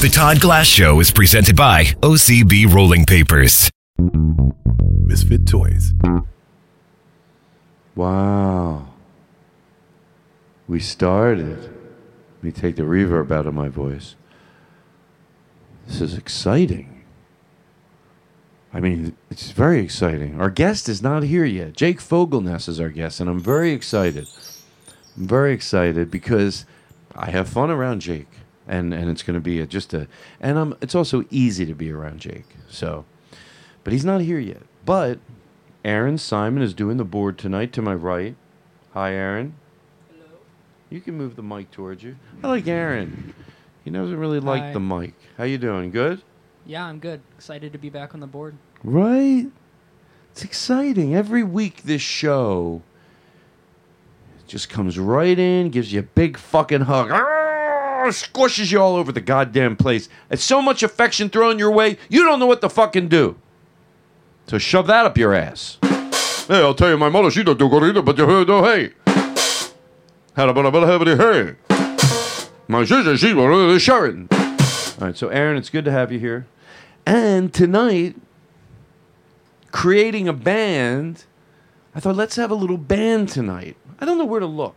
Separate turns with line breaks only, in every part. The Todd Glass Show is presented by OCB Rolling Papers.
Misfit Toys.
Wow. We started. Let me take the reverb out of my voice. This is exciting. I mean, it's very exciting. Our guest is not here yet. Jake Fogelness is our guest, and I'm very excited. I'm very excited because I have fun around Jake, and and it's going to be a, just a and I'm it's also easy to be around Jake. So, but he's not here yet. But Aaron Simon is doing the board tonight to my right. Hi, Aaron. You can move the mic towards you. I like Aaron. He doesn't really like
Hi.
the mic. How you doing? Good.
Yeah, I'm good. Excited to be back on the board.
Right? It's exciting. Every week, this show just comes right in, gives you a big fucking hug, Arrgh! squishes you all over the goddamn place. It's so much affection thrown your way, you don't know what to fucking do. So shove that up your ass. Hey, I'll tell you, my mother, she don't do good either, but you heard, oh, hey. Had a bit of a hey. My sister, she was Sharon. All right, so Aaron, it's good to have you here. And tonight, creating a band, I thought let's have a little band tonight. I don't know where to look.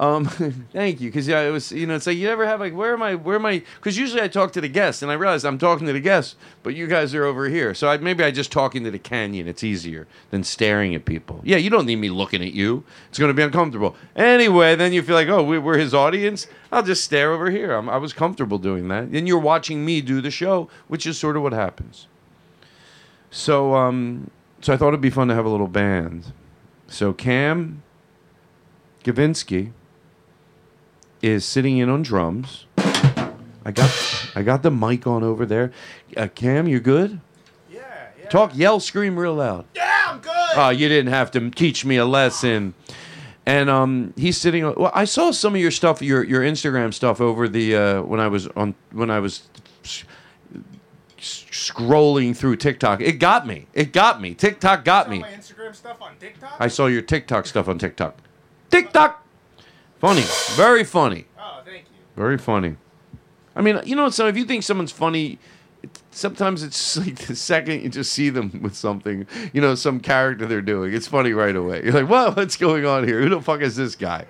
Um, thank you, because yeah, it was you know it's like you never have like where am I where am I because usually I talk to the guests and I realize I'm talking to the guests, but you guys are over here, so I, maybe I just talking to the canyon. It's easier than staring at people. Yeah, you don't need me looking at you. It's going to be uncomfortable anyway. Then you feel like oh we, we're his audience. I'll just stare over here. I'm, I was comfortable doing that, and you're watching me do the show, which is sort of what happens. So um, so I thought it'd be fun to have a little band. So Cam Gavinsky is sitting in on drums. I got I got the mic on over there. Uh, Cam, you good?
Yeah, yeah.
Talk, yell, scream real loud.
Yeah, I'm good.
Oh, you didn't have to teach me a lesson. And um, he's sitting. on- Well, I saw some of your stuff, your your Instagram stuff over the uh, when I was on when I was s- s- scrolling through TikTok. It got me. It got me. TikTok got me.
my Instagram stuff on TikTok.
I saw your TikTok stuff on TikTok. TikTok, funny, very funny.
oh, thank you.
Very funny. I mean, you know, so if you think someone's funny, it, sometimes it's just like the second you just see them with something, you know, some character they're doing, it's funny right away. You're like, whoa, what's going on here? Who the fuck is this guy?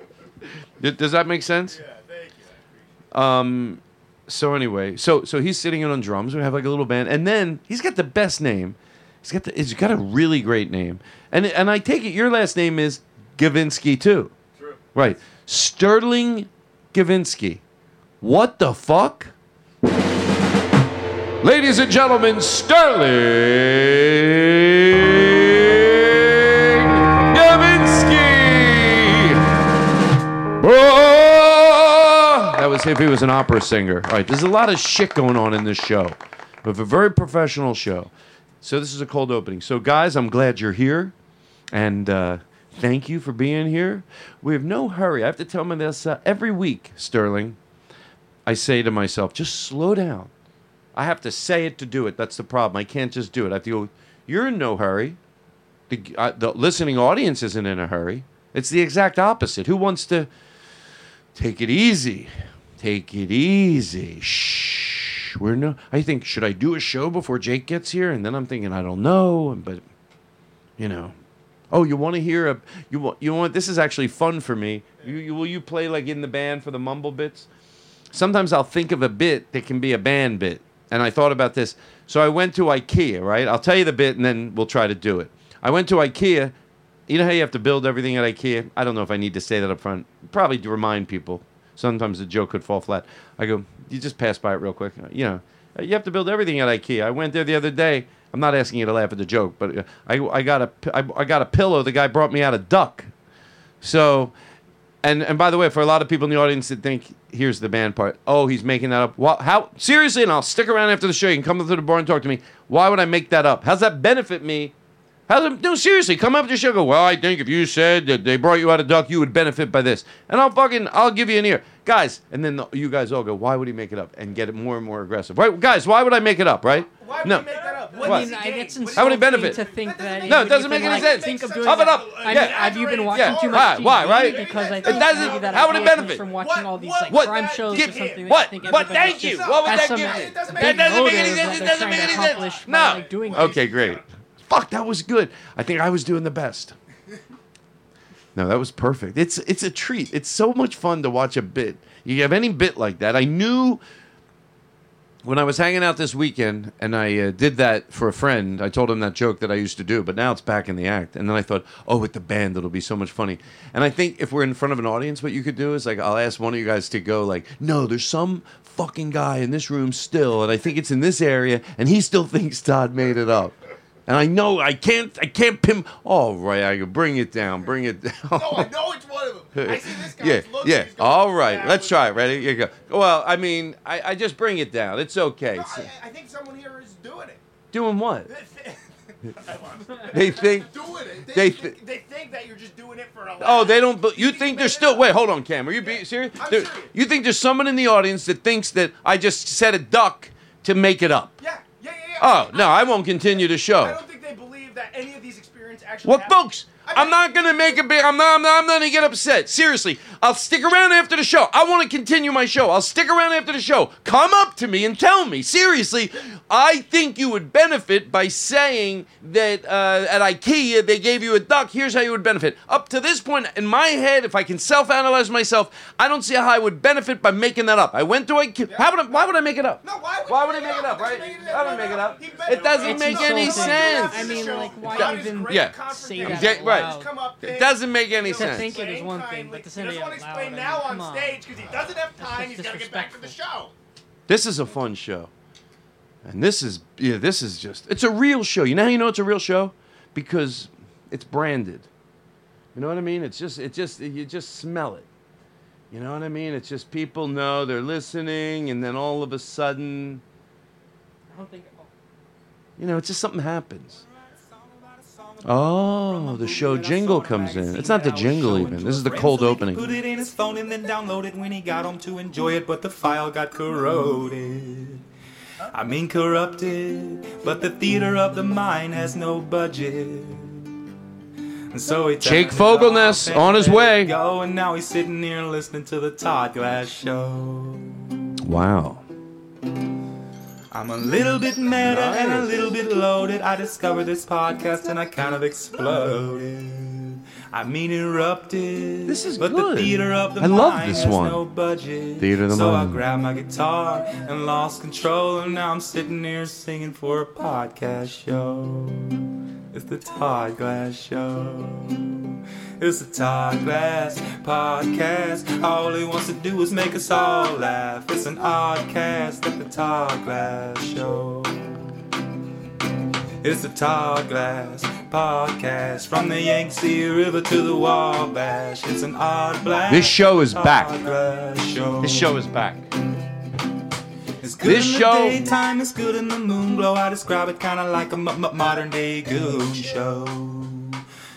Th- Does that make sense? Um,
Yeah, thank you.
So anyway, so so he's sitting in on drums. We have like a little band, and then he's got the best name. He's got the, he's got a really great name, and and I take it your last name is Gavinsky too. True. Right, Sterling Gavinsky. What the fuck? Ladies and gentlemen, Sterling Gavinsky. Oh! That was if he was an opera singer. All right, there's a lot of shit going on in this show. But a very professional show. So this is a cold opening. So guys, I'm glad you're here. And uh, thank you for being here. We have no hurry. I have to tell my this uh, every week, Sterling. I say to myself, just slow down. I have to say it to do it. That's the problem. I can't just do it. I have to go, you're in no hurry the, uh, the listening audience isn't in a hurry. It's the exact opposite. Who wants to take it easy? Take it easy. Shh. We're no. I think should I do a show before Jake gets here? And then I'm thinking I don't know. and- But you know, oh, you want to hear a you want you want this is actually fun for me. You, you will you play like in the band for the mumble bits? sometimes I'll think of a bit that can be a band bit. And I thought about this. So I went to IKEA, right? I'll tell you the bit and then we'll try to do it. I went to IKEA. You know how you have to build everything at IKEA? I don't know if I need to say that up front. Probably to remind people. Sometimes the joke could fall flat. I go, you just pass by it real quick. You know, you have to build everything at IKEA. I went there the other day. I'm not asking you to laugh at the joke, but uh, I, I, got a, p- I, I got a pillow. The guy brought me out a duck. So, and and by the way, for a lot of people in the audience that think here's the band part, oh, he's making that up. Wha how seriously? And I'll stick around after the show. You can come up to the bar and talk to me. Why would I make that up? How's that benefit me? How's it, no, seriously, come up to the show. and Go. Well, I think if you said that they brought you out a duck, you would benefit by this, and I'll fucking I'll give you an ear, guys. And then the, you guys all go, why would he make it up? And get it more and more aggressive, right, guys? Why would I make it up, right?
Why would
no.
you make that up?
What?
I mean, I, that's
How would it
insulting
benefit?
To think that
That
No, it
you would
doesn't make
even,
any
like,
sense.
Think of doing
Up and
that.
up.
I mean,
Yeah.
have you been watching
Yeah.
too much
Why? Why,
TV?
right?
Because I
It
think
doesn't-
maybe that
how would it
idea comes
benefit?
from watching all these like
What?
crime shows
Give-
or something.
what?
That you think
What?
everybody's
Thank you.
just
What would
has
that
some,
give
uh,
me?
big
That doesn't make
motive
any
of
sense. It
what
doesn't
they're
make
trying to
any sense.
accomplish by,
No.
like, doing
Okay,
this.
great. Fuck, that was good. I think I was doing the best. No, that was perfect. It's it's a treat. It's so much fun to watch a bit. You have any bit like that? I knew when I was hanging out this weekend and I uh, did that for a friend. I told him that joke that I used to do, but now it's back in the act. And then I thought, oh, with the band, it'll be so much funny. And I think if we're in front of an audience, what you could do is like I'll ask one of you guys to go like, no, there's some fucking guy in this room still, and I think it's in this area, and he still thinks Todd made it up. And I know I can't, I can't pin. All right, I go bring it down, bring it down.
No, I know it's one of them. I see this guy.
Yeah,
he's looking,
yeah.
he's going,
All right,
"Yeah, I
let's
was-
try it. Ready? Here you go. Well, I mean, I, I just bring it down. It's okay.
No,
So-
I, I think someone here is doing it.
doing what?
I lost it.
They think.
doing it.
They
They, they,
thi-
they think that you're just doing it for a laugh.
Oh, they don't. But you
think
think
they
they're
made it
still.
up?
Wait, hold on, Cam. Are you being serious?
I'm
There-
serious.
You think there's someone in the audience that thinks that I just said a duck to make it up?
Yeah, yeah, yeah, yeah.
Oh no, I won't continue the
I
show.
don't think they believe that any of these experiences actually.
Well,
happen.
folks,
I
I'm
mean-
not gonna make a big. I'm not. I'm not, I'm not gonna get upset. Seriously, I'll stick around after the show. I want to continue my show. I'll stick around after the show. Come up to me and tell me seriously. I think you would benefit by saying that uh, at IKEA they gave you a duck. Here's how you would benefit. Up to this point in my head, if I can self-analyze myself, I don't see how I would benefit by making that up. I went to IKEA. How would I, why would I make it up?
No, why would
why
you
would I make it up? Right?
It doesn't
I don't make it up.
He bet
It doesn't
It's
make any
insulting.
sense.
I mean, like, why
That is
even
great
Yeah.
confrontation.
say that
Yeah, right.
out
Just come up,
It doesn't make any
he'll
sense.
Think it is one thing, but to say
he
it
doesn't want to
out
explain
loud, I
now
mean,
on
come on.
stage because he doesn't have time. He's
just
got to get back to the show.
This is a fun show. And this is yeah, this is just it's a real show. You know how you know it's a real show? Because it's branded. You know what I mean? It's just it just you just smell it. You know what I mean? It's just people know they're listening and then all of a sudden,
I don't think. oh,
you know, it's just something happens. Oh, the show jingle comes in. It's not the jingle even. This is the cold
Put
opening.
it in his phone and then download it when he got home to enjoy it, but the file got corroded. I mean, corrupted, but the theater of the mind has no budget. And so he
Jake
turned it
Fogelness
off
on
and
his
let it
way.
Go, and now he's sitting here listening to the Todd Glass show.
Wow.
I'm a little bit meta and a little bit loaded. I discovered this podcast and I kind of exploded. I mean, erupted.
This is
but
good.
the theater of the
I love
mind
this
has
one.
No budget.
Theater of the
so
mind.
I grabbed my guitar and lost control, and now I'm sitting here singing for a podcast show. It's the Todd Glass Show. It's the Todd Glass Podcast. All he wants to do is make us all laugh. It's an odd cast at the Todd Glass Show. It's the Todd Glass Podcast. From the Yangtze River to the Wabash. It's an odd blast.
This show is back.
Todd Glass show.
This show is back.
It's good
This
in the
show-
daytime, it's good in the moon glow. I describe it kind of like a m- m- modern day goon show.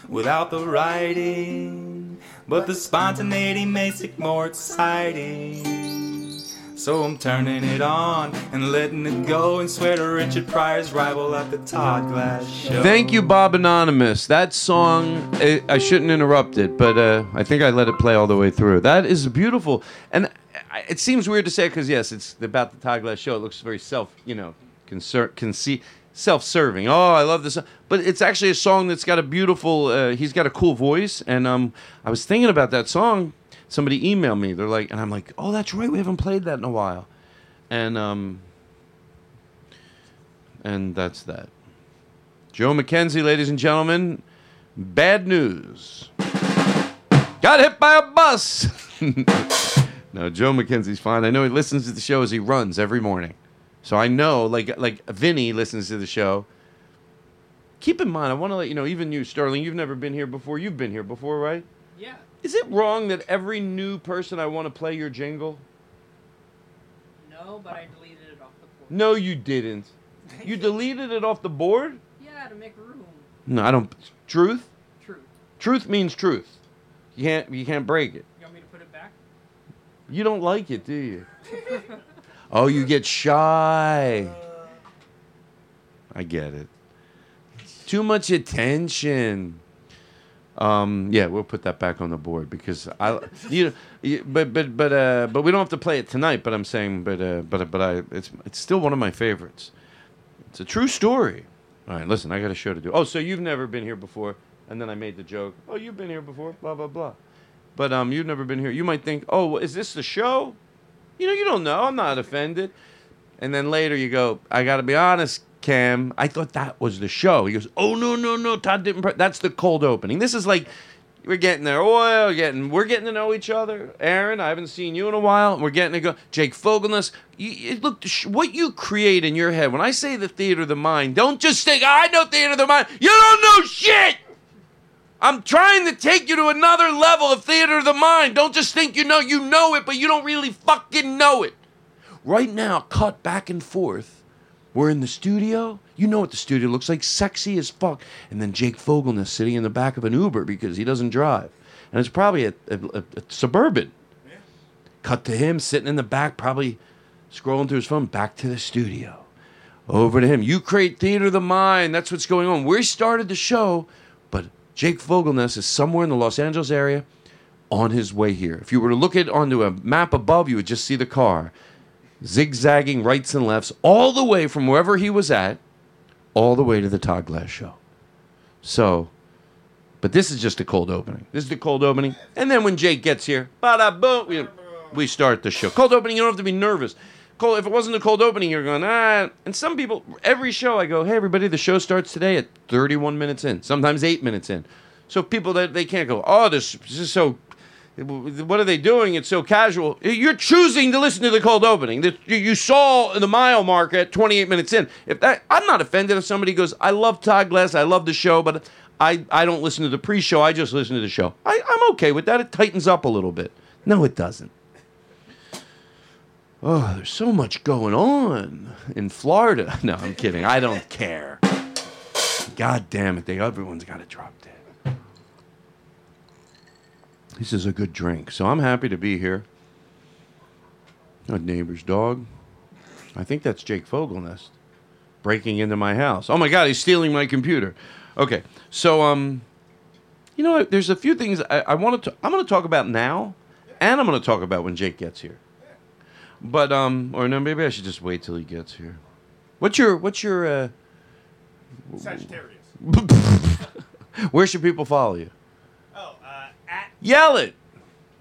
Without the writing, but the spontaneity makes it more exciting. So I'm turning it on and letting it go and swear to Richard Pryor's rival at the Todd Glass show.
Thank you, Bob Anonymous. That song, eh, I, I shouldn't interrupt it, but uh, I think I let it play all the way through. That is beautiful. And I, it seems weird to say because, yes, it's about the Todd Glass show. It looks very self, you know, concern, conce- self serving. Oh, I love this. song. But it's actually a song that's got a beautiful, uh, he's got a cool voice. And um, I was thinking about that song. somebody emailed me. They're like, and I'm like, oh, that's right. We haven't played that in a while. And um, and that's that. Joe McKenzie, ladies and gentlemen, bad news. Got hit by a bus. no, Joe McKenzie's fine. I know he listens to the show as he runs every morning. So I know, like, like Vinny listens to the show. Keep in mind, I want to let you know, even you, Sterling, you've never been here before. You've been here before, right?
Yeah.
Is it wrong that every new person I want to play your jingle?
No, but I deleted it off the board.
No, you didn't. You deleted it off the board?
Yeah, to make room.
No, I don't. Truth?
True.
Truth means truth. You can't, you can't break it.
You want me to put it back?
You don't like it, do you? oh, you get shy. I get it. Too much attention. Um, yeah, we'll put that back on the board because I, you, know, you- but but but uh, but we don't have to play it tonight. But I'm saying, but uh, but but I, it's it's still one of my favorites. It's a true story. All right, listen, I got a show to do. Oh, so you've never been here before, and then I made the joke. Oh, you've been here before. Blah blah blah. But um, you've never been here. You might think, oh, is this the show? You know, you don't know. I'm not offended. And then later you go, I got to be honest, Cam. I thought that was the show. He goes, Oh no, no, no, Todd didn't. Pre-. That's the cold opening. This is like we're getting their oil, getting we're getting to know each other. Aaron, I haven't seen you in a while. We're getting to go. Jake Fogelness, you, you- look, the sh- what you create in your head. When I say the theater of the mind, don't just think "Oh, I know theater of the mind. You don't know shit. I'm trying to take you to another level of theater of the mind. Don't just think you know. You know it, but you don't really fucking know it right now cut back and forth. We're in the studio. You know what the studio looks like, sexy as fuck. And then Jake Fogelness sitting in the back of an Uber because he doesn't drive, and it's probably a, a, a, a suburban. Cut to him sitting in the back, probably scrolling through his phone. Back to the studio. Over to him. You create theater of the mind. That's what's going on. We started the show, but Jake Fogelness is somewhere in the Los Angeles area on his way here. If you were to look at onto a map above, you would just see the car zigzagging rights and lefts all the way from wherever he was at, all the way to the Todd Glass show. So, but this is just a cold opening. This is the cold opening. And then when Jake gets here, bada boom, we, we start the show. Cold opening, you don't have to be nervous. Cold, if it wasn't a cold opening, you're going, ah. And some people, every show, I go, hey, everybody, the show starts today at 31 minutes in, sometimes eight minutes in. So people that they can't go, oh, this, this is so what are they doing? It's so casual. You're choosing to listen to the cold opening that you- you saw in the mile mark at 28 minutes in. If that, I'm not offended if somebody goes, "I love Todd Glass, I love the show, but I, I don't listen to the pre-show. I just listen to the show." I, I'm okay with that. It tightens up a little bit. No, it doesn't. Oh, there's so much going on in Florida. No, I'm kidding. I don't care. God damn it! They everyone's got to drop dead. This is a good drink. So I'm happy to be here. A neighbor's dog. I think that's Jake Fogelnest breaking into my house. Oh my God, he's stealing my computer. Okay, so um, you know, there's a few things I, I want to. I'm going to talk about now, and I'm going to talk about when Jake gets here. But um, or no, maybe I should just wait till he gets here. What's your what's your uh,
Sagittarius.
where should people follow you?
Oh, uh, at
Yell it.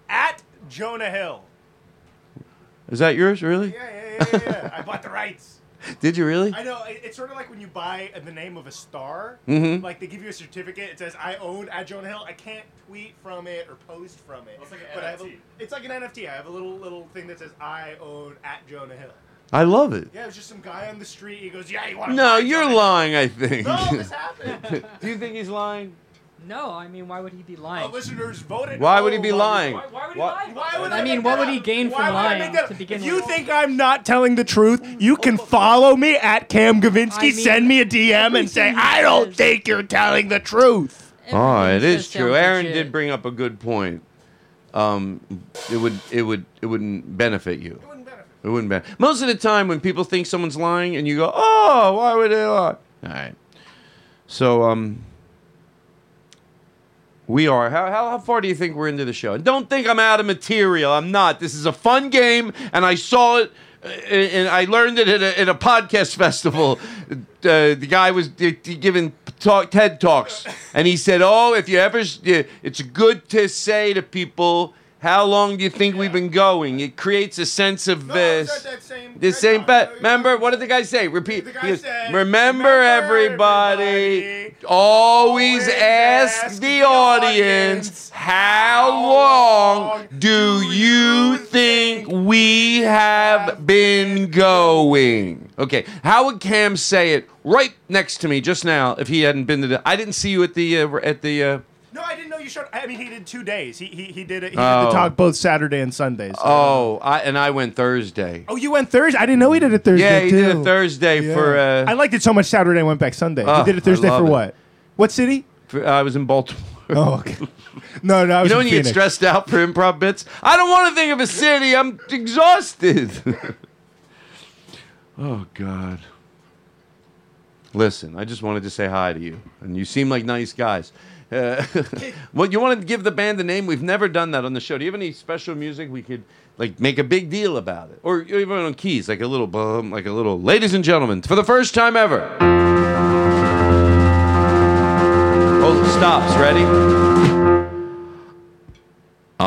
at Jonah Hill.
Is that yours really?
Yeah, yeah, yeah, yeah. yeah. I bought the rights.
Did you really?
I know it- it's sort of like when you buy the name of a star.
Mm-hmm.
Like they give you a certificate. It says I own at Jonah Hill. I can't tweet from it or post from it. It's like an but NFT. I have a, it's like an NFT. I have a little little thing that says I own at Jonah Hill.
I love it.
Yeah, it was just some guy on the street. He goes, "Yeah, you want?"
No, you're lying. I think.
No, this happened.
Do you think he's lying?
No, I mean, why would he be
Our
lying?
listeners voted.
Why would he
no
be
on-
lying?
why, why would he
Why-
lie?
Why would
I mean,
make
what
that
would
up?
he gain
Why
from
would I
lying
make that up?
to begin
if
with?
you think I'm not telling the truth, you can follow me at Cam Gavinsky.
I mean,
send me a DM and say,
everything
I
is-
don't think you're telling the truth.
Oh, it
Everything
is
just
true.
sounds
Aaron
legit.
did bring up a good point. Um, it would, it would, it wouldn't benefit you. It wouldn't benefit. It wouldn't benefit. Most of the time, when people think someone's lying, and you go, "Oh, why would they lie?" All right. So, um, we are. How, how how far do you think we're into the show? And don't think I'm out of material. I'm not. This is a fun game, and I saw it. uh, And I learned it at a, at a podcast festival. Uh, the guy was uh, giving talk, TED talks, and he said, "Oh, if you ever, s- uh, it's good to say to people How long do you think we've been going? It creates a sense of
No,
this.
it's not that same-
the
it's
same.
not.
But remember, what did the guy say? Repeat.
The
He
guy
goes,
said,
remember,
"Remember,
everybody.
everybody,
always
always
ask,
ask
the
the
audience
audience,
how
how
long
long
do
Oh, do you
you think we have been going? Okay. How would Cam say it right next to me just now if he hadn't been to the? I didn't see you at the uh, at the. Uh,
No, I didn't know you showed. I mean, he did two days. He he, he did it. He did
Oh.
the talk both Saturday and Sunday. so-
oh, I, and I went Thursday.
Oh, you went Thursday. I didn't know he did it Thursday.
yeah, he
too.
did a Thursday for. Uh,
I liked it so much Saturday I went back Sunday.
Oh,
he did
I
it Thursday
love
for
it.
what? What city?
For- I was in Baltimore.
Oh, okay. No, no, I
You
was
know
in
when you get
Phoenix.
stressed out for improv bits? I don't want to think of a city. I'm exhausted. oh God. Listen, I just wanted to say hi to you, and you seem like nice guys. Uh, well, you want to give the band a name? We've never done that on the show. Do you have any special music we could like make a big deal about it, or even on keys, like a little bum, like a little, ladies and gentlemen, for the first time ever. Oh, stops. Ready?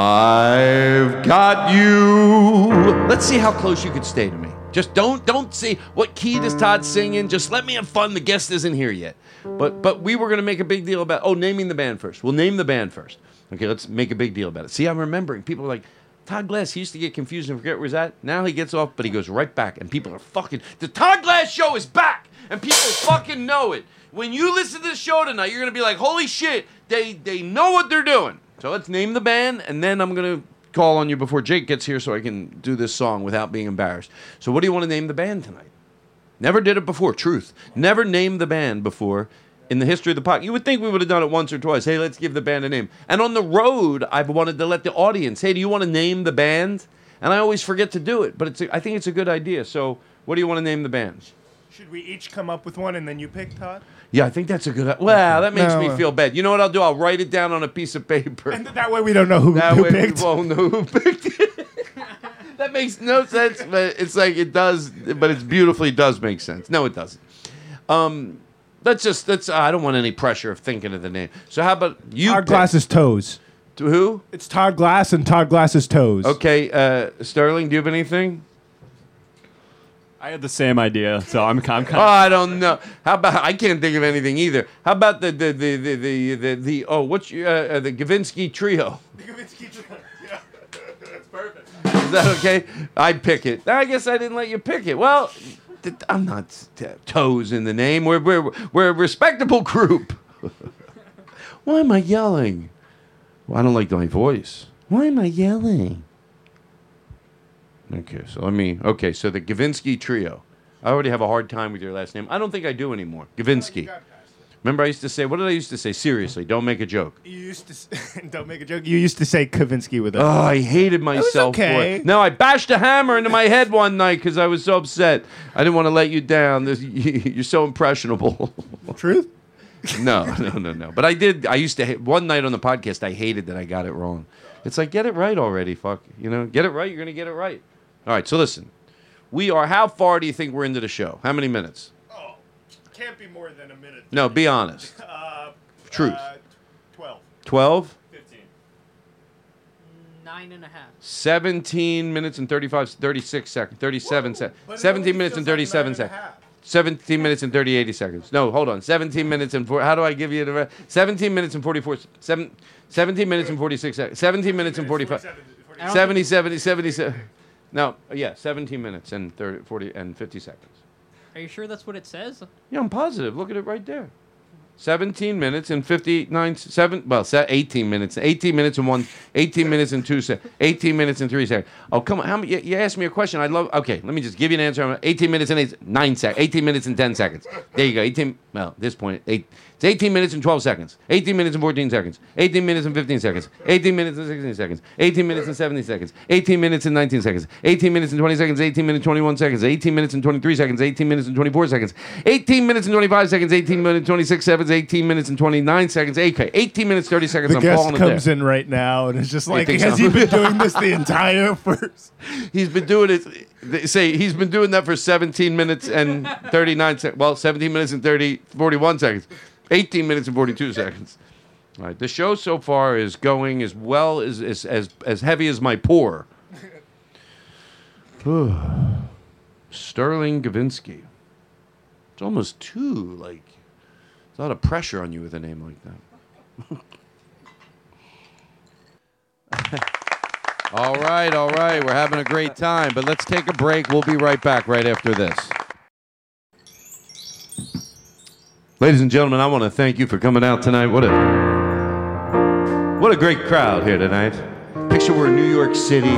I've got you. Let's see how close you could stay to me. Just don't don't see what key does Todd sing in. Just let me have fun. The guest isn't here yet. But but we were gonna make a big deal about oh naming the band first. We'll name the band first. Okay, let's make a big deal about it. See, I'm remembering. People are like, Todd Glass, he used to get confused and forget where he's at. Now he gets off, but he goes right back, and people are fucking the Todd Glass show is back, and people fucking know it. When you listen to the show tonight, you're gonna be like, holy shit, they they know what they're doing. So let's name the band, and then I'm gonna call on you before Jake gets here, so I can do this song without being embarrassed. So what do you want to name the band tonight? Never did it before. Truth. Never named the band before in the history of the podcast. You would think we would have done it once or twice. Hey, let's give the band a name. And on the road, I've wanted to let the audience. Hey, do you want to name the band? And I always forget to do it, but it's. A, I think it's a good idea. So what do you want to name the band?
Should we each come up with one and then you pick Todd?
Yeah, I think that's a good. Well, that makes
No,
me
uh,
feel bad. You know what I'll do? I'll write it down on a piece of paper.
And th- that way we don't know who,
That
who
way
picked.
we won't know who picked it. that makes no sense, but it's like it does. But it's beautifully does make sense. No, it doesn't. Um, let's just let's. I don't want any pressure of thinking of the name. So how about you?
Todd
pick-
Glass's toes.
to who?
It's Todd Glass and Todd Glass's toes.
Okay, uh, Sterling. Do you have anything?
I had the same idea, so I'm, I'm
Oh,
kind
I don't know. How about I can't think of anything either. How about the the the the the, the, the oh what's your, uh, uh, the Gavinsky trio? Is that okay? I pick it. I guess I didn't let you pick it. Well, th- I'm not t- toes in the name. We're we're we're a respectable group. Why am I yelling? Well, I don't like my voice. Why am I yelling? Okay, so let me. Okay, so the Gavinsky trio. I already have a hard time with your last name. I don't think I do anymore. Gavinsky. Remember, I used to say, what did I used to say? Seriously, don't make a joke.
You used to s- don't make a joke. You used to say Kavinsky with
Oh,
us.
I hated myself for
okay.
it. No, I bashed a hammer into my head one night because I was so upset. I didn't want to let you down. This, you're so impressionable.
Truth.
no, no, no, no. But I did. I used to hate, one night on the podcast. I hated that I got it wrong. It's like get it right already. Fuck, you know, get it right. You're gonna get it right. All right. So listen, we are. How far do you think we're into the show? How many minutes?
Oh, can't be more than a minute.
No, be honest. Truth.
Twelve.
12,
9 and a half.
17 minutes and 35, 36 seconds, 37 seconds, 17 minutes and 37 seconds. 17 minutes and 38 seconds. No, hold on. 17 minutes and four. How do I give you the rest? 17 minutes and 44. Seven, 17 minutes and 46 seconds. 17 minutes and 45. 70, 70, 77. No, yeah, 17 minutes and 30, 40 and 50 seconds.
Are you sure that's what it says?
Yeah, I'm positive. Look at it right there. 17 minutes and 59 7 well se- 18 minutes 18 minutes and 1 18 minutes and 2 seconds 18 minutes and 3 seconds oh come on how many you, you asked me a question i love okay let me just give you an answer 18 minutes and 8 9 sec 18 minutes and 10 seconds there you go 18 well at this point 8 it's 18 minutes and 12 seconds 18 minutes and 14 seconds 18 minutes and 15 seconds 18 minutes and 16 seconds 18 minutes and 70 seconds 18 minutes and 19 seconds 18 minutes and 20 seconds 18 minutes and 21 seconds 18 minutes and 23 seconds 18 minutes and 24 seconds 18 minutes and 25 seconds 18 minutes and 26 seconds 18 minutes and 29 seconds okay 18 minutes 30 seconds
The
i'm
guest
falling
comes
in
in right now and is just like,
thinks
has
I'm-
he been doing this the entire first?
he's been doing it they say he's been doing that for 17 minutes and 39 seconds well 17 minutes and 30 41 seconds 18 minutes and 42 seconds All right. The show so far is going as well as as as, as heavy as my pour. Sterling Gavinsky. It's almost too like it's a lot of pressure on you with a name like that. all right, all right. We're having a great time, but let's take a break. We'll be right back right after this. Ladies and gentlemen, I want to thank you for coming out tonight. What a what a great crowd here tonight. Picture we're in New York City,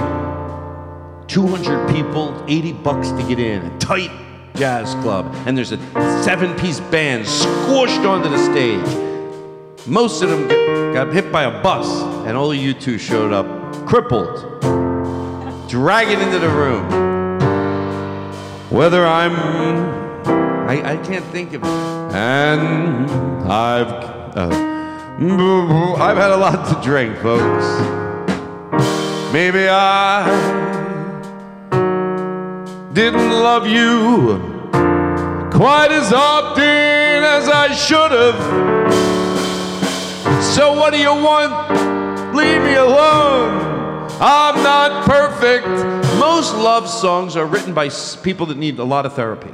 200 people, 80 bucks to get in, a tight jazz club, and there's a seven-piece band squashed onto the stage. Most of them got- got hit by a bus, and only you two showed up, crippled, dragging into the room. Whether I'm I, I can't think of it. And I've uh, I've had a lot to drink, folks. Maybe I didn't love you quite as often as I should have. So what do you want? Leave me alone. I'm not perfect. Most love songs are written by s- people that need a lot of therapy.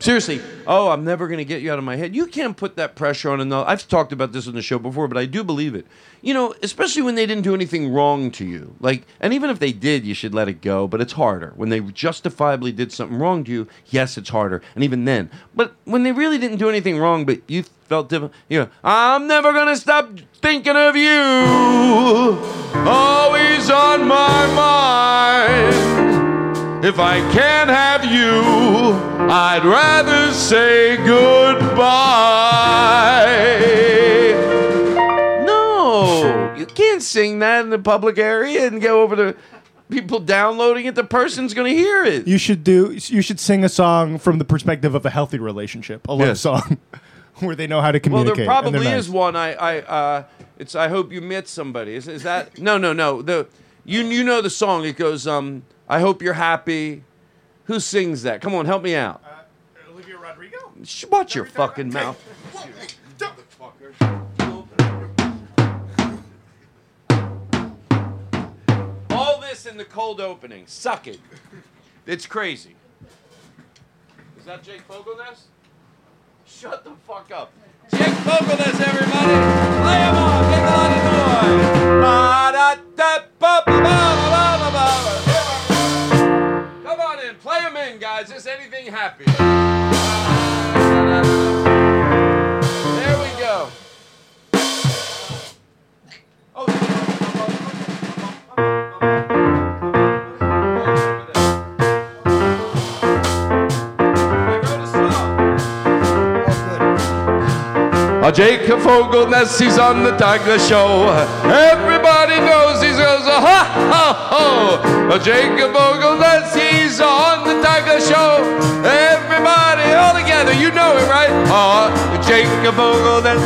Seriously, oh, I'm never going to get you out of my head. You can't put that pressure on another. I've talked about this on the show before, but I do believe it. You know, especially when they didn't do anything wrong to you. Like, and even if they did, you should let it go, but it's harder. When they justifiably did something wrong to you, yes, it's harder. And even then. But when they really didn't do anything wrong, but you felt different, you know, I'm never going to stop thinking of you. Always on my mind. If I can't have you, I'd rather say goodbye. No, you can't sing that in the public area and go over to people downloading it. The person's going to hear it.
You should do. You should sing a song from the perspective of a healthy relationship, a love
Yes.
song, where they know how to
well,
communicate.
there
and they're
probably
nice.
is one. I, I, uh, it's. I hope you met somebody. Is, is that? No, no, no. The you, you know the song. It goes. Um, I hope you're happy. Who sings that? Come on, help me out.
Uh, Olivia Rodrigo.
Sh- Watch your fucking mouth. All this in the cold opening. Suck it. It's crazy. Is that Jake Fogelness? Shut the fuck up. Jake Fogelness, everybody. Play him off. Make a lot of noise. Ba da da ba ba ba ba ba ba ba. Come on in. Play him in, guys. Is anything happy? There we go. Oh. Jacob Fogelness, he's on the Tiger Show. Everybody knows he's goes a ha ha ho. Jacob Fogelness, he's on the Tiger Show. Everybody all together, you know it, right? Oh, Jacob Fogelness.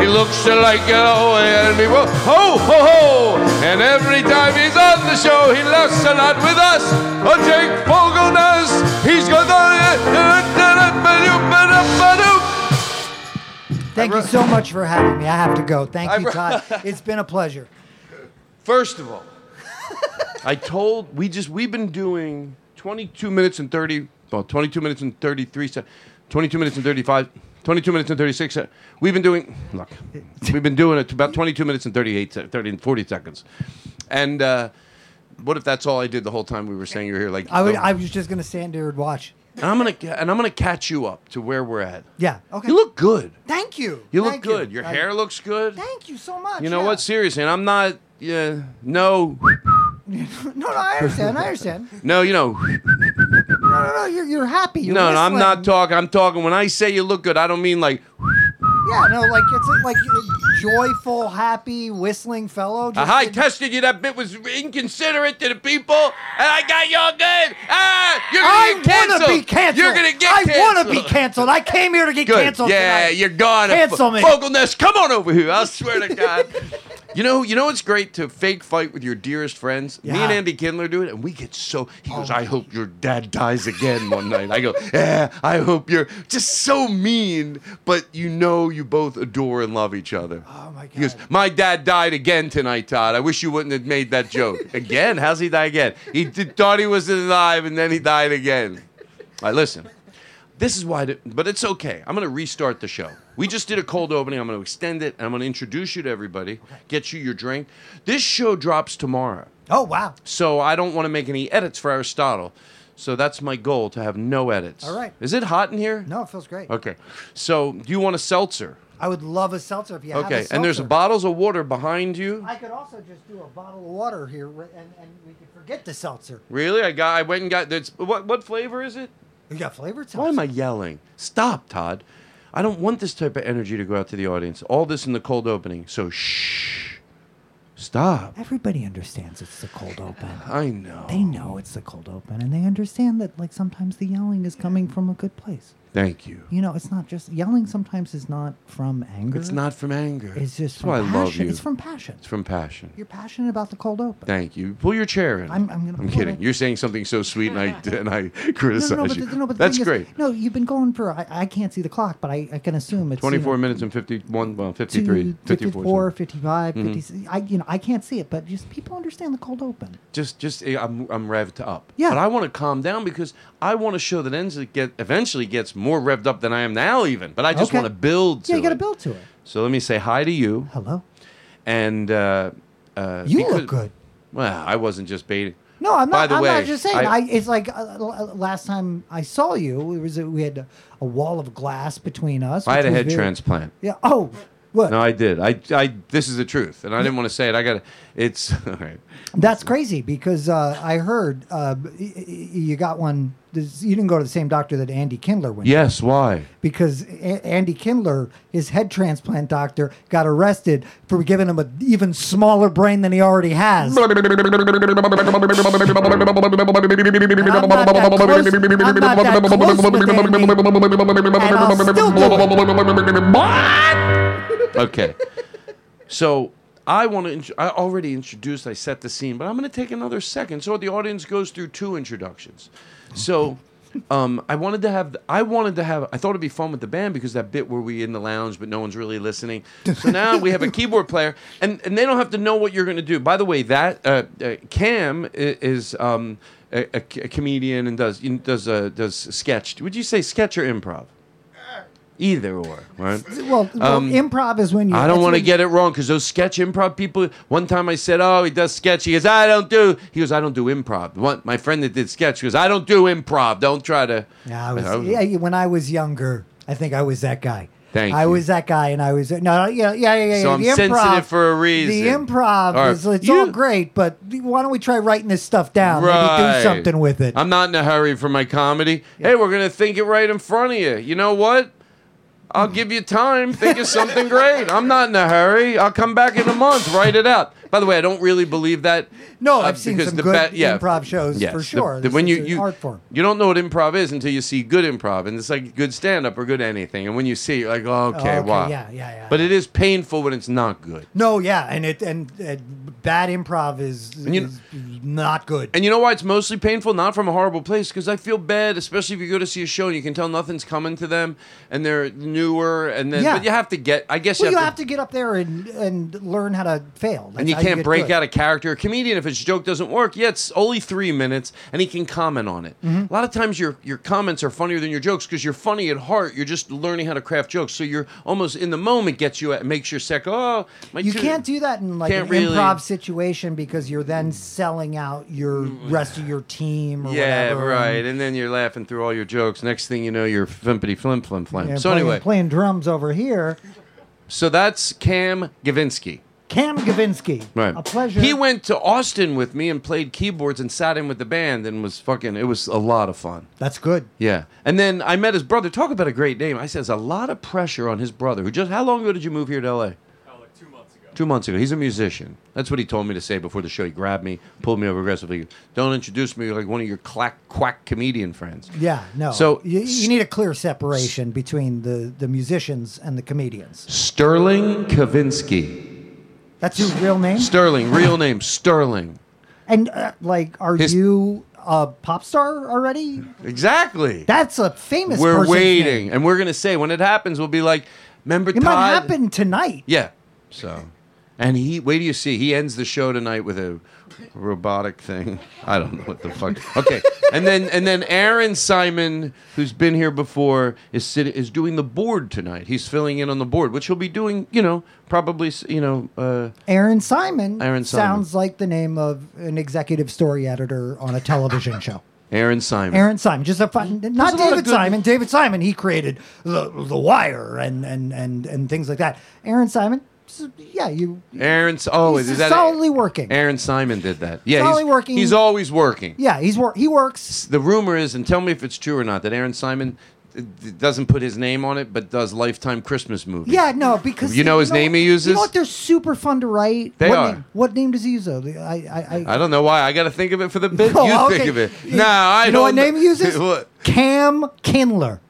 He looks like an old and he wo- ho ho ho. And every time he's on the show, he laughs a lot with us. Oh, Jake Fogle does. He's got the.
Thank you so much for having me. I have to go. Thank
I
you,
wrote-
Todd. It's been a pleasure.
First of all, I told we just we've been doing 22 minutes and 30 well 22 minutes and 33 se- 22 minutes and 35 22 minutes and 36 se- we've been doing look we've been doing it about 22 minutes and 38 se- 30 and 40 seconds and uh, what if that's all I did the whole time we were saying you're here like
I, would,
no.
I was just going to stand there and watch.
and I'm gonna ca- and I'm gonna catch you up to where we're at
Yeah. Okay.
you look good
Thank you.
you look
Thank
good your
I-
hair looks good
Thank you so much.
you know
Oh, yeah.
what seriously and I'm not yeah no
No, no, I understand. I understand.
no you know
No, no, no. You're, you're happy. You're
No, no, I'm
whistling.
not talking. I'm talking when I say you look good. I don't mean like
Yeah, no, like it's like a joyful, happy, whistling fellow. Just
I
in-
tested you. That bit was inconsiderate to the people, and I got y'all good. Ah, you're gonna
I
get
want to
canceled.
be canceled.
You're gonna get
I
canceled.
want to be canceled. I came here to get
Good.
canceled.
Yeah, uh,
tonight.
you're gonna
Cancel me.
Fogelness, come on over here. I swear to God. You know, you know it's great to fake fight with your dearest friends. Me
Yeah.
and Andy Kindler do it, and we get so. He
Oh
goes, "I hope your dad dies again one night." I go, "Yeah, I hope you're just so mean, but you know you both adore and love each other." Oh my god! He goes, "My dad died again tonight, Todd. I wish you wouldn't have made that joke again. How's he die again? He did, thought he was alive, and then he died again." I listen. This is why, the- but it's okay. I'm going to restart the show. We just did a cold opening. I'm going to extend it, and I'm going to introduce you to everybody, get you your drink. This show drops tomorrow.
Oh, wow.
So I don't want to make any edits for Aristotle. So that's my goal to have no edits.
All right.
Is it hot in here?
No, it feels great.
Okay. So do you want a seltzer?
I would love a seltzer if you have a
okay.
seltzer.
and there's bottles of water behind you.
I could also just do a bottle of water here, ri- and, and we could forget the seltzer.
Really? I got. I went and got. That's what. What flavor is it?
You got flavored
Why am I yelling? Stop, Todd. I don't want this type of energy to go out to the audience. All this in the cold opening. So shh. Stop.
Everybody understands it's the cold open.
I know.
They know it's the cold open, and they understand that like sometimes the yelling is coming from a good place.
Thank you.
You know, it's not just yelling. Sometimes is not from anger.
It's not from anger.
It's just
That's
from
why I
passion.
love you.
It's from passion.
It's from passion.
You're passionate about the cold open.
Thank you. Pull your chair in.
I'm- I'm gonna pull
kidding.
it.
You're saying something so sweet, and I and I
No,
criticize
no, no, but,
you.
the- no, but the
That's
thing is-
great.
no, you've been going for. I, I can't see the clock, but I, I can assume it's you know,
24 minutes and 51, well, 53,
53,
54.
54, 55,
Mhm.
56. I, you know, I can't see it, but just people understand the cold open.
Just, just eh, I'm, I'm revved up.
Yeah.
But I want to calm down because I want to show that Enzo get eventually gets more revved up than I am now, even. But I just
Okay.
want to build.
yeah,
to
you got to
it.
build to it.
So let me say hi to you.
Hello.
And uh, uh,
You look
because-
good.
Well, I wasn't just baiting.
No, I'm not.
By the
I'm
way,
not just saying.
I-
I, it's like uh, l- l- last time I saw you, it was a, we had a, a wall of glass between us.
I had a
which was
head
very-
transplant.
Yeah. Oh, what?
No, I did. I, I. This is the truth, and I didn't want to say it. I got. to It's all right.
That's crazy because uh, I heard uh, y- y- y- you got one. This, you didn't go to the same doctor that Andy Kindler went. to.
Yes. Why?
Because a- Andy Kindler, his head transplant doctor, got arrested for giving him an even smaller brain than he already has. And I'm not that close- I'm not that close with Andy, and I'll still
okay. So I want to. Int- I already introduced. I set the scene, but I'm going to take another second so the audience goes through two introductions. So. Um, I wanted to have. I wanted to have. I thought it'd be fun with the band because that bit where we in the lounge, but no one's really listening. So now we have a keyboard player, and, and they don't have to know what you're going to do. By the way, that uh, uh, Cam i- is um, a, a c- a comedian and does does uh, does sketch. Would you say sketch or improv? Either or, right?
Uh, Well, well,
Um,
improv is when you.
I don't
that's
want to
when-
get it wrong because those sketch improv people. One time I said, "Oh, he does sketch." He goes, "I don't do." He goes, "I don't do improv." One, my friend that did sketch goes, "I don't do improv. Don't try to." Oh,
Yeah, I was,
I was-
yeah, yeah, when I was younger, I think I was that guy.
Thank
I
you.
was that guy, and I was no, no, yeah, yeah, yeah. yeah
So I'm
the improv,
sensitive for a reason.
The improv
All right.
is it's
You-
all great, but why don't we try writing this stuff down? Maybe
Right.
do something with it.
I'm not in a hurry for my comedy. Hey, we're gonna think it right in front of you. You know what? I'll
Hmm.
give you time. Think of something great. I'm not in a hurry. I'll come back in a month. Write it out. By the way, I don't really believe that.
No,
uh,
I've seen
because
some
the
good
ba- yeah.
improv shows
Yes,
for
the-
sure.
the-
This
when
is
you-
an
you-
art form.
You don't know what improv is until you see good improv, and it's like good stand up or good anything. And when you see, it, you're like, oh, okay,
okay,
wow.
yeah, yeah, yeah,
But it is painful when it's not good.
No, yeah, and it and, and bad improv is,
And you-
is not good.
And you know why it's mostly painful? Not from a horrible place, because I feel bad, especially if you go to see a show and you can tell nothing's coming to them, and they're newer, and then
Yeah.
but you have to get. I guess
well,
you have, to,
to get up there and and learn how to fail, That's
and you
how
can't
get
break
good.
out a character. A comedian, if his joke doesn't work, yeah, it's only three minutes, and he can comment on it.
Mhm.
A lot of times, your your comments are funnier than your jokes because you're funny at heart. You're just learning how to craft jokks, so you're almost in the moment gets you at makes your sec. Oh, my
you
two-
can't do that in like
Can't
an
really-
improv situation because you're then selling out your rest of your team or
Mm. Yeah,
whatever.
right.
and-
And then you're laughing through all your jokes. Next thing you know, you're flimpity flim flim flim.
yeah,
so
playing,
anyway,
playing drums over here,
So that's Cam Gavinsky.
Cam Gavinsky.
Right.
A pleasure.
He went to Austin with me and played keyboards and sat in with the band and was fucking, it was a lot of fun.
That's good.
Yeah. And then I met his brother. Talk about a great name. I says, a lot of pressure on his brother who just, how long ago did you move here to LA? Uh, Two months ago. He's a musician. That's what he told me to say before the show. He grabbed me, pulled me over aggressively. Don't introduce me like one of your clack, quack comedian friends.
Yeah, no.
So-
you, you need a clear separation between the the musicians and the comedians.
Sterling Kavinsky.
That's your real name?
Sterling, real name Sterling.
And uh, like, are
His-
you a pop star already?
Exactly.
That's a famous.
We're
person's
waiting,
name.
and we're gonna say when it happens, we'll be like, "Remember
It might
Todd?"
happen tonight.
Yeah. So, and he wait do you see he ends the show tonight with a robotic thing. I don't know what the fuck. Okay, and then and then Aaron Simon, who's been here before, is sitting is doing the board tonight. He's filling in on the board, which he'll be doing. You know, probably s- you know. Uh,
Aaron Simon.
Aaron Simon.
sounds like the name of an executive story editor on a television show.
Aaron Simon.
Aaron Simon, just a fun, not
a lot of
David
good-
Simon. David Simon, he created the the Wire and and and and things like that. Aaron Simon, s- yeah, you
Aaron. S- Oh,
He's
is that
solidly working.
Aaron Simon did that. Yeah,
Solidly
he's
working.
He's always working.
yeah, he's wor- he works.
The rumor is, and tell me if it's true or not, that Aaron Simon uh, d- doesn't put his name on it, but does Lifetime Christmas movies.
Yeah, no, because
You know his name he uses?
You know what? They're super fun to write.
They
what
are.
Name, what name does he use though? The- I I, I,
I don't know why. I got to think of it for the bit.
Oh,
you
okay.
think of it. No, I don't.
you know what name he uses?
What?
Cam Kindler.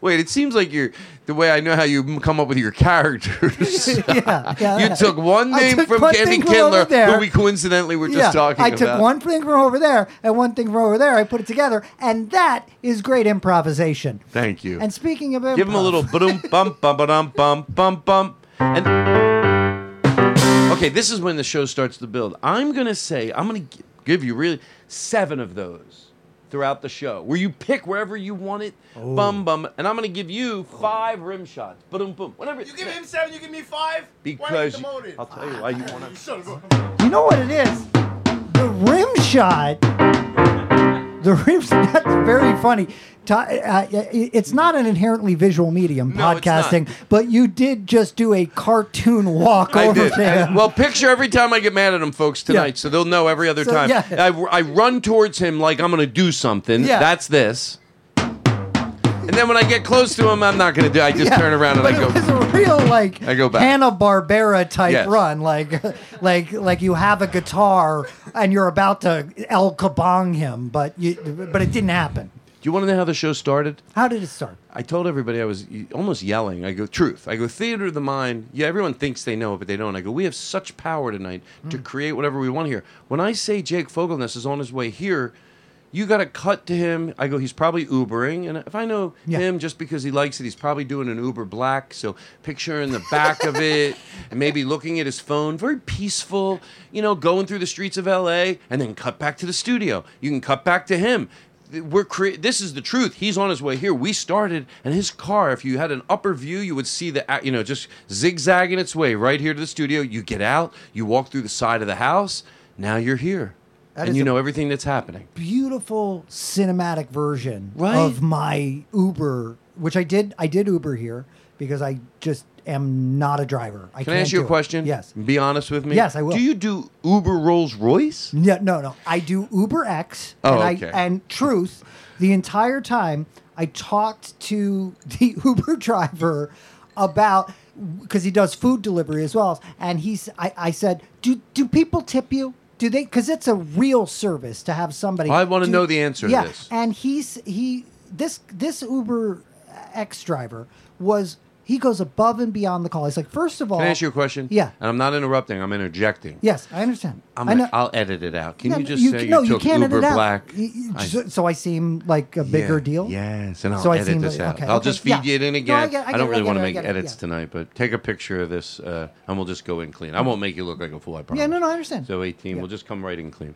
Wait, it seems like you're the way I know how you m- come up with your characters.
yeah, yeah.
You took one
I
name
took
from
one
Candy
thing from over
Kindler,
there.
who we coincidentally were just
yeah,
talking
I
about.
took one thing from over there and one thing from over there. I put it together, and that is great improvisation.
Thank you.
And speaking of improv,
Give him a little boom bump bum bum bum bum bum and okay, this is when the show starts to build. I'm gonna say I'm gonna gi- give you really seven of those throughout the show, where you pick wherever you want it, bum bum, and I'm gonna give you five rim shots, boom boom, whatever.
You give him seven, you give me five. why not get
because
them all in?
I'll tell you why you want
You son of a-
You know what it is? The rim shot. The rim shot. That's very funny. Ti- uh, It's not an inherently visual medium,
it's not.
podcasting, but you did just do a cartoon walk
I
over
did.
there.
I- well, picture every time I get mad at him, folks, tonight, so they'll know every other
So,
time.
yeah.
I, I run towards him like I'm going to do something.
Yeah.
That's this. And then when I get close to him, I'm not going to do I just
Yeah,
turn around and
but
I go.
It was a real like
I go back.
Hanna Barbera type
Yes.
run, like like like you have a guitar and you're about to El Kabong him, but you but it didn't happen.
Do you want to know how the show started?
How did it start?
I told everybody I was y- almost yelling. I go, truth. I go, theater of the mind. Yeah, everyone thinks they know, it, but they don't. I go, we have such power tonight to
Mm.
create whatever we want here. When I say Jake Fogelness is on his way here, you got to cut to him. I go, he's probably Ubering. And if I know him just because he likes it, he's probably doing an Uber black. So picture in the back of it and maybe looking at his phone, very peaceful, you know, going through the streets of LA and then cut back to the studio. You can cut back to him we're crea- this is the truth he's on his way here we started and his car if you had an upper view you would see the a- you know just zigzagging its way right here to the studio you get out you walk through the side of the house now you're here
That
and
is
you
a-
know everything that's happening
Beautiful cinematic version
Right?
of my Uber, which I did I did Uber here because I just am not a driver. I
can i
can't
ask you
do
a
it.
question
Yes.
be honest with me
Yes, I will.
do you do uber rolls royce
Yeah, no, no. I do Uber X.
Oh,
and
okay.
I, and truth, the entire time I talked to the Uber driver about because he does food delivery as well, and he's I, I said, do do people tip you? Do they? Because it's a real service to have somebody.
I wanna
do-
know the answer to
yeah,
this.
and he's he this this Uber X driver was he goes above and beyond the call. He's like, first of all,
can i ask you a question
Yeah.
and i'm not interrupting i'm interjecting
Yes, I understand.
I'm
I
gonna,
know-
i'll edit it out can
no,
you just say
no,
you took
can't
uber
edit out.
black
You- you-
I-
so, so I seem like a bigger
Yeah,
deal.
Yes, and I'll
So I
edit
seem
this
like-
out.
okay,
I'll
okay,
just feed
yeah.
you it in
No, I
again. I,
get- I get
don't
it, I
really
get
want
it,
to
I
make
get it,
edits
yeah.
tonight, but take a picture of this, uh, and we'll just go in clean. I won't make you look like a fool. I promise.
Yeah, no, no, I understand.
So eighteen, we'll just come right in clean.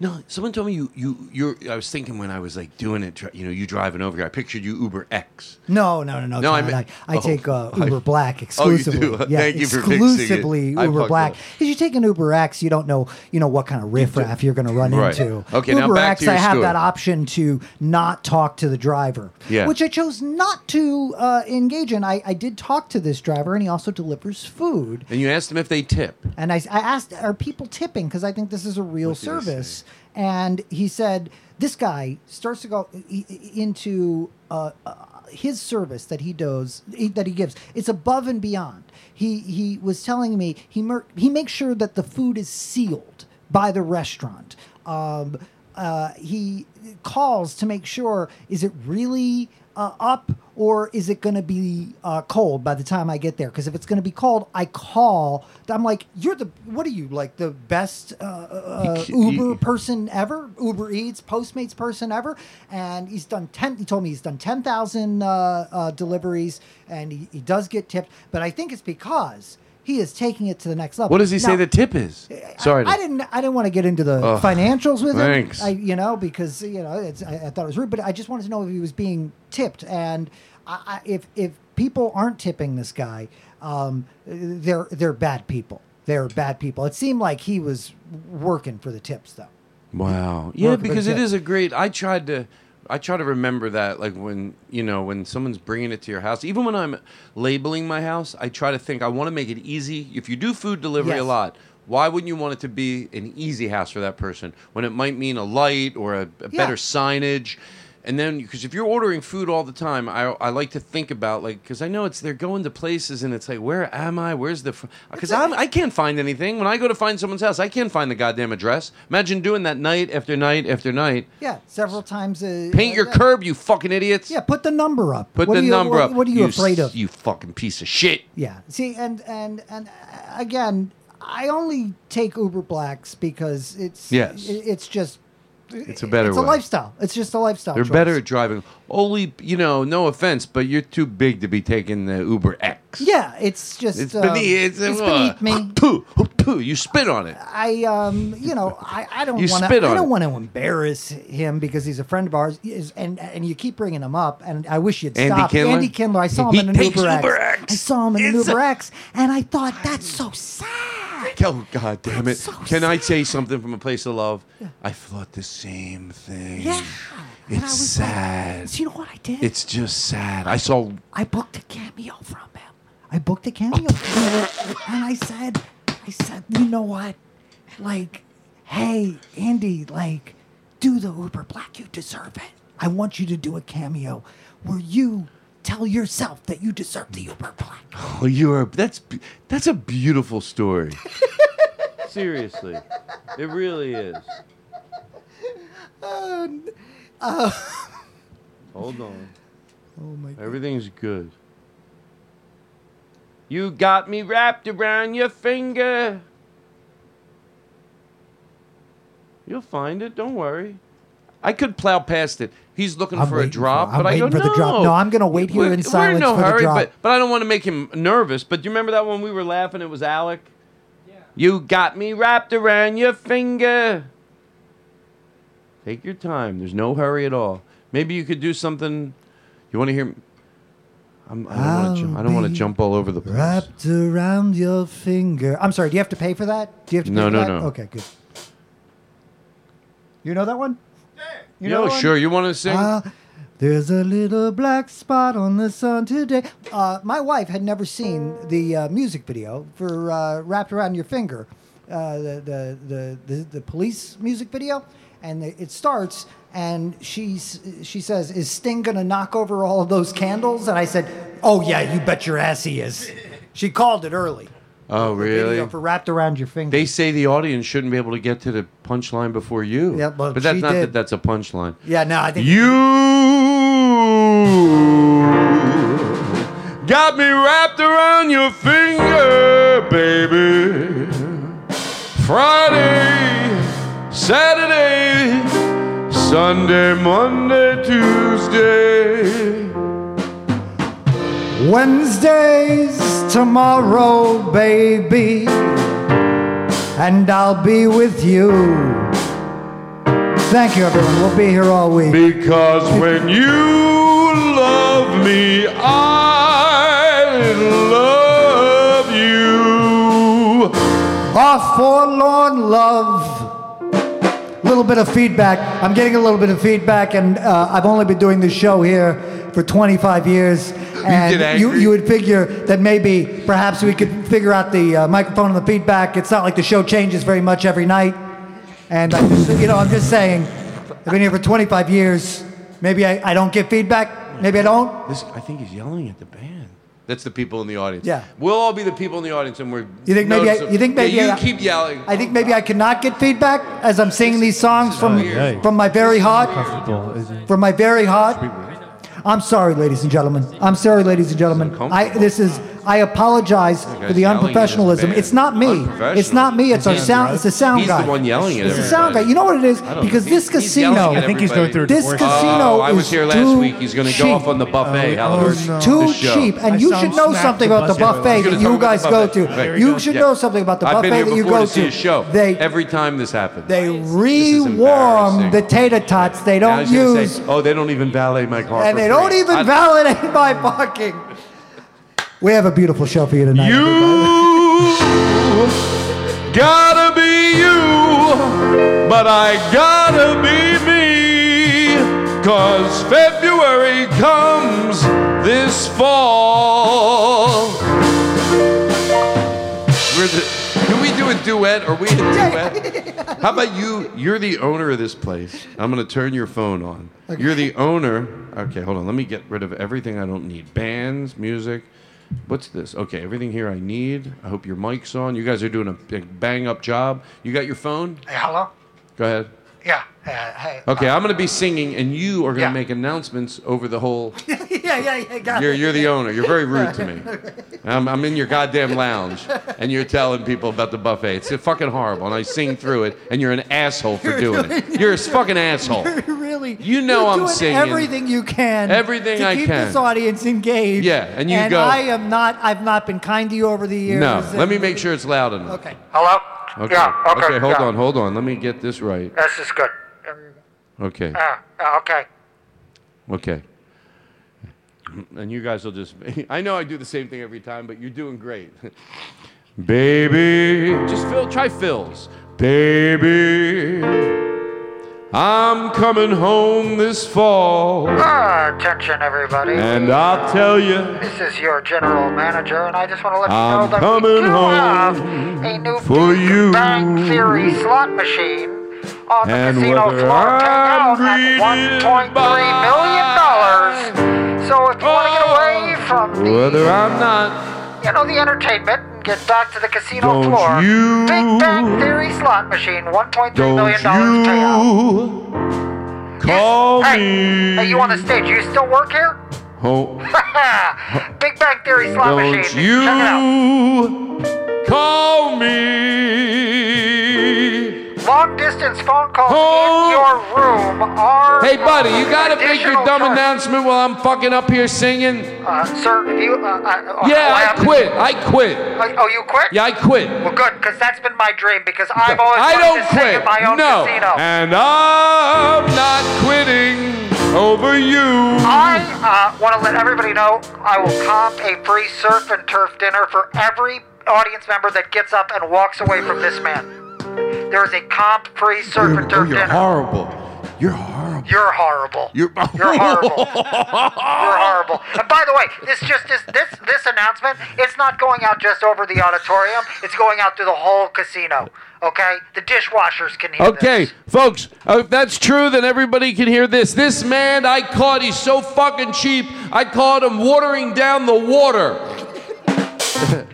No, someone told me you you you're. I was thinking when I was like doing it, dri- you know, you driving over here. I pictured you Uber X.
No, no, no, no.
No, I
Todd, I,
meant-
I
oh,
take uh,
I-
Uber Black
Oh, you do?
exclusively. Yeah,
Thank you for fixing it.
exclusively
I
Uber
fucked
Black.
up.
Because you take an Uber X, you don't know, you know what kind of riffraff you're going to run
Right.
into.
Okay, now
Uber
back
X,
to your
I have
story.
that option to not talk to the driver,
Yeah.
which I chose not to uh, engage in. I, I did talk to this driver, and he also delivers food.
And you asked them if they tip.
And I, I asked, are people tipping? Because I think this is a real
did he
service. And he said, this guy starts to go i- i- into uh, uh, his service that he does, he- that he gives. It's above and beyond. He he was telling me he mer- he makes sure that the food is sealed by the restaurant. Um, uh, he calls to make sure is it really uh, up or is it going to be uh, cold by the time I get there? Because if it's going to be cold, I call. I'm like, you're the, what are you, like the best uh, uh, Uber person ever? Uber Eats, Postmates person ever? And he's done 10, he told me he's done 10,000 uh, uh, deliveries and he, he does get tipped. But I think it's because he is taking it to the next level.
What does he say
Now-
the tip is? Sorry. to-
I didn't. I didn't want to get into the
Ugh,
financials with
thanks.
him. I, you know, because you know, it's, I, I thought it was rude, but I just wanted to know if he was being tipped, and I, I, if if people aren't tipping this guy, um, they're they're bad people. They're bad people. It seemed like he was working for the tips, though.
Wow. Yeah,
Work with
because it
it.
is a great. I tried to, I try to remember that. Like when you know when someone's bringing it to your house, even when I'm labeling my house, I try to think I want to make it easy. If you do food delivery
Yes.
a lot, why wouldn't you want it to be an easy house for that person when it might mean a light or a, a
Yeah.
better signage? And then, because if you're ordering food all the time, I, I like to think about like because I know it's they're going to places and it's like where am I? Where's the? Because I'm I can't find anything when I go to find someone's house. I can't find the goddamn address. Imagine doing that night after night after night.
Yeah, several times. Uh,
Paint your
yeah.
curb, you fucking idiots.
Yeah, put the number up.
Put
What
the
are you-
number
what-
up.
What are you,
you
afraid
s-
of?
You fucking piece of shit.
Yeah. See, and and and uh, again, I only take Uber Blacks because it's
Yes.
it- it's just
It's a better
it's
way.
a lifestyle. It's just a lifestyle.
They're
choice.
better at driving. Only you know, no offense, but you're too big to be taking the Uber X.
Yeah, it's just
It's
um,
beneath. It's,
it's
uh,
beneath me.
Poo, poo, you spit on it.
I um, you know, I, I don't
You
want to.
spit
I
on it.
don't want to embarrass him because he's a friend of ours. Is and and you keep bringing him up, and I wish you'd
Andy
stop.
Kindler?
Andy Kindler, I saw him
He
in an
takes
Uber,
Uber
X. I saw him in an
It's a-
Uber X, and I thought that's so sad.
Oh God damn it! Can I say something from a place of love? I thought the same thing.
Yeah,
it's sad.
So you know what I did?
It's just sad. I saw.
I booked a cameo from him. I booked a cameo, from him. and I said, I said, you know what? Like, hey, Andy, like, do the Uber Black. You deserve it. I want you to do a cameo where you tell yourself that you deserve the Uber Black.
Oh, you're. a- That's be- that's a beautiful story. Seriously, it really is.
Um, uh,
Hold on.
oh my
Everything's good. You got me wrapped around your finger. You'll find it. Don't worry. I could plow past it. He's looking
I'm
for a
waiting for-
drop,
I'm
but I
waiting
don't
for
know.
the drop. No, I'm gonna wait here
We're- We're
in
in
silence
no
for the
hurry,
drop.
But, but I don't want to make him nervous. But do you remember that one we were laughing? It was Alec. Yeah. You got me wrapped around your finger. Take your time. There's no hurry at all. Maybe you could do something. You want to hear? I'm, I don't want to. Jump, I don't want to jump all over the place.
Wrapped around your finger. I'm sorry. Do you have to pay for that? Do you have to? Pay
No,
for
no,
that?
no.
Okay, good. You know that one?
You
know
Yo,
that one?
sure. You want to sing?
Uh, there's a little black spot on the sun today. Uh, my wife had never seen the uh, music video for uh, "Wrapped Around Your Finger," uh, the, the, the the the police music video, and the, it starts and she's she says, "Is Sting gonna knock over all of those candles?" And I said, "Oh yeah, you bet your ass he is." She called it early.
oh, really?
Video for "Wrapped Around Your Finger."
They say the audience shouldn't be able to get to the punchline before you.
Yeah, but
that's
she
not that
did.
that's a punchline.
yeah, no, I think
You got me wrapped around your finger, baby. Friday, Saturday, Sunday, Monday, Tuesday.
Wednesday's tomorrow, baby, and I'll be with you. Thank you, everyone. We'll be here all week.
Because when you love me, I love you.
Our forlorn love. Little bit of feedback. I'm getting a little bit of feedback, and uh, I've only been doing this show here for 25 years. And you,
angry?
you would figure that maybe, perhaps, we could figure out the uh, microphone and the feedback. It's not like the show changes very much every night. And I just, you know, I'm just saying, I've been here for 25 years. Maybe I, I don't get feedback. Maybe I don't.
This, I think he's yelling at the band. That's the people in the audience.
Yeah.
We'll all be the people in the audience, and we're.
You think maybe I,
noticeable-
you think
Yeah,
maybe
you
I,
keep yelling.
I think maybe I cannot get feedback as I'm singing these songs from
Aye, aye.
from my very heart. From my very heart. I'm sorry, ladies and gentlemen. I'm sorry, ladies and gentlemen. I this is. I apologize for
guy's
the
yelling at his
unprofessionalism.
band.
It's not me.
Unprofessional.
It's not me. It's our
Damn,
sound.
bro.
It's the sound
He's the
guy.
one yelling at
It's the sound guy.
everybody.
You know what it is?
I don't know.
Because
He's-
this
he's yelling
casino.
at everybody.
This casino
Oh, I was
is
here
too
last week. He's going to
cheap.
go off on the buffet. Howard.
It's too cheap, and you should know something about oh, the buffet that you guys go to. You should know something about the
I've been
buffet
here
that you
before
go
to see a
to.
show. Every time this happens.
They re-warm the tater tots. They
And I
don't
was gonna
use,
say, oh, they don't even ballet my car.
and
for
they don't
free."
even
I-
validate my parking. We have a beautiful show for you tonight.
You gotta be you, but I gotta be me. Cause February comes this fall. We're the, can we do a duet? Are we a duet? How about you? You're the owner of this place. I'm gonna turn your phone on. You're the owner. Okay, hold on. Let me get rid of everything I don't need. Bands, music. What's this? Okay, everything here I need. I hope your mic's on. You guys are doing a big bang up job. You got your phone?
Hey, hello?
Go ahead.
Yeah. Uh, hey.
Okay, I'm gonna be singing, and you are gonna make announcements over the whole.
yeah, yeah, yeah. Got
You're, you're the owner. You're very rude to me. I'm, I'm in your goddamn lounge, and you're telling people about the buffet. It's fucking horrible, and I sing through it, and you're an asshole for
You're
doing
doing-
it. You're a fucking asshole.
really,
You know
you're
I'm
doing
singing.
everything you can,
Everything
to
I
keep
can.
this audience engaged.
Yeah, and you
and
go-
I am not. I've not been kind to you over the years.
No,
and-
let me make sure it's loud enough.
Okay.
Hello?
Okay.
Yeah, okay,
hold
yeah.
on, hold on. Let me get this right.
This is good.
Okay.
Uh, uh, okay.
Okay. And you guys will just, I know I do the same thing every time, but you're doing great. Baby. Just fill, try fills. Baby, I'm coming home this fall.
Uh, attention, everybody.
Oh. And I'll tell Uh. you,
This is your general manager, and I just want to let you know
I'm
that we
coming
do have
home
a new
for you.
Bang Theory slot machine on the
And
casino
whether
floor
I'm
paid out at $1.3 million. dollars. So if you want to get away from the,
Whether Oh, I'm not
you know, the entertainment and get back to the casino
Don't
floor,
you-
Big Bang Theory slot machine, $1.3
Don't
million dollars payout.
you call
Hey,
me
hey, you on the stage, you still work here?
home.
Big Bang Theory slot
Don't
machine.
you
Check it out.
call me.
Long distance phone calls in your room are.
Oh. Hey, buddy, you gotta make your
additional
dumb
charge.
announcement while I'm fucking up here singing.
Uh, sir, if you. Uh, uh, what
Yeah, I
happened?
quit. I quit.
Uh, oh, you quit?
Yeah, I quit.
Well, good, because that's been my dream, because I've always
I
wanted
don't
to sing
quit.
at my own
no.
casino.
And I'm not quitting over you.
I uh, want to let everybody know I will comp a free surf and turf dinner for every audience member that gets up and walks away from this man. There is a comp free surf and turf dinner.
horrible.
You're horrible.
You're,
You're horrible. You're horrible. And by the way, this just this this this announcement, it's not going out just over the auditorium. It's going out through the whole casino. Okay? The dishwashers can hear this.
Okay, folks, uh, if that's true, then everybody can hear this. This man I caught, he's so fucking cheap. I called him watering down the water.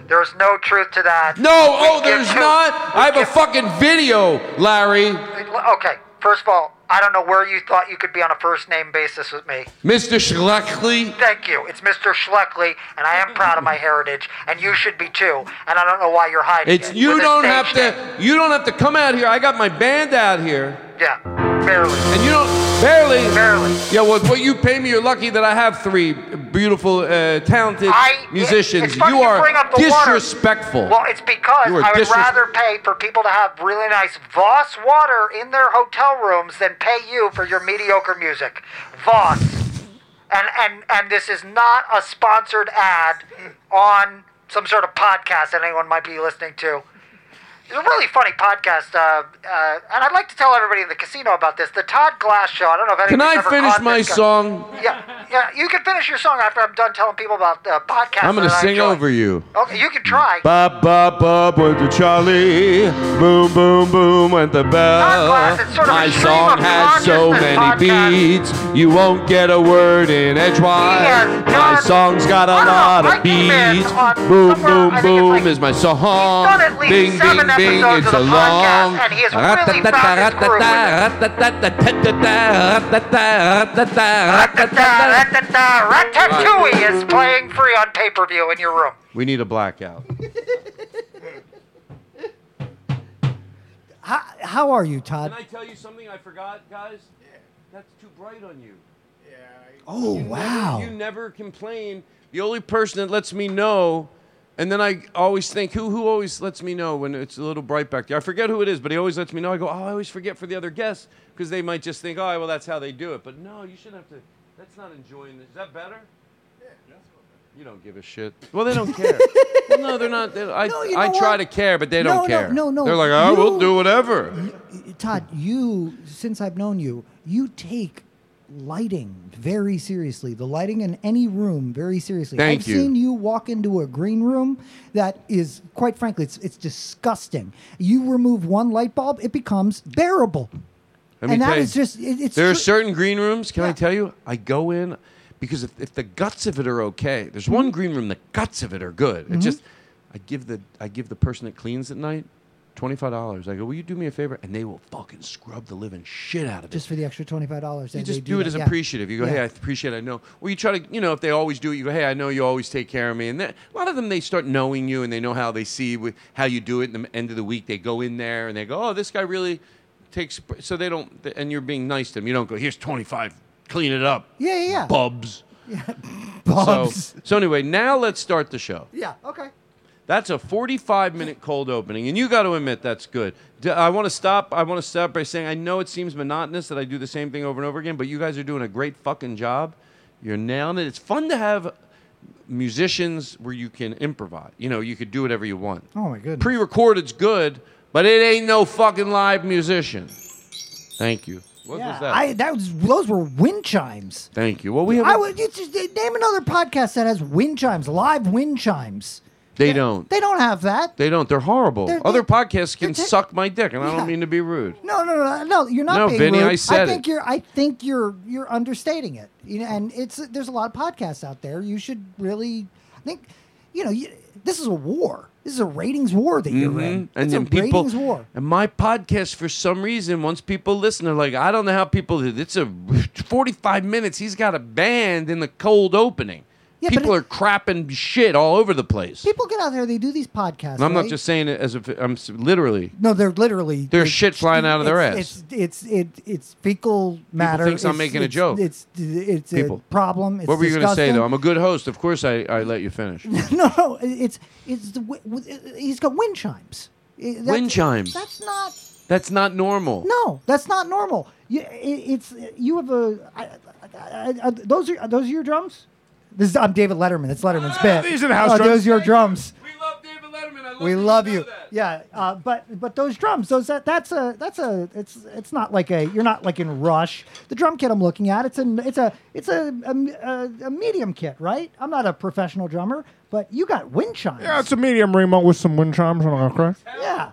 There's no truth to that.
No,
We
oh,
give
there's
two-
not. I have a fucking video, Larry.
Okay. First of all, I don't know where you thought you could be on a first name basis with me.
Mr. Schleckley.
Thank you. It's Mr. Schleckley, and I am proud of my heritage, and you should be too. And I don't know why you're hiding
It's
it.
you
With a
don't
stage
have to you don't have to come out here. I got my band out here.
Yeah, barely.
And you don't barely barely. Yeah, well, what you pay me, you're lucky that I have three beautiful, uh, talented
I-
musicians.
it's funny
you
you
are
bring up the water.
disrespectful.
Well, it's because
You are
I would
disres-
rather pay for people to have really nice Voss water in their hotel rooms than pay you for your mediocre music. Voss. And and and this is not a sponsored ad on some sort of podcast that anyone might be listening to. It's a really funny podcast, uh, uh, and I'd like to tell everybody in the casino about this. The Todd Glass Show. I don't know if
Can
anyone.
I finish my song?
Yeah, yeah. You can finish your song after I'm done telling people about the podcast.
I'm gonna
that I
sing
enjoy.
over you.
Okay, you can try.
Bob, Bob, Bob went to Charlie. Boom, boom, boom went the bell.
Todd Glass, it's sort of a
My
stream
song
of
has so
consciousness
many
podcast.
beats, you won't get a word in
He
edgewise.
has
My
done-
song's got a
I don't know,
lot
I
of
came in
beats.
on
Boom,
somewhere, I
boom,
think it's
boom
like-
is my song.
done at least
Bing,
seven
bing,
episodes
being. It's
of
a
the
long.
podcast, and he has really found his groove with it. Uh, Ratatouille is playing free on pay-per-view in your room.
We need a blackout.
How, how are you, Todd?
Can I tell you something I forgot, guys? That's too bright on you. Yeah.
Oh, wow.
you never complain. The only person that lets me know, and then I always think, who who always lets me know when it's a little bright back there? I forget who it is, but he always lets me know. I go, oh, I always forget for the other guests because they might just think, oh, well, that's how they do it. But no, you shouldn't have to. That's not enjoying this. Is that better? You don't give a shit. Well, they don't care. well, no, they're not. they I,
No, you
I
know
try
what?
to care, but they
No,
don't
no,
care.
no, no.
They're like, oh, we'll
You-
do whatever.
Todd, you since I've known you, you take lighting very seriously. The lighting in any room very seriously.
Thank
I've
you.
seen you walk into a green room that is quite frankly it's it's disgusting. You remove one light bulb, it becomes bearable.
Let me
and
tell
that
you,
is just it, it's
there are
tru-
certain green rooms. Can I tell you? I go in because if, if the guts of it are okay, there's
Mm-hmm.
one green room. The guts of it are good. It
Mhm.
just I give the I give the person that cleans at night twenty five dollars. I go, will you do me a favor? And they will fucking scrub the living shit out of it.
just for the extra twenty five dollars.
You just do, it as appreciative. You go, hey, I appreciate. it, I know. Or you try to, you know, if they always do it, you go, hey, I know you always take care of me. And that, a lot of them, they start knowing you and they know how they see with, how you do it. And the end of the week, they go in there and they go, oh, this guy really takes. pr-" So they don't. And you're being nice to them. You don't go, here's twenty five. Clean it up,
yeah, yeah, yeah.
bubs.
Bubs.
So, so anyway, now let's start the show.
Yeah, okay.
That's a 45 minute cold opening, and you got to admit that's good. D- I want to stop. I want to stop by saying I know it seems monotonous that I do the same thing over and over again, but you guys are doing a great fucking job. You're nailing it. It's fun to have musicians where you can improvise. You know, you could do whatever you want.
Oh my goodness.
Pre recorded's good, but it ain't no fucking live musician. Thank you. What
yeah,
was that?
I that was those were wind chimes.
Thank you. Well, we have.
I would you just name another podcast that has wind chimes, live wind chimes.
they don't.
They don't have that.
They don't. They're horrible.
They're-
Other podcasts can
they're-
suck my dick, and I don't mean to be rude.
No, no, no, no. You're not
No,
being
Vinny,
rude.
I said
think
it.
you're. I think you're. You're understating it. You know, and it's there's a lot of podcasts out there. You should really I think. You know, you, this is a war. This is a ratings war that you're
Mhm.
in.
And
it's
then
a
people
ratings war.
and my podcast for some reason once people listen they're like I don't know how people did it's a 45 minutes he's got a band in the cold opening.
Yeah, but
people are crapping shit all over the place.
People get out there. They do these podcasts.
Mm. And I'm not
right?
just saying it as if I'm s- literally
No, they're literally.
there's shit flying out of their ass.
It's it's it, it's fecal matter.
thinks I'm
It's-
making a
it's-
joke.
It's it's a
People.
problem. It's
what were you gonna say
disgusting.
though? I'm a good host. Of course I, I let you finish.
no, no, it's it's the wi- wi- he's got wind chimes. I- that's-
Wind chimes. Oh.
That's not
That's not normal.
no. That's not normal. You, i- it's you have a I, I, I, those are are those your drums. This is, I'm David Letterman. It's Letterman's
Ah,
bit.
these are the house
Oh,
drums.
Those are your drums. We love you. Yeah, uh, but but those drums, those that that's a that's a it's it's not like a you're not like in Rush. The drum kit I'm looking at, it's an it's a it's a a, a, a medium kit, right? I'm not a professional drummer, but you got wind chimes.
Yeah, it's a medium remote with some wind chimes on it, okay?
Yeah.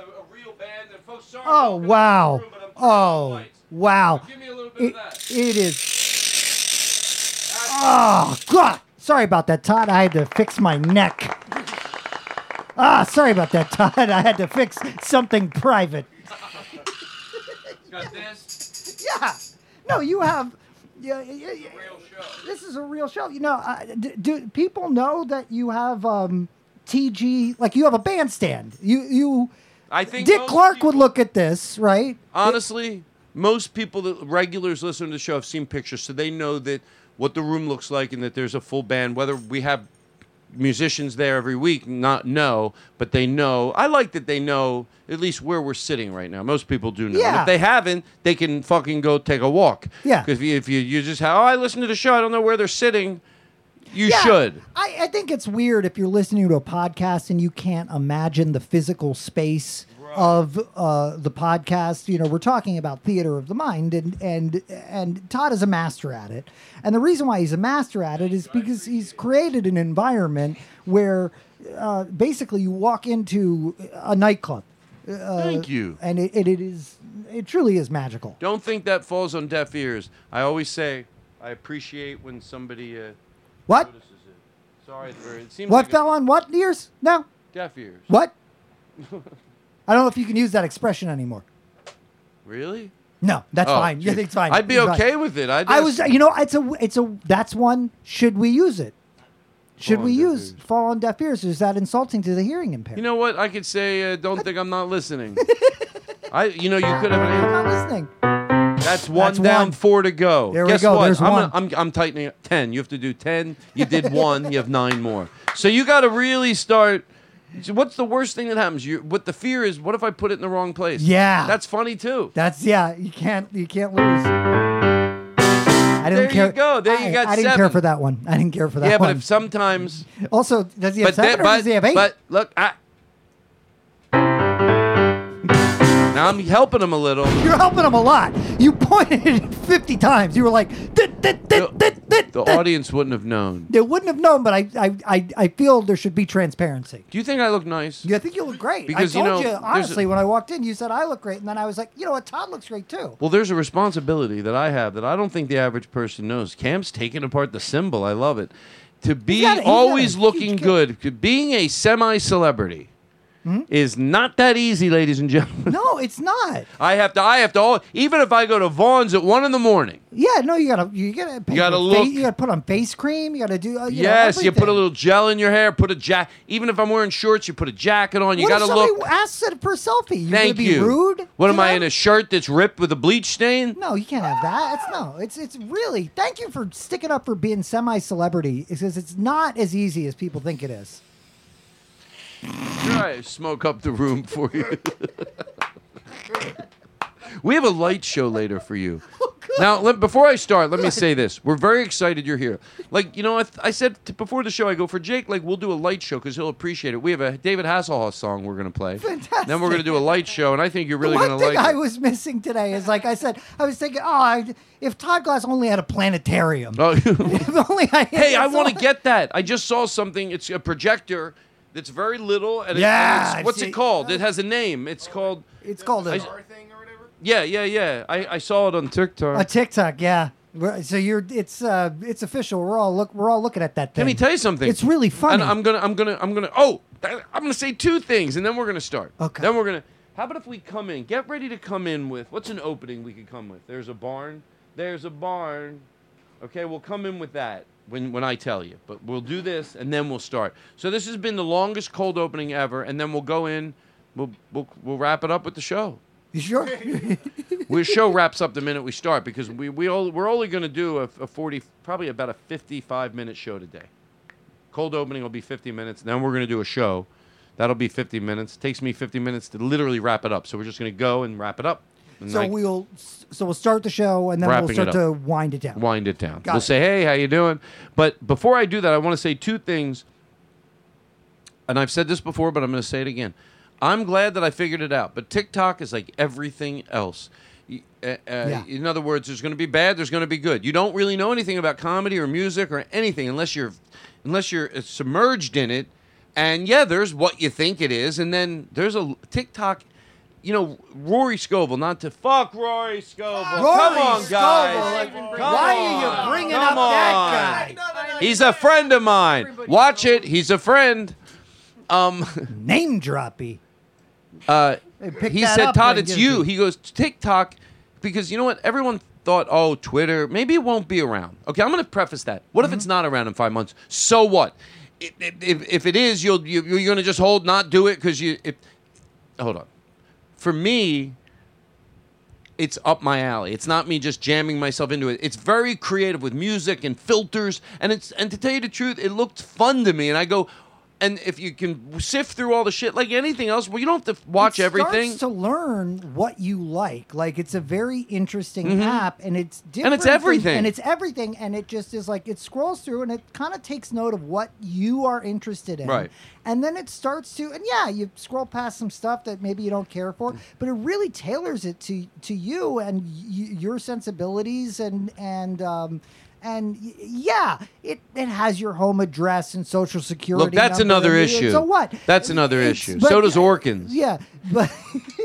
You can tell when it's a, a, real band. And folks, sorry. Oh wow. oh wow. It- it is. Oh God. Sorry about that, Todd. I had to fix my neck. Ah, sorry about that, Todd. I had to fix something private.
Got this.
Yeah. No, you have. Yeah, yeah, yeah. This is a real show. You know, uh, d- do people know that you have um, TG? Like you have a bandstand. You you.
I think
Dick
most
Clark would look at this, right?
Honestly, most people that regulars listening to the show have seen pictures, so they know that what the room looks like and that there's a full band. Whether we have musicians there every week, not know, but they know. I like that they know at least where we're sitting right now. Most people do know. And
Yeah.
if they haven't, they can fucking go take a walk.
Yeah.
Because if you, if you you just how oh, I listen to the show, I don't know where they're sitting. You
Yeah.
should.
I, I think it's weird if you're listening to a podcast and you can't imagine the physical space of uh, the podcast. You know, we're talking about theater of the mind, and and and Todd is a master at it. And the reason why he's a master at it is because he's created an environment where uh, basically you walk into a nightclub. Uh,
Thank you.
And it, it, it is it truly is magical.
Don't think that falls on deaf ears. I always say I appreciate when somebody uh,
What
notices it. Sorry, it seems
what
like a-
fell on what ears? No.
Deaf ears.
What? I don't know if you can use that expression anymore.
Really?
No, that's
Oh,
fine. Yeah,
geez.
it's fine.
I'd be
It's fine.
okay with it. I,
I
just-
was, you know, it's a, it's a. That's one. Should we use it? Should we use fall on deaf ears? Is that insulting to the hearing impaired?
You know what? I could say, uh, "Don't think I'm not listening." I, you know, you could have.
I'm not listening.
That's one
That's
down,
one.
four to go.
There we
Guess
go,
what?
there's
I'm,
one.
I'm, I'm tightening up. Ten. You have to do ten. You did one. you have nine more. So you got to really start. so What's the worst thing that happens? You, what the fear is? What if I put it in the wrong place?
Yeah.
that's funny too.
That's yeah. You can't. You can't lose. I didn't
There you
care.
go, there you
I,
got
I didn't care
seven.
for that one. I didn't care for that
yeah,
one.
but if sometimes.
also, does he have
that-
seven or does he have eight?
But look, I. Now I'm helping him a little.
You're helping him a lot. You pointed 50 times. You were like, "Dit, dit, dit, dit, dit,
The
dit."
audience wouldn't have known.
they wouldn't have known, but I, I, I, I feel there should be transparency.
Do you think I look nice?
Yeah, I think you look great.
Because,
I
you
told
know,
you,
there's a-
honestly, when I walked in, you said I look great. And then I was like, you know what? Todd looks great too.
Well, there's a responsibility that I have that I don't think the average person knows. Cam's taking apart the symbol. I love it. To be
got a- he's got
always
a
looking good, to being a semi celebrity
Hmm?
is not that easy, ladies and gentlemen.
No, it's not.
I have to, I have to, al- even if I go to Vaughn's at one in the morning,
Yeah, no, you gotta, you gotta, put
gotta
your
look.
you gotta put on face cream. You gotta do. Uh, you know,
yes, you put a
everything.
little gel in your hair, put a jack, even if I'm wearing shorts, you put a jacket on, you
what
gotta
if somebody
look.
Asks it for a selfie. You
Thank
gonna be
you.
rude?
What am I in a shirt that's ripped with a bleach stain?
No, you can't have that. It's no. It's it's really. Thank you for sticking up for being semi-celebrity because it's not as easy as people think it is.
Try to smoke up the room for you. we have a light show later for you.
Oh,
now, let, before I start, let me say this: we're very excited you're here. Like you know, I, th- I said t- before the show, I go for Jake. Like we'll do a light show because he'll appreciate it. We have a David Hasselhoff song we're gonna play.
Fantastic.
Then we're gonna do a light show, and I think you're really
One
gonna
thing
like.
I
it.
was missing today is like I said, I was thinking, oh, I, if Todd Glass only had a planetarium.
Oh.
only I
hey, I
it's
want to
all-
get that. I just saw something. It's a projector that's very little, and, it- and
Yeah,
it's,
I've
what's it
seen-
called? It has a name. It's called.
It's called a,
I- Yeah, yeah, yeah. I, I saw it on TikTok.
a TikTok. Yeah. We're- So you're it's uh it's official. We're all look we're all looking at that thing.
Let me tell you something.
It's really funny.
And I'm gonna, I'm gonna, I'm gonna. Oh, th- I'm gonna say two things, and then we're gonna start. Okay. Then we're gonna. How about if we come in? Get ready to come in with what's an opening we could come with? There's a barn. There's a barn. Okay, we'll come in with that when when I tell you. But we'll do this, and then we'll start. So this has been the longest cold opening ever, and then we'll go in. We'll we'll, we'll wrap it up with the show.
You sure?
Our show wraps up the minute we start because we, we all, we're only going to do a, a 40, probably about a 55 minute show today. Cold opening will be 50 minutes. Then we're going to do a show. That'll be 50 minutes. Takes me 50 minutes to literally wrap it up. So we're just going to go and wrap it up. And
so
I
we'll so we'll start the show and then
Wrapping
we'll
it
start
up.
to wind it down.
wind it down.
Got
we'll
it.
say, hey, how you doing? But before I do that, I want to say two things. And I've said this before, but I'm going to say it again. I'm glad that I figured it out. But TikTok is like everything else. Y- uh, uh, In other words, there's going to be bad. There's going to be good. You don't really know anything about comedy or music or anything unless you're, unless you're uh, submerged in it. And yeah, there's what you think it is, and then there's a TikTok. You know, Rory Scovel. Not to fuck Rory Scovel. Come on, guys. Come on. Come on. He's a friend of mine. Watch it. He's a friend. Um,
Name droppy.
Uh,
pick
he
that
said,
up
Todd,
and
it's
give it to
you. He goes, TikTok, because you know what? Everyone thought, oh, Twitter, maybe it won't be around. Okay, I'm going to preface that. What
Mm-hmm.
if it's not around in five months? So what? If, if, if it is, you'll, you, you're going to just hold, not do it because you. If, hold on. For me, it's up my alley. It's not me just jamming myself into it. It's very creative with music and filters, and it's and to tell you the truth, it looked fun to me. And I go, and if you can sift through all the shit like anything else, well, you don't have to watch
It starts
everything.
to learn what you like. Like it's a very interesting
Mhm.
app, and it's different
And it's
than-
everything.
and it's everything, and it just is like it scrolls through, and it kind of takes note of what you are interested in,
Right.
And then it starts to, and yeah, you scroll past some stuff that maybe you don't care
Mm.
for, but it really tailors it to to you and y- your sensibilities, and and. um and y- yeah, it, it has your home address and social security.
Look, that's
number,
another
and it-
issue.
So what?
That's another issue.
but-
So does Orkins.
Yeah, but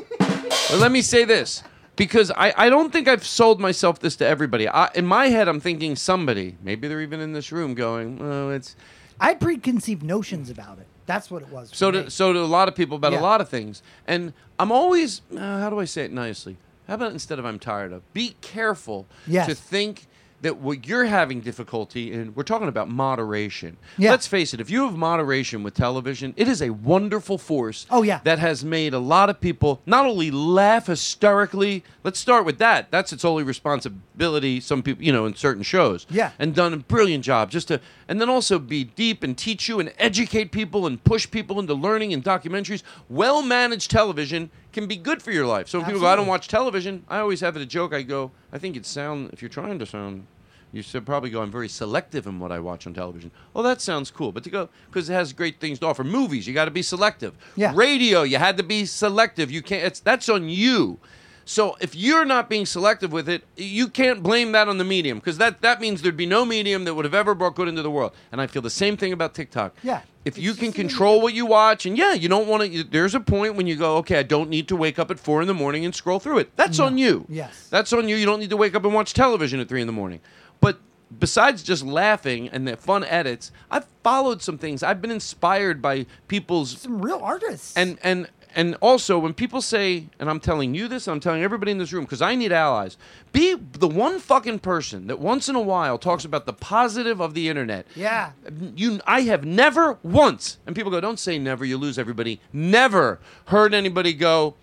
But let me say this because I, I don't think I've sold myself this to everybody. I, in my head, I'm thinking somebody, maybe they're even in this room, going, oh, it's
I had preconceived notions about it. That's what it was.
So
for me.
do, so do a lot of people about
Yeah.
a lot of things. And I'm always uh, how do I say it nicely? How about instead of I'm tired of? Be careful
Yes.
to think that what you're having difficulty in. We're talking about moderation.
Yeah.
Let's face it. If you have moderation with television, it is a wonderful force.
Oh, yeah.
That has made a lot of people not only laugh hysterically. Let's start with that. That's its only responsibility. Some people, you know, in certain shows
Yeah.
and done a brilliant job just to and then also be deep and teach you and educate people and push people into learning and documentaries well managed television can be good for your life so when people go i don't
Absolutely.
watch television i always have it a joke i go i think it sound if you're trying to sound you should probably go i'm very selective in what i watch on television oh that sounds cool but to go because it has great things to offer movies you got to be selective
Yeah.
radio you had to be selective you can't it's that's on you so if you're not being selective with it, you can't blame that on the medium because that, that means there'd be no medium that would have ever brought good into the world. And I feel the same thing about TikTok.
Yeah.
If you can control what you watch, and yeah, you don't want to, there's a point when you go, okay, I don't need to wake up at four in the morning and scroll through it. That's on you.
Yes.
That's on you. You don't need to wake up and watch television at three in the morning. But besides just laughing and the fun edits, I've followed some things. I've been inspired by people's
some real artists.
and and and also when people say, and I'm telling you this, and I'm telling everybody in this room because I need allies. Be the one fucking person that once in a while talks about the positive of the internet.
yeah.
You, I have never once, and people go, "Don't say never, you lose everybody." Never heard anybody go.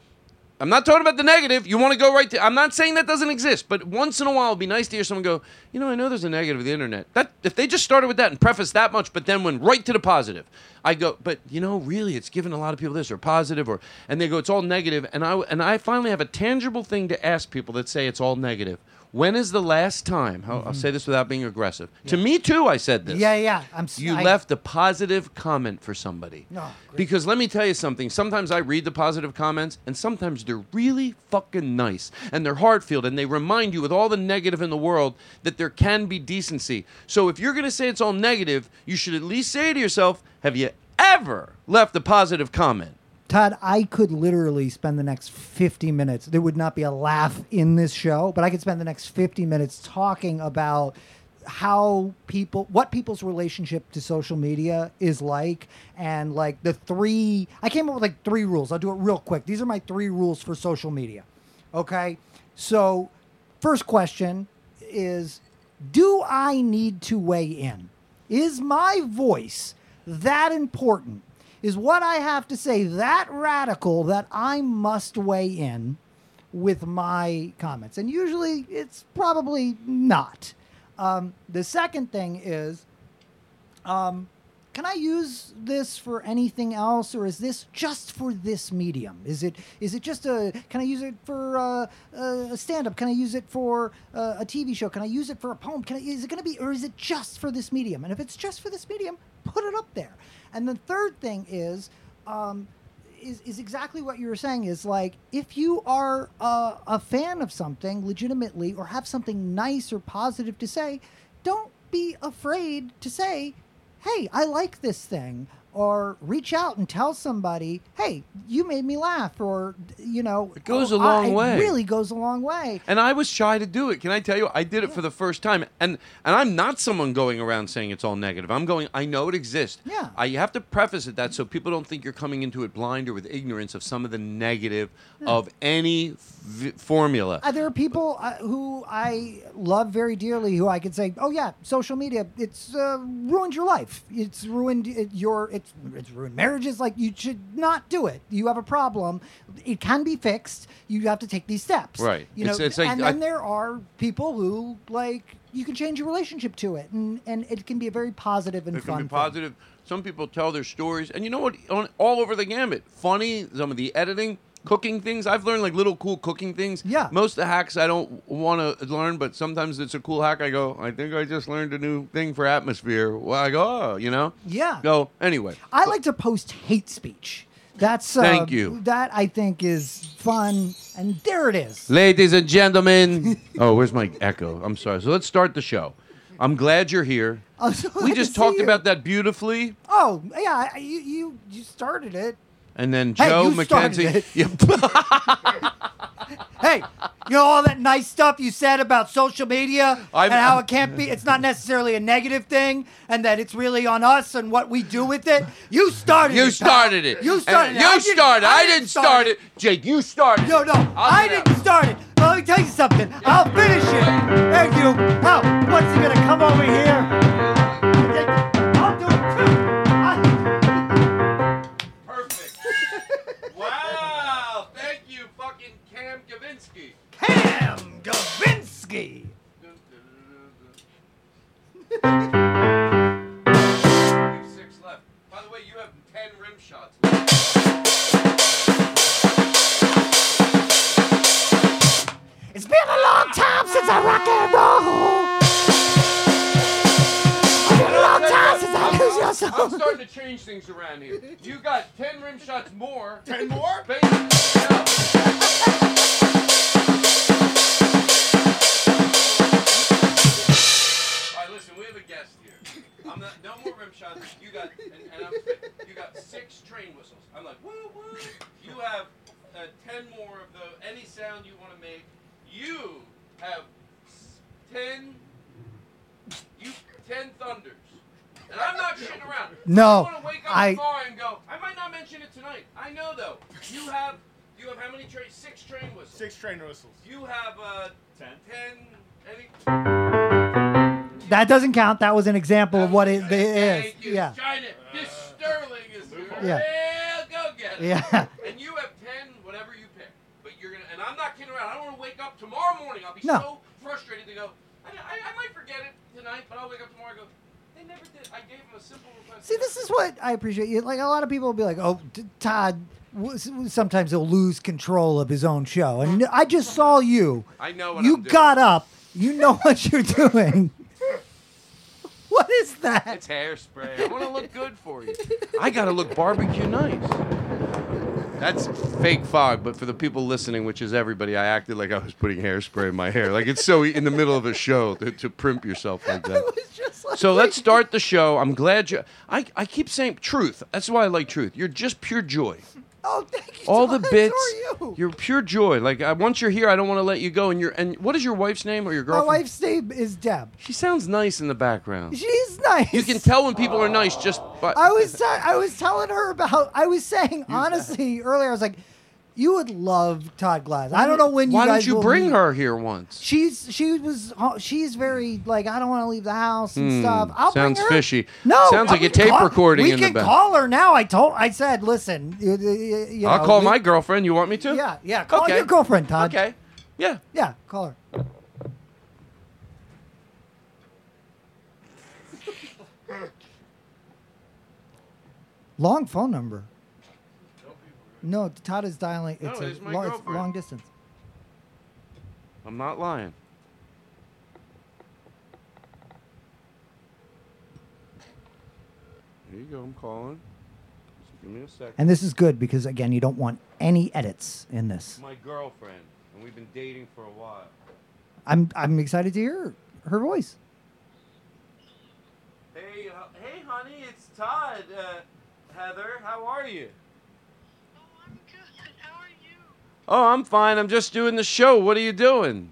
I'm not talking about the negative. You want to go right to. I'm not saying that doesn't exist, but once in a while, it'd be nice to hear someone go. You know, I know there's a negative of the internet. That if they just started with that and prefaced that much, but then went right to the positive. I go, but you know, really, it's given a lot of people this or positive or, and they go, it's all negative. And I and I finally have a tangible thing to ask people that say it's all negative. When is the last time? I'll, I'll say this without being aggressive. To me too, I said this.
Mm-hmm. Yeah, yeah. I'm. s-
You
I-
left a positive comment for somebody.
No,
Because let me tell you something. Sometimes I read the positive comments, and sometimes they're really fucking nice and they're heart filled and they remind you with all the negative in the world that there can be decency. So if you're going to say it's all negative, you should at least say to yourself, Have you ever left a positive comment?
Todd, I could literally spend the next 50 minutes. There would not be a laugh in this show, but I could spend the next 50 minutes talking about how people what people's relationship to social media is like and like the three I came up with like three rules. I'll do it real quick. These are my three rules for social media. Okay? So, first question is do I need to weigh in? Is my voice that important? Is what I have to say that radical that I must weigh in with my comments? And usually it's probably not. Um, the second thing is um, can I use this for anything else, or is this just for this medium? Is it is it just a? Can I use it for uh, a stand up? Can I use it for uh, a TV show? Can I use it for a poem? Can I, is it going to be, or is it just for this medium? And if it's just for this medium, put it up there. And the third thing is. Um, is, is exactly what you were saying is like if you are a, a fan of something legitimately or have something nice or positive to say don't be afraid to say hey i like this thing or reach out and tell somebody hey you made me laugh or you know it
goes a long way.
it really goes a long way
And I was shy to do it. Can I tell you? I did it for the first time, and and I'm not someone going around saying it's all negative. I'm going. I know it exists.
Yeah.
I have to preface it that so people don't think you're coming into it blind or with ignorance of some of the negative of any v- formula.
Uh, there are people uh, who I love very dearly who I could say, "Oh yeah, social media, it's uh, ruined your life. It's ruined it, your it's it's ruined marriages. Like you should not do it. You have a problem. It can be fixed. You have to take these steps.
Right.
You know.
It's- it's like
and
I-
then there are people who like you can change your relationship to it, and and it can be a very positive and
It
fun.
can be
thing.
positive. Some people tell their stories, and you know what? On all over the gamut, funny. Some of the editing, cooking things. I've learned like little cool cooking things.
Yeah.
Most of the hacks I don't want to learn, but sometimes it's a cool hack. I go, I think I just learned a new thing for atmosphere. Well, I go, oh, you know.
Yeah.
Go anyway.
I like to post hate speech. That's uh,
Thank you.
That I think is fun, and there it is.
Ladies and gentlemen. oh, where's my echo? I'm sorry. So let's start the show. I'm glad you're here.
I'm so glad
we
to
just
see
talked
you.
about that beautifully,
Oh yeah, I- you you you started it.
and then
Hey,
Joe
you started
McKenzie.
it. Hey,
You know all that nice stuff you said about social media
I'm-
and how it can't be. It's not necessarily a negative thing, and that it's really on us and what we do with it. You started.
You
it, pal.
started it.
You
And
started. it.
you
I didn't-
started. I didn't start it. Jake, you started.
No, no. I didn't start it. But let me tell you something. I'll finish it. Thank you. How? What's he gonna come over here? I'll do it too.
Wow! Thank you, fucking Cam Gavinsky.
Cam Gavinsky.
Six left. By the way, you have ten rim shots.
It's been a long time since I rock and roll. It's been a long time since I lose your soul.
I'm starting to change things around here. You got ten rim shots more. Ten more? All right, listen, we have a guest here. I'm not, no more rim shots. You got, and, and I'm, you got six train whistles. I'm like, woo woo. You have uh, ten more of the any sound you want to make. You have s- ten, you ten thunders, and I'm not shitting around.
No,
I want to wake up
I-
tomorrow and go. I might not mention it tonight. I know though. You have, you have how many train? Six train whistles. Six
train whistles.
You have uh, ten. Ten. Any,
That doesn't count. That was an example of what it, it
Thank
is.
you.
Yeah.
China. This Sterling is a
Yeah.
real go-getter.
Yeah.
And you have ten, whatever you pick. But you're gonna, and I'm not kidding around. I don't want to wake up tomorrow morning. I'll be
No.
so frustrated to go. I, I, I might forget it tonight, but I'll wake up tomorrow and go. They never did. I gave them a simple request.
See, this is what I appreciate. You like a lot of people will be like, "Oh, t- Todd." w- s- Sometimes he'll lose control of his own show, and I just saw you.
I know what
you
I'm doing.
got up. You know what you're doing. what is that?
It's hairspray. I want to look good for you. I gotta look barbecue nice. That's fake fog, but for the people listening, which is everybody, I acted like I was putting hairspray in my hair. Like it's so e, in the middle of a show to, to primp yourself like that. so let's start the show. I'm glad you. I, I keep saying truth. That's why I like truth. You're just pure joy.
Oh, thank you.
All the bits. You? are pure joy. Like I, once you're here, I don't want to let you go. And you're and what is your wife's name or your
My
girlfriend?
wife's name is Deb.
She sounds nice in the background.
She's nice.
You can tell when people are nice just by.
I was t- I was telling her about. I was saying
uh,
honestly earlier. I was like, "You would love Todd Glass." I don't know when you
Why
guys
don't you
will
bring
meet.
her here once?
She's she was uh, she's very like I don't want to leave the house and
Hmm,
stuff. I'll
sounds
bring her.
fishy.
No,
sounds
I
like a
would
tape
call-
recording
We
in the
can
back.
call her now. I told I said, listen, you, you- you
I'll
know,
call
we-
my girlfriend. You want me to?
Yeah, yeah. Call
Okay.
your girlfriend, Todd.
Okay. Yeah.
Yeah, call her. Long phone number. No, Todd is dialing.
No,
It's,
it's
a
my
long, it's
girlfriend.
long distance.
I'm not lying. Here you go. I'm calling. Just give me a second.
And this is good because again, you don't want any edits in this.
my girlfriend, and we've been dating for a while.
I'm I'm excited to hear her voice.
Hey, uh, hey, honey, it's Todd. Uh, Heather, how are you? Oh, I'm fine. I'm just doing the show. What are you doing?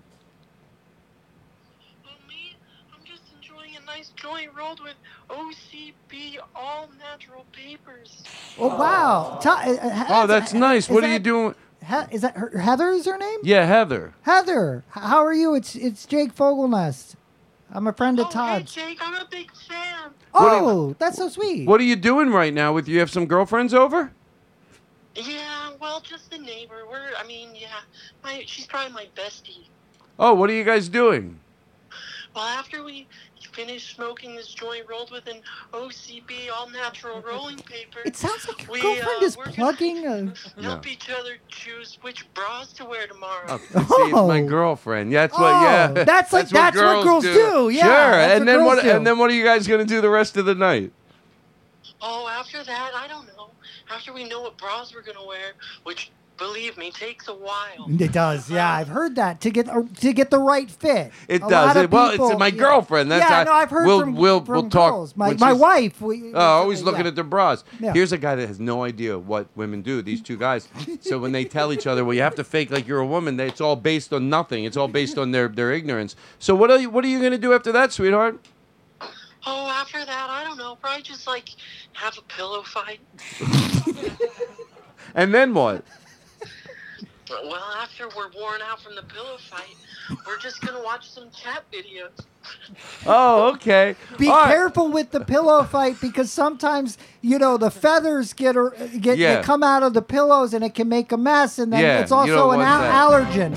Enjoying a nice joint rolled with OCB all natural papers.
Oh wow, Todd. uh, uh,
Oh, that's nice.
is
What are
that-
you doing?
He- is that her, Heather? Is her name?
Yeah, Heather.
Heather, h- how are you? It's it's Jake Fogelnest. I'm a friend of Todd's.
Oh, Jake, I'm a big fan.
Oh, that's so sweet.
What are you doing right now? With you have some girlfriends over?
Yeah, well, just the neighbor. We're, I mean, yeah, my she's probably my bestie.
Oh, what are you guys doing?
Well, after we finish smoking this joint rolled with an OCB all natural rolling paper,
Mm-hmm. It sounds like your
we,
girlfriend
uh,
is
we're gonna
plugging a.
help each other choose which bras to wear tomorrow.
Oh, see, it's my girlfriend. Yeah, that's what.
Oh,
Yeah,
that's like- that's what girls do. Yeah,
sure.
that's
and then
what girls
what?
do.
And then what are you guys gonna do the rest of the night?
Oh, after that, I don't know. After we know what bras we're gonna wear, which Believe me, takes a while.
It does, yeah. I've heard that to get to get the right fit.
It
A
does.
lot of
It- well, it's
people-
my girlfriend. That's
yeah,
how-
no, I've heard
we'll-
from,
we'll-
from
we'll talk
girls. My,
when
my
she's-
wife. We,
Mm,
Oh, always looking at their bras.
Yeah.
Here's a guy that has no idea what women do. These two guys. so when they tell each other, "Well, you have to fake like you're a woman," they- it's all based on nothing. It's all based on their, their ignorance. So what are you what are you going to do after that, sweetheart?
Oh, after that, I don't know. Probably just like have a pillow fight.
And then what?
Well, after we're worn out from the pillow fight, we're just gonna watch some cat videos.
Oh, okay.
Be
All right.
careful with the pillow fight because sometimes you know the feathers get or get
Yeah.
they come out of the pillows and it can make a mess, and then
Yeah,
it's
you don't
also
want
an
that.
al- allergen.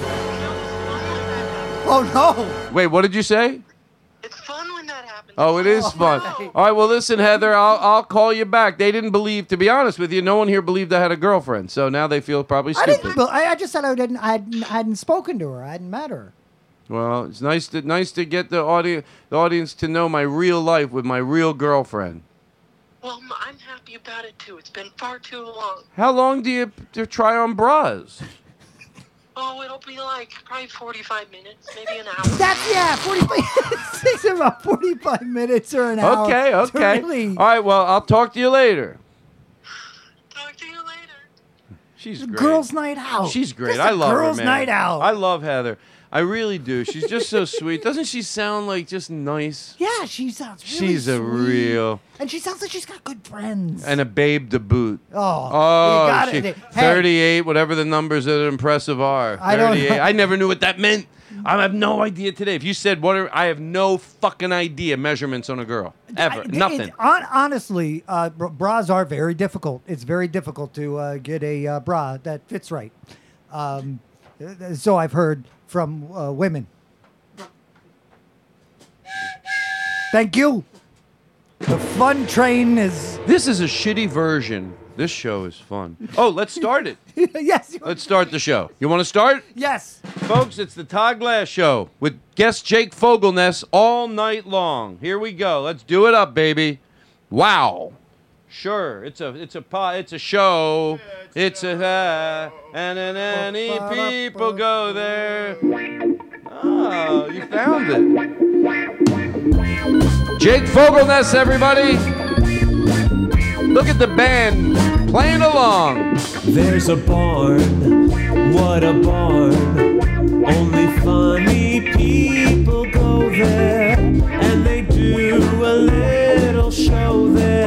Oh no.
Wait, what did you say? It's fun when that happens. Oh, it is fun. All right, well, listen, Heather, I'll, I'll call you back. They didn't believe, to be honest with you, no one here believed I had a girlfriend, so now they feel probably
I
stupid.
didn't. But I, I just said I didn't. I hadn't, I hadn't spoken to her. I hadn't met her.
Well, it's nice to nice to get the audience the audience to know my real life with my real girlfriend.
Well, m- I'm happy about it too. It's been far too long.
How long do you to try on bras?
Oh, it'll be like probably 45 minutes, maybe an hour.
That's yeah. Forty-five. it takes about forty-five minutes or an hour.
Okay,
to
okay.
really-
All right, well, I'll talk to you later. Talk to you later. She's great.
Girls' night out.
She's great.
Just a
I love her.
girls'
man.
night out.
I love Heather. I really do. She's just so sweet. Doesn't she sound like just nice?
Yeah, she sounds. Really
She's a
sweet.
real
And she sounds like she's got good friends.
and a babe to boot.
Oh,
Oh,
you got
she-
it. Hey,
38, whatever the numbers that are impressive are.
I don't
38.
know.
I never knew what that meant. I have no idea today. If you said what are, I have no fucking idea measurements on a girl. Ever.
it-
Nothing.
it- hon- honestly, uh, br- bras are very difficult. It's very difficult to uh, get a uh, bra that fits right. Um, th- th- so I've heard from uh, women. Thank you. The fun train is.
this is a shitty version. This show is fun. Oh, let's start it.
yes.
Let's start the show. You want to start?
Yes.
Folks, it's the Todd Glass Show with guest Jake Fogelness all night long. Here we go. Let's do it up, baby. Wow. Sure, it's a it's a po- it's a show. It's a uh, and then any people go there. Oh, you found it. Jake Fogelness, everybody. Look at the band playing along.
There's a barn, what a barn. Only funny people go there, and they do a little show there.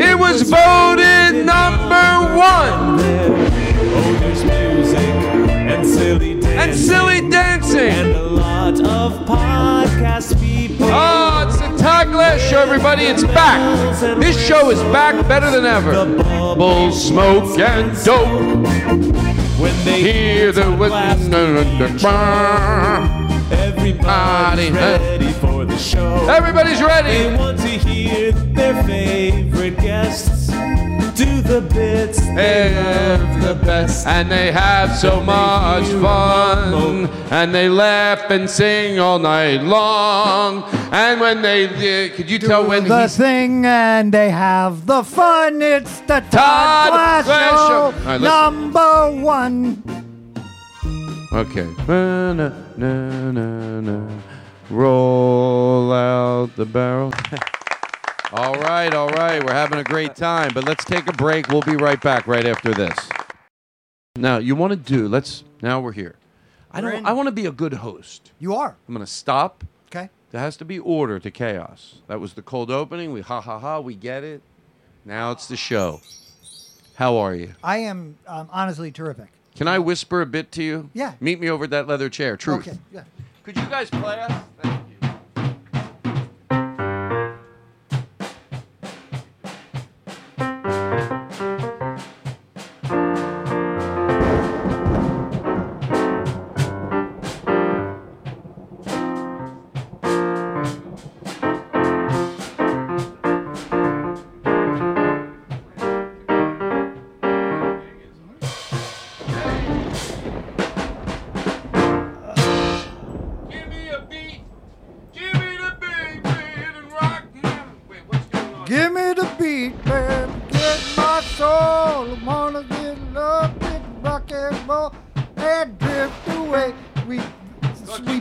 It was voted number one.
Oh, there's music and silly dancing.
And silly dancing.
And a lot of podcast people.
Oh, it's the Todd Glass Show, everybody. It's back. This show is back better than ever. Bubble smoke and dope.
When they
hear the
Everybody's ready for the show.
Everybody's ready.
They want to hear their favorite guests do the bits.
They have the best. And they have so much fun. And they laugh and sing all night long. And when they could you tell when
the
he's
thing, and they have the fun. It's the Todd,
Todd
Glass
Glass Show.
Show,
All right, let's-
number one.
Okay. Na, na, na, na, na. Roll out the barrel. all right, all right. We're having a great time, but let's take a break. We'll be right back right after this. Now, you want to do, let's, now we're here. I
We're
don't,
in.
I want to be a good host.
You are
I'm going to stop.
okay.
There has to be order to chaos. That was the cold opening. We ha ha ha, we get it. Now it's the show. How are you?
I am um, honestly terrific.
Can I whisper a bit to you?
Yeah.
Meet me over at that leather chair. Truth.
Okay. Yeah.
Could you guys play us? Thank you.
Give me the beat, baby. Get my soul. I wanna get up and rock and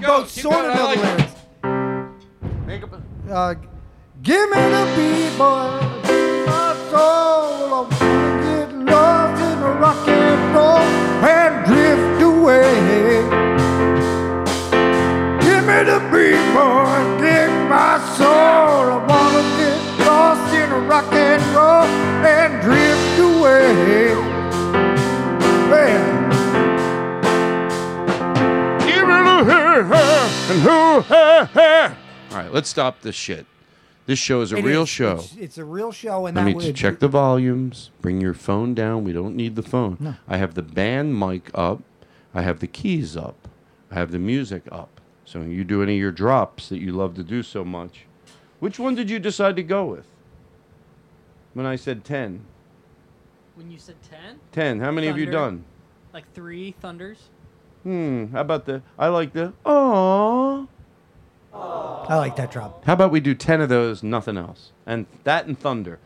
go, sort of the lyrics.
Make up a-
Uh, give me the beat, boy. My soul, I wanna get lost in the rock and roll and drift away. Give me the beat, boy. Get my soul. I wanna get lost in the rock and roll and drift away. Man.
Give me the hair, hair, and who, hair, hair. All right, let's stop this shit. This show is a
It
real
is.
show.
It's, it's a real show, and
Let
that
me
would
check the volumes. Bring your phone down. We don't need the phone.
No.
I have the band mic up. I have the keys up. I have the music up. So when you do any of your drops that you love to do so much, which one did you decide to go with? When I said 10.
When you said 10?
10. How many have you
Thunder.
done?
Like three thunders.
Hmm. How about the, I like the, oh.
I like that drop.
How about we do 10 of those, nothing else? And that and thunder.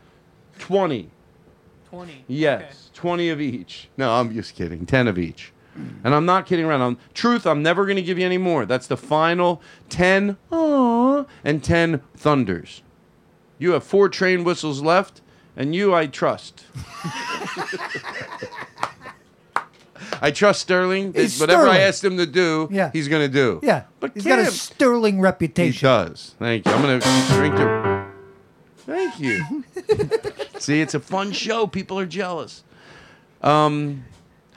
20.
20.
Yes, 20 of each. No, I'm just kidding. 10 of each. And I'm not kidding around. I'm, truth, I'm never going to give you any more. That's the final 10 aw, and 10 thunders. You have four train whistles left, and you I trust. I trust Sterling. that
He's
Whatever I
Sterling.
asked him to do,
Yeah.
he's going to do.
Yeah,
But
he's got a
Kim-
sterling
He
reputation.
does. Thank you. I'm going to drink the. Thank you. See, it's a fun show. People are jealous. Um,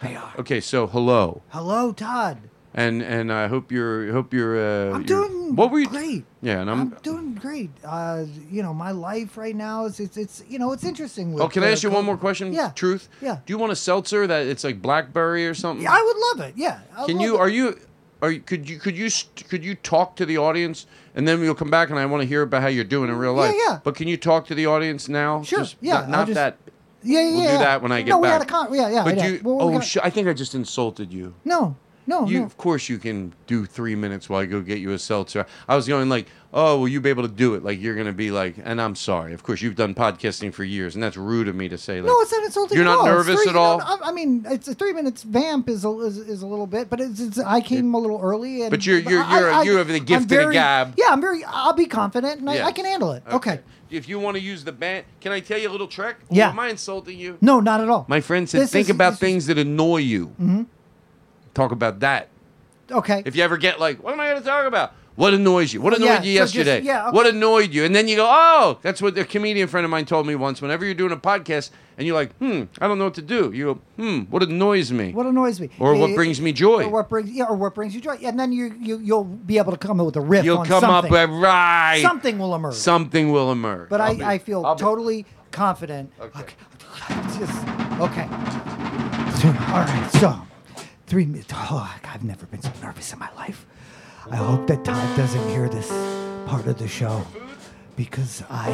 they are. Okay, so hello,
Hello, Todd.
and and I hope you're hope you're. Uh,
I'm
you're-
doing
What were you?
great.
Yeah, and I'm.
I'm doing great. Uh, you know, my life right now is it's it's you know it's interesting. With,
oh, can I
uh,
ask you one
COVID.
more question?
Yeah.
Truth.
Yeah.
Do you want a seltzer that it's like blackberry or something?
Yeah, I would love it. Yeah. I
Can
love
you?
it.
Are you? Are you, could you could you st- could you talk to the audience and then we'll come back and I want to hear about how you're doing in real life.
yeah.
But can you talk to the audience now? Sure. Just,
yeah,
Not,
I'll
not
just-
that.
Yeah, yeah.
We'll
yeah.
do that when I get
no,
back.
we had a con- yeah, yeah.
But
yeah.
you.
Well, we
oh,
got-
sh- I think I just insulted you.
no, no,
you,
no.
Of course, you can do three minutes while I go get you a seltzer. I was going like, oh, will you be able to do it? Like you're gonna be like, and I'm sorry. Of course, you've done podcasting for years, and that's rude of me to say. Like,
No, it's not insulting.
You're
at
not
all. It's
nervous
three-
at all.
no, no, I, I mean, it's a three minutes vamp is a, is, is a little bit, but it's, it's I came a little early. And
But you're- you're-
I-
you're-
I-
you have the
I'm
gift and a
very-
gab.
Yeah, I'm very. I'll be confident and I, I
Yes.
can handle it. Okay.
If you want to use the band, can I tell you a little trick?
Yeah.
Am I insulting you?
No, not at all.
My friend said,
This
think
is-
about things that annoy you.
Mhm.
Talk about that.
Okay.
If you ever get like, what am I going to talk about? What annoys you? What annoyed
Yeah,
you
so just-
yesterday?
yeah, okay.
What annoyed you? And then you go, oh, that's what a comedian friend of mine told me once. Whenever you're doing a podcast and you're like, hmm, I don't know what to do. You go, hmm, what annoys me?
What annoys me?
Or what
Eh,
brings me joy?
Or what brings yeah, or what brings you joy? And then you you you'll be able to come up with a riff.
You'll
on
come
something.
up with, right.
Something will emerge.
Something will emerge.
But
I'll be-
I, I feel
I'll be-
totally confident.
Okay.
Just okay. All right, so three minutes. Oh, I've never been so nervous in my life. I hope that Todd doesn't hear this part of the show because I,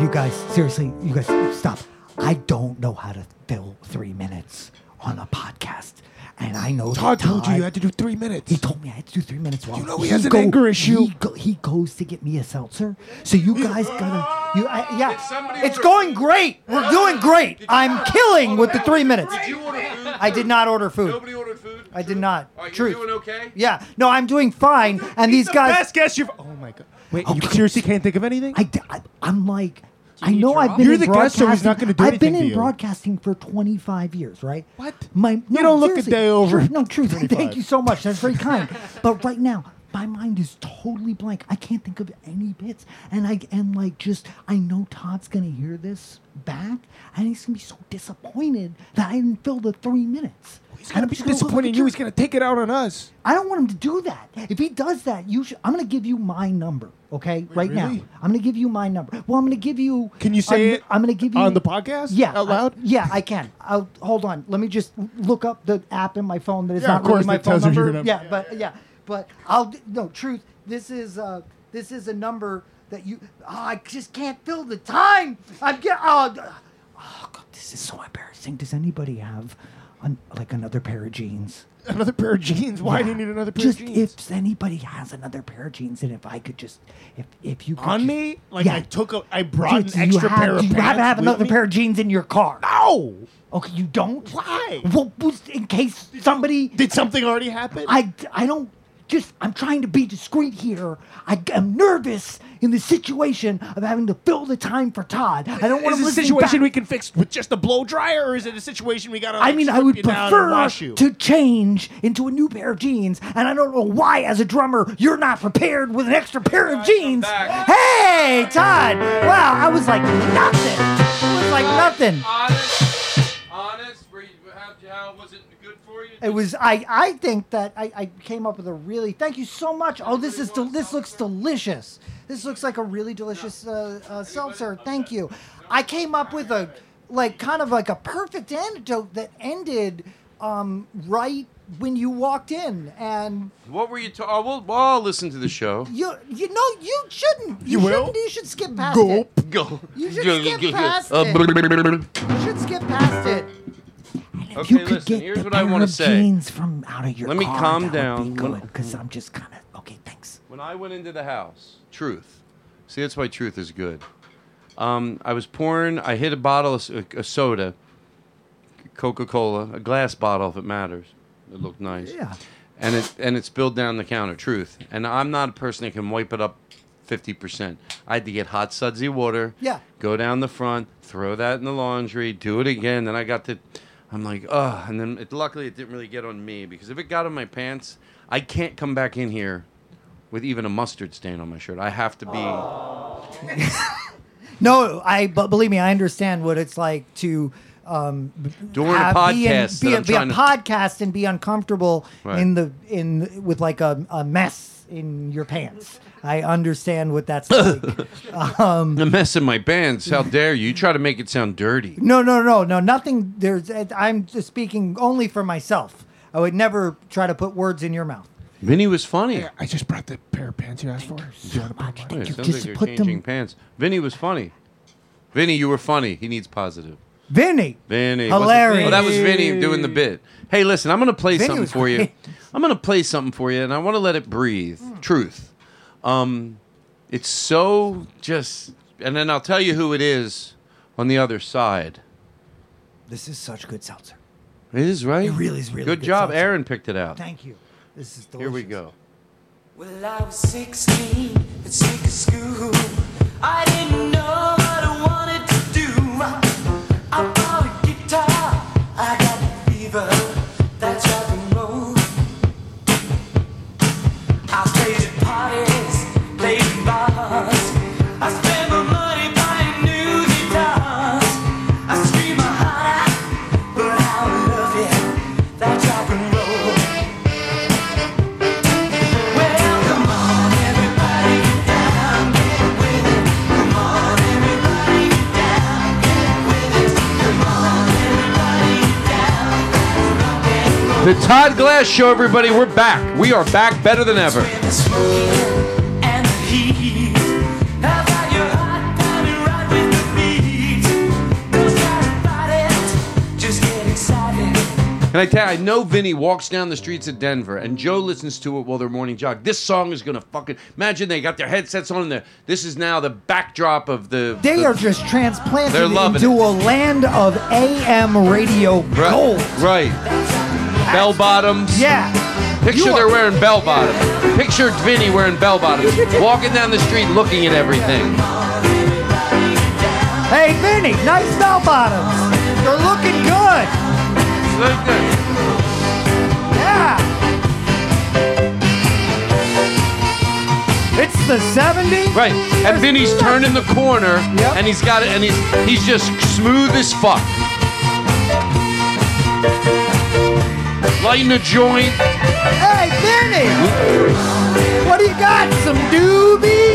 you guys, seriously, you guys, stop. I don't know how to fill three minutes on a podcast. And I know
Todd
that
told you you
Todd-
had to do three minutes.
He told me I had to do three minutes. While
You know he has an
anger
issue.
He, go- he goes to get me a seltzer. So you guys gotta, you, I, yeah. It's
order-
going great. We're doing great. I'm killing with the three minutes. I did not order food. Nobody
ordered food.
I did not. Truth.
doing okay?
Yeah. No, I'm doing fine. And these
the
guys.
best guest you've-
Oh my god.
Wait, you seriously can't think of anything?
I, am like, I know I've been
You're
in
the guest,
broadcasting.
so he's not going to do
I've
anything
been in
to you.
broadcasting for 25 years, right? What? My you
don't look a day over
no, truth.
25.
Thank you so much. That's very kind. but right now, my mind is totally blank. I can't think of any bits, and I am like just. I know Todd's going to hear this back, and he's going to be so disappointed that I didn't fill the three minutes. He's
gonna be disappointed in you. He's gonna take it out on us.
I don't want him to do that. If he does that, you should. I'm gonna give you my number, okay? right now,
really?
I'm gonna give you my number. Well, I'm gonna give you.
Can you say
I'm,
it
I'm gonna give you
on the podcast
Yeah,
out loud?
I- yeah, I can. I'll hold on. Let me just look up the app in my phone that is
Yeah,
not
of course,
really my
that
phone
tells you
number.
your number.
Yeah, but yeah, but I'll d- no truth. This is uh this is a number that you. Oh, I just can't fill the time. I'm get. Oh, d- oh God, this is so embarrassing. Does anybody have, an, like another pair of jeans?
Another pair of jeans. Why do you
Yeah.
need another pair
just
of jeans?
if anybody has another pair of jeans, and if I could just, if if you could
on
just-
me, like
Yeah.
I took a, I brought
Dude,
an
do
extra
you have,
pair of
do you
pants.
have, to have
with
another
me?
pair of jeans in your car? No. Okay, you don't. Why? Well, in case somebody
Did something already happen?
I I don't. just I'm trying to be discreet here. I am nervous in the situation of having to fill the time for Todd. I don't want
Is
to
it a
listen
situation
back.
we can fix with just a blow dryer, or is it a situation we gotta?
I
Like,
mean, I
strip
would
you down and
prefer
wash you?
to change into a new pair of jeans, and I don't know why, as a drummer, you're not prepared with an extra pair of jeans. Hey, Todd! Wow, I was like nothing. It was like nothing. It was. I. I think that I, I. came up with a really. Thank you so much. Oh, this is. Del- this looks delicious. This looks like a really delicious uh, uh, seltzer. Thank you. I came up with a, like, kind of like a perfect antidote that ended, um, right when you walked in, and
What were you talking? Oh, we'll, we'll all listen to the show.
you. You know, you shouldn't.
You will?
shouldn't. You should skip past it.
Go. Uh,
You should skip past it. You should skip past it.
Okay, listen. here's what I want to say.
from out of your
Let me
car,
calm
that would
down.
be good, because I'm just kind of okay. Thanks.
When I went into the house, truth. See, that's why truth is good. Um, I was pouring. I hit a bottle of s- uh, a, a soda, Coca Cola, a glass bottle if it matters. It looked nice.
Yeah.
And it and it spilled down the counter. Truth. And I'm not a person that can wipe it up. 50%. I had to get hot sudsy water.
Yeah.
Go down the front, throw that in the laundry, do it again. Then I got to, I'm like, oh. And then it, luckily it didn't really get on me because if it got on my pants, I can't come back in here with even a mustard stain on my shirt. I have to be.
No, I. But believe me, I understand what it's like to. Um,
During a
have- be in-
podcast
be,
that
a-
I'm
be a
trying to-
podcast and be uncomfortable
Right.
in the in with like a, a mess in your pants. I understand what that's like. um,
the mess in my pants. How dare you? You try to make it sound dirty.
No, no, no, no. Nothing. There's. I'm just speaking only for myself. I would never try to put words in your mouth.
Vinny was funny.
Yeah, I just brought the pair of pants you asked for. You wanna buy
Wait,
mine?
it sounds
just
like you're
put them-
changing pants. Vinny was funny. Vinny, you were funny. He needs positive.
Vinny.
Vinny. wasn't-
Hilarious.
Well, that was Vinny doing the bit. Hey, listen, I'm going to play
Vinny
something
was
for you.
great. Hmm.
I'm going to play something for you, and I want to let it breathe. Truth. Um, it's so just, and then I'll tell you who it is on the other side.
This is such good seltzer.
It is right.
It really is really
good
good
job.
seltzer.
Aaron picked it out.
Thank you. This is delicious.
Here we go.
Well, I was 16 at sick of school. I didn't know what I wanted to do. I bought a guitar. I got a fever. That's rock and roll. I stayed at parties, played in bars. I spent my money buying new guitars. I scream my heart out, but I love it. That's rock and roll.
The Todd Glass Show, everybody. We're back. We are back better than ever.
Just get excited.
Can I tell you, I know Vinny walks down the streets of Denver and Joe listens to it while they're morning jog. This song is gonna fucking imagine they got their headsets on and they're- this is now the backdrop of the
They
the-
are just
They're
transplanted
loving
into a land of AM radio
Right.
gold.
Right. Bell bottoms.
Yeah.
Picture
You are-
they're wearing bell bottoms. Picture Vinny wearing bell bottoms, walking down the street looking at everything.
Hey, Vinny, nice bell bottoms. They're looking good. Yeah. It's the 70s.
Right. And Vinny's turning the corner and he's got it and he's he's just smooth as fuck. Lighting a joint.
Hey, Vinny! What do you got? Some doobies?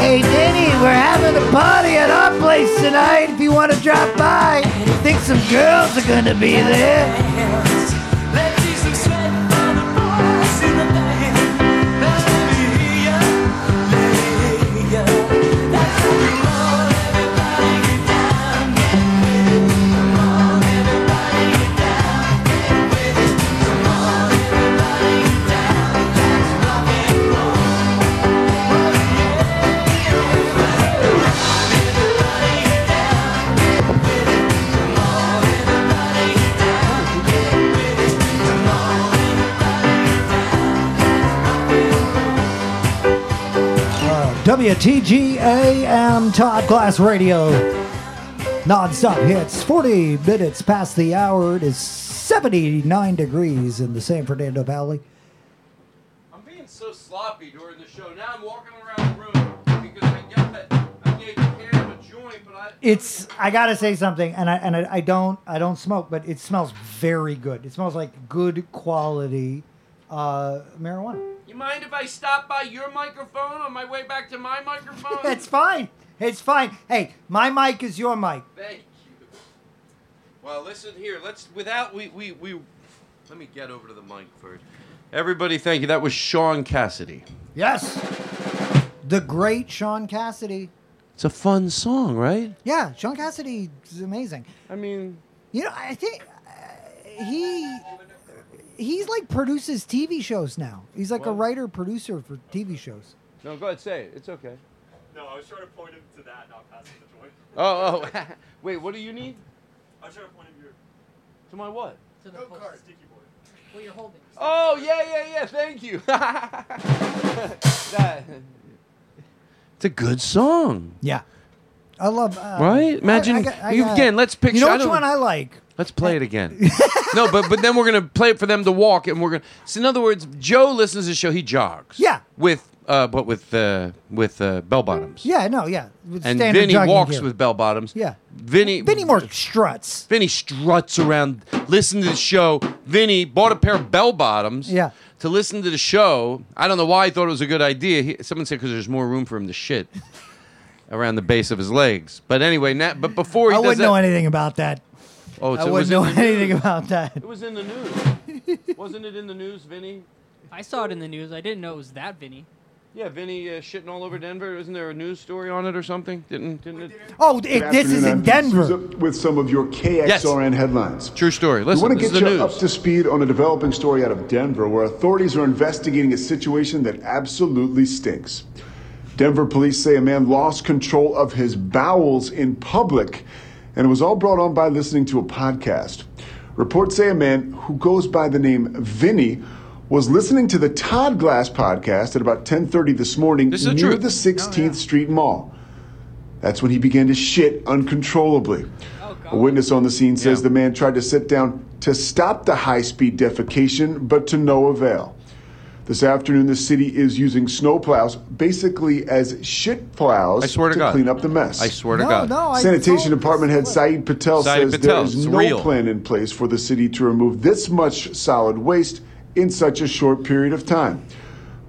Hey, Vinny, we're having a party at our place tonight. If you want to drop by, think some girls are going to be there.
Let's see some sweat for the boys in the band. Let's let me hear ya, let me hear ya. That's rock and roll, everybody get down, get with it. Come on, everybody get down, get with it. Come on, everybody get down. That's rock and roll. Come on, everybody get down, get with it. Come on,
WTGAM Top Class Radio. Non-stop hits. 40 minutes past the hour. It is 79 degrees in the San Fernando Valley.
I'm being so sloppy during the show. Now I'm walking around the room because I got I gave Cam a joint, but I
It's I gotta say something, and I and I, I don't I don't smoke, but it smells very good. It smells like good quality uh, marijuana.
You mind if I stop by your microphone on my way back to my microphone?
It's fine. It's fine. Hey, my mic is your mic.
Thank you. Well, listen here. Let's without we we we. Let me get over to the mic first. Everybody, thank you. That was Sean Cassidy.
Yes. The great Sean Cassidy.
It's a fun song, right?
Yeah, Sean Cassidy is amazing.
I mean,
you know, I think uh, he he's like produces TV shows now. He's like a
What?
writer producer for TV shows.
No, go ahead, say it. It's okay.
No, I was trying to point him to that, not passing the joint.
Oh, oh. Wait, what do you need?
I was trying to point him here.
To my what?
To the post. Sticky
boy.
What you're holding.
Oh, yeah, yeah, yeah. Thank you. that. It's a good song.
Yeah. I love. Uh,
Right? Imagine- you- again, let's picture-
You know
I
which
don't-
one I like?
Let's play it again. no, but but then we're gonna play it for them to walk, and we're gonna. So in other words, Joe listens to the show. He jogs.
Yeah.
With uh, but with uh, with uh, bell bottoms.
Yeah, no, yeah. With
And
standard
Vinny
jogging
walks
gear.
with bell bottoms.
Yeah.
Vinny.
Vinny more struts.
Vinny struts around. Listen to the show. Vinny bought a pair of bell bottoms.
Yeah.
To listen to the show. I don't know why I thought it was a good idea. He, someone said because there's more room for him to shit around the base of his legs. But anyway, now, but before he
I
does
wouldn't
that,
know anything about that.
Oh, so
I
it
wouldn't
was in
know
the news.
anything about that.
It was in the news. Wasn't it in the news, Vinny?
I saw it in the news. I didn't know it was that Vinny.
Yeah, Vinny uh, shitting all over Denver. Isn't there a news story on it or something? Didn't didn't it?
Oh,
Good afternoon. I'm Pete Souza With some of your KXRN headlines.
True story.
we
Listen,
want to
this
get
is
you
the news.
up to speed on a developing story out of Denver where authorities are investigating a situation that absolutely stinks. Denver police say a man lost control of his bowels in public, and it was all brought on by listening to a podcast. Reports say a man who goes by the name Vinny was listening to the Todd Glass podcast at about 10:30 this morning
This is the
near
truth. Oh,
the 16th Street Mall. That's when he began to shit uncontrollably.
Oh,
a witness on the scene says the man tried to sit down to stop the high speed defecation, but to no avail. This afternoon, the city is using snow plows basically as shit plows
I swear to God.
clean up the mess.
I swear to No, God. no, I
Sanitation Department head Saeed Patel
Saeed
says
Patel,
there is
it's
no
real.
plan in place for the city to remove this much solid waste in such a short period of time.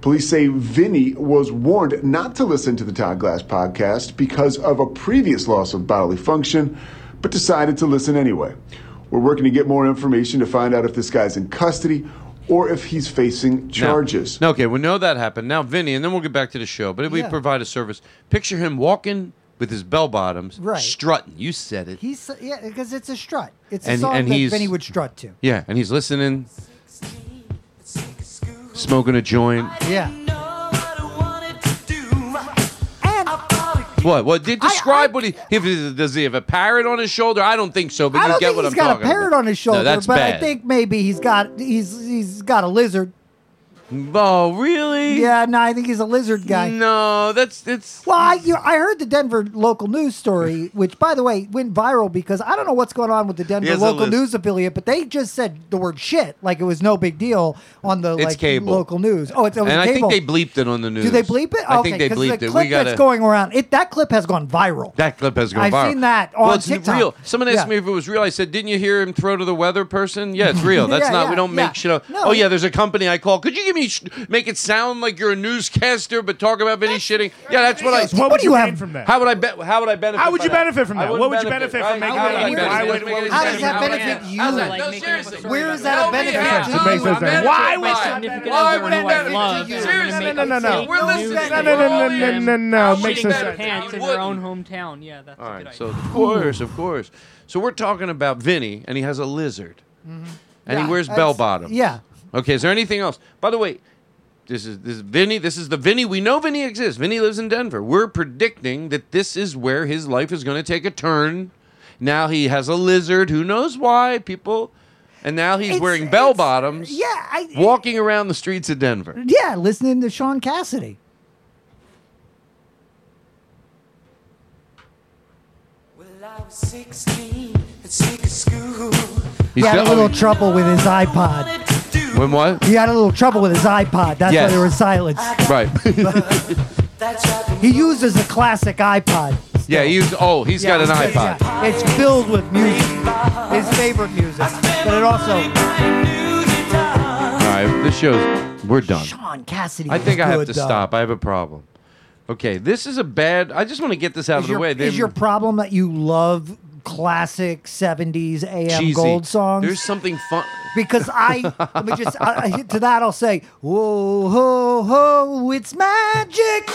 Police say Vinny was warned not to listen to the Todd Glass podcast because of a previous loss of bodily function, but decided to listen anyway. We're working to get more information to find out if this guy's in custody or if he's facing charges.
Now, okay, we know that happened. Now, Vinny, and then we'll get back to the show. But if we
Yeah.
provide a service, picture him walking with his bell bottoms,
Right.
strutting. You said it.
He's yeah, because it's a strut. It's a
And-
song
and
that
he's-
Vinny would strut to.
yeah, and he's listening, smoking a joint.
Yeah.
What? What? Did describe what he? If, does he have a parrot on his shoulder? I don't think so. But
I
you
don't
get
think
what
he's
I'm
got a
talking about.
parrot on his shoulder,
No, that's
but
bad.
I think maybe he's got he's he's got a lizard.
Oh, really?
Yeah, no, I think he's a lizard guy.
No, that's it's.
Well, I, you, I heard the Denver local news story, which by the way went viral because I don't know what's going on with the Denver
has a
local
list.
news affiliate, but they just said the word shit like it was no big deal on the
It's
like
cable.
local news. Oh, it's it was
and I
cable.
think they bleeped it on the news.
Do they bleep it? Oh,
I think they
'cause
bleeped
the
it.
clip
We got
that's going around. It that clip has gone viral.
That clip has gone
I've
viral.
seen that
well,
on
it's
TikTok.
real. Someone asked
Yeah.
me if it was real. I said, "Didn't you hear him throw to the weather person?" Yeah, it's real. That's
Yeah,
not.
yeah,
we don't
yeah.
make shit up.
No,
oh
it-
yeah, there's a company I call. Could you give me sh- make it sound like you're a newscaster, but talk about Vinny shitting? Yeah, that's what I.
Yes, what What would do you you gain have- from that?
How would I bet? How would I benefit?
How would
by
you benefit from
I
that?
wouldn't
What would you benefit from making
How
that up?
would I benefit?
Why would-
Doesn't
what
make
would
any
you
sense.
benefit?
How would I-
Benefit
how's
you.
that?
Like
No,
making
seriously.
Where is that a
Help me
benefit?
out.
Just makes no
I'm
sense.
benefiting
Why
by
would
it.
that benefit
Why
you?
would it
Who I
benefit
love
you?
and
Seriously.
make No, no, no, no.
We're listening.
No, no, no, no, no, no, no. Makes no sense.
Pants in their own hometown. Yeah, that's
All
a good
right,
idea.
so of course, of course. So we're talking about Vinny, and he has a lizard,
Mm-hmm.
and
Yeah,
he wears
that's-
bell bottoms.
yeah.
Okay, is there anything else? By the way, this is this is Vinny. This is the Vinny we know. Vinny exists. Vinny lives in Denver. We're predicting that this is where his life is going to take a turn. Now he has a lizard. Who knows why? People, and now he's
It's-
wearing bell bottoms.
Yeah, I,
walking around the streets of Denver.
yeah, listening to Sean Cassidy.
16 at secret school.
He had a
still-
little trouble with his iPod.
When what?
He had a little trouble with his iPod. That's
Yes.
why there was silence.
Right.
He uses a classic iPod.
yeah, he used. Oh, he's got an iPod.
It's filled with music, his favorite music. But it also
All right, this show's. We're done.
Sean Cassidy.
I
was
think I have
good,
to
though.
stop. I have a problem. Okay, this is a bad. I just want to get this out of
Is
the
your,
way. They-
is your problem that you love classic '70s AM
cheesy.
gold songs?
There's something fun.
because I let me just I, I- to that I'll say, whoa ho ho, it's magic,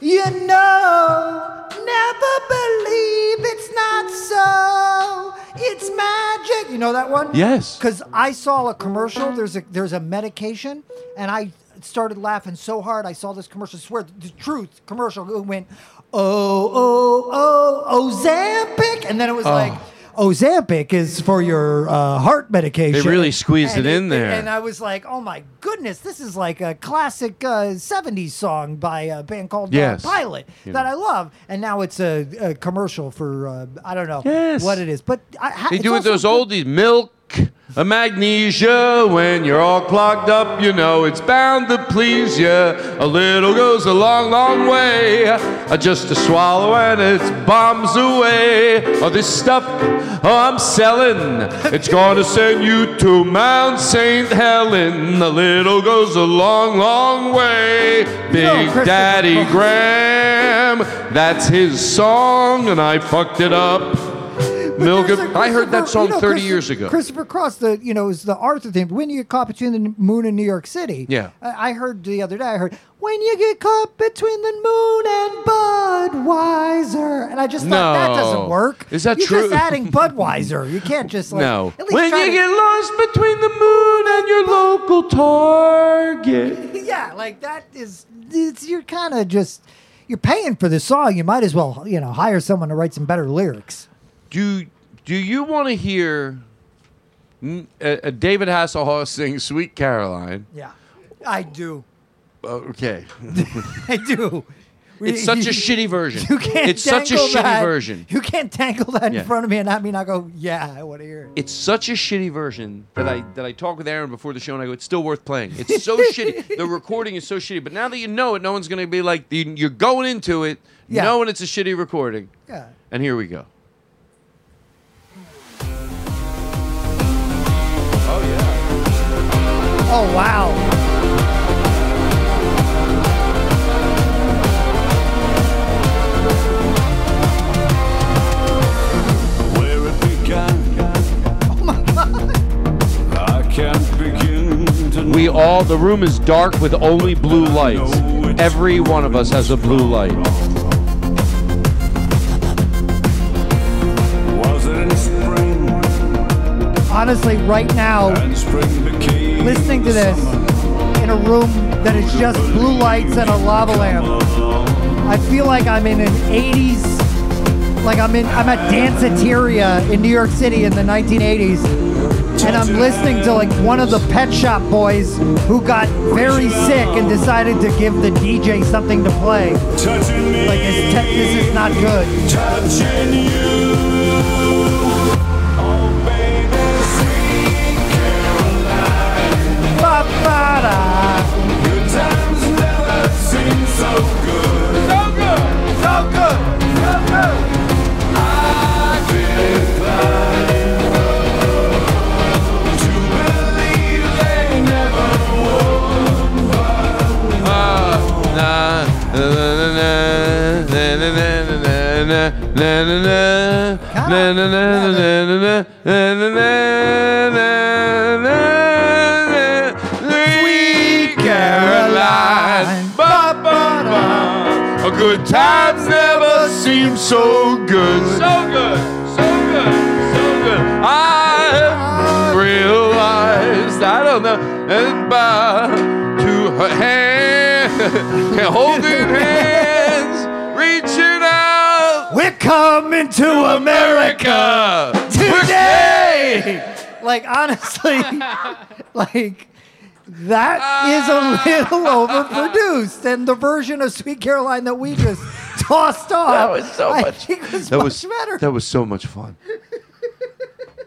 you know. Never believe it's not so. It's magic. You know that one?
Yes.
Because I saw a commercial. There's a there's a medication, and I started laughing so hard. I saw this commercial. Swear the truth commercial. It went, oh oh oh Ozempic, and then it was
Oh.
like. Ozampic is for your uh, heart medication.
They really squeezed it in there.
And I was like, oh my goodness, this is like a classic uh, 70s song by a band called uh,
Yes.
Pilot
You
that
know.
I love. And now it's a, a commercial for, uh, I don't know
Yes.
what it is. But I, ha-
They
it's
do it
also
those
good-
oldies. Milk, a magnesia. When you're all clogged up, you know it's bound to please you. A little goes a long, long way. Uh, Just a swallow and it's bombs away. Oh, this stuff oh, I'm selling, it's gonna send you to Mount St. Helen. A little goes a long, long way. Big
Christopher
Daddy
Oh.
Cross.
Graham, that's his song, and I fucked it up. Milk.
There's
and-
a
I heard that song
Christopher- you know,
30
Christopher-
years ago.
Christopher Cross, the you know, is the Arthur theme. When you get caught between the moon and New York City.
Yeah.
I, I heard the other day. I heard when you get caught between the moon and Budweiser, and I just thought that
No.
doesn't work.
Is that
You're
true?
Just adding Budweiser. You can't just like
No.
At least
When
try
you
to-
get lost between the moon and your local Target.
yeah, like that is it's you're kind of just you're paying for the song. You might as well you know hire someone to write some better lyrics.
Do Do you want to hear mm, uh, uh, David Hasselhoff sing "Sweet Caroline"?
Yeah, I do.
Okay.
I do.
It's such a shitty version.
You can't.
It's such a
dangle
shitty
that-
version.
You can't tangle that
Yeah.
in front of me and not me not go. Yeah, I want to hear it.
It's such a shitty version that I that I talk with Aaron before the show, and I go, "It's still worth playing." It's so shitty. The recording is so shitty. But now that you know it, no one's gonna be like, you- "You're going into it
Yeah.
knowing it's a shitty recording."
Yeah.
And here we go.
Oh wow.
Where it began, I can't begin to know.
We all, the room is dark with only blue lights. Every one of us has a blue light.
Was it in spring?
Honestly, right now, listening to this in a room that is just blue lights and a lava lamp, I feel like I'm in an '80s. Like I'm in, I'm at Danceteria in New York City in the 1980s, and I'm listening to like one of the Pet Shop Boys who got very sick and decided to give the DJ something to play. Like this, te- this is not good.
Good times never seem so good. So good, so good, so good. I could find to believe they never would.
Sweet Caroline, ba, ba, ba. good times never seem so good, so good, so good, so good. Ah. I realized I don't know, and by to her hand, holding hands, reaching out.
We're coming to
America today.
Like honestly, like
Uh.
that is a little overproduced, and the version of Sweet Caroline that we just
tossed off.
Oh, That was so
I
much.
think it was
that
much
was
better.
that was so much fun.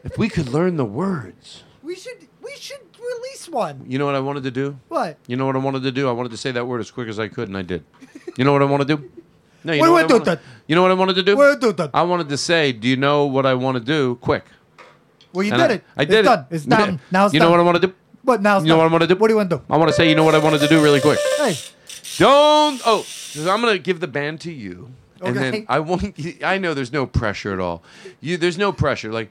if we could learn the words,
we should we should release one.
you know what I wanted to do?
What?
You know what I wanted to do? I wanted to say that word as quick as I could, and I did. You know what I want to do? No, you
Wait,
know
wait,
what I
do
wanna-
that.
You know what I wanted to do?
do that.
I wanted to say, do you know what I want to do? Quick.
Well, you
And
did
I-
it.
I did it.
it's Done. It's
You did
done.
it.
Now it's
You know
done.
what I wanna do?
What now? It's
You know
done.
what I want to do? What
do you want to do?
I want to say, you know what I wanted to do really quick.
Hey.
Don't. Oh, so I'm gonna give the band to you, and
Okay.
then I won't. I know there's no pressure at all. You there's no pressure. Like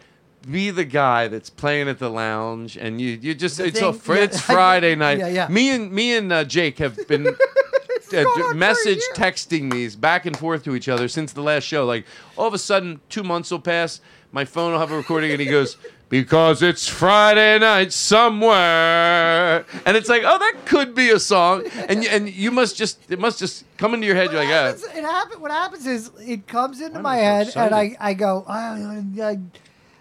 be the guy that's playing at the lounge, and you you just
The
it's
thing-
a fr-
yeah,
it's Friday night.
Yeah, yeah.
Me and me and uh, Jake have been. Uh, message texting these back and forth to each other since the last show. Like all of a sudden, two months will pass. My phone will have a recording, and he goes, "Because it's Friday night somewhere," and it's like, "Oh, that could be a song." And you- and you must just it must just come into your head. You're like, "Uh, "Yeah,
It's- It happen, What happens is it comes into
am I
my
so
head, and I,
excited?
I go,
"Oh,
I,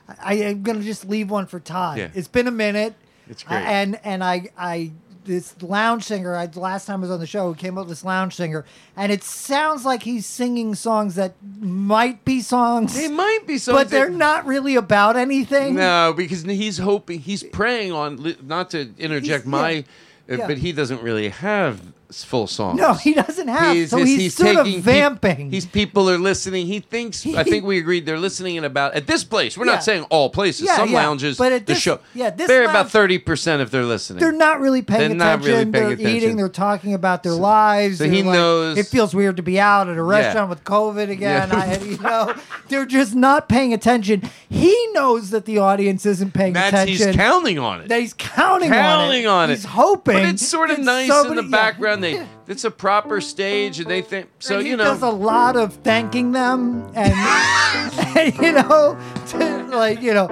I, I, am gonna just leave one for Todd.
Yeah.
It's been a minute.
It's
Uh,
great.
and and I I this lounge singer. I the last time I was on the show, we came up with this lounge singer, and it sounds like he's singing songs that might be songs.
They might be songs
but they're
that-
not really about anything.
No, because he's hoping he's preying on li- not to interject
He's-
my,
yeah.
uh,
Yeah.
but he doesn't really have s- full songs.
No, he doesn't have. so he's, sort of
peop-
vamping.
he's people are listening. He thinks. I think we agreed they're listening in about at this place. We're
Yeah.
not saying all places.
Yeah,
Some
yeah.
lounges,
But at
the
this-
show.
yeah, this
they're
lounge-
about thirty percent if they're listening.
they're not really paying
They're
attention.
not really
they're
paying
eating.
attention.
They're talking about their lives.
so
they're
he
like,
knows-
it feels weird to be out at a restaurant with COVID again.
Yeah.
I, you know, they're just not paying attention. He knows that the audience isn't paying
That's
attention.
he's counting on it.
That he's counting,
counting
on it.
on it.
He's hoping.
But it's sort of
that
nice
somebody-
in
yeah.
the background. They it's a proper stage, and they think so.
And he
you know,
does a lot of thanking them and, and, you know, to, like you know,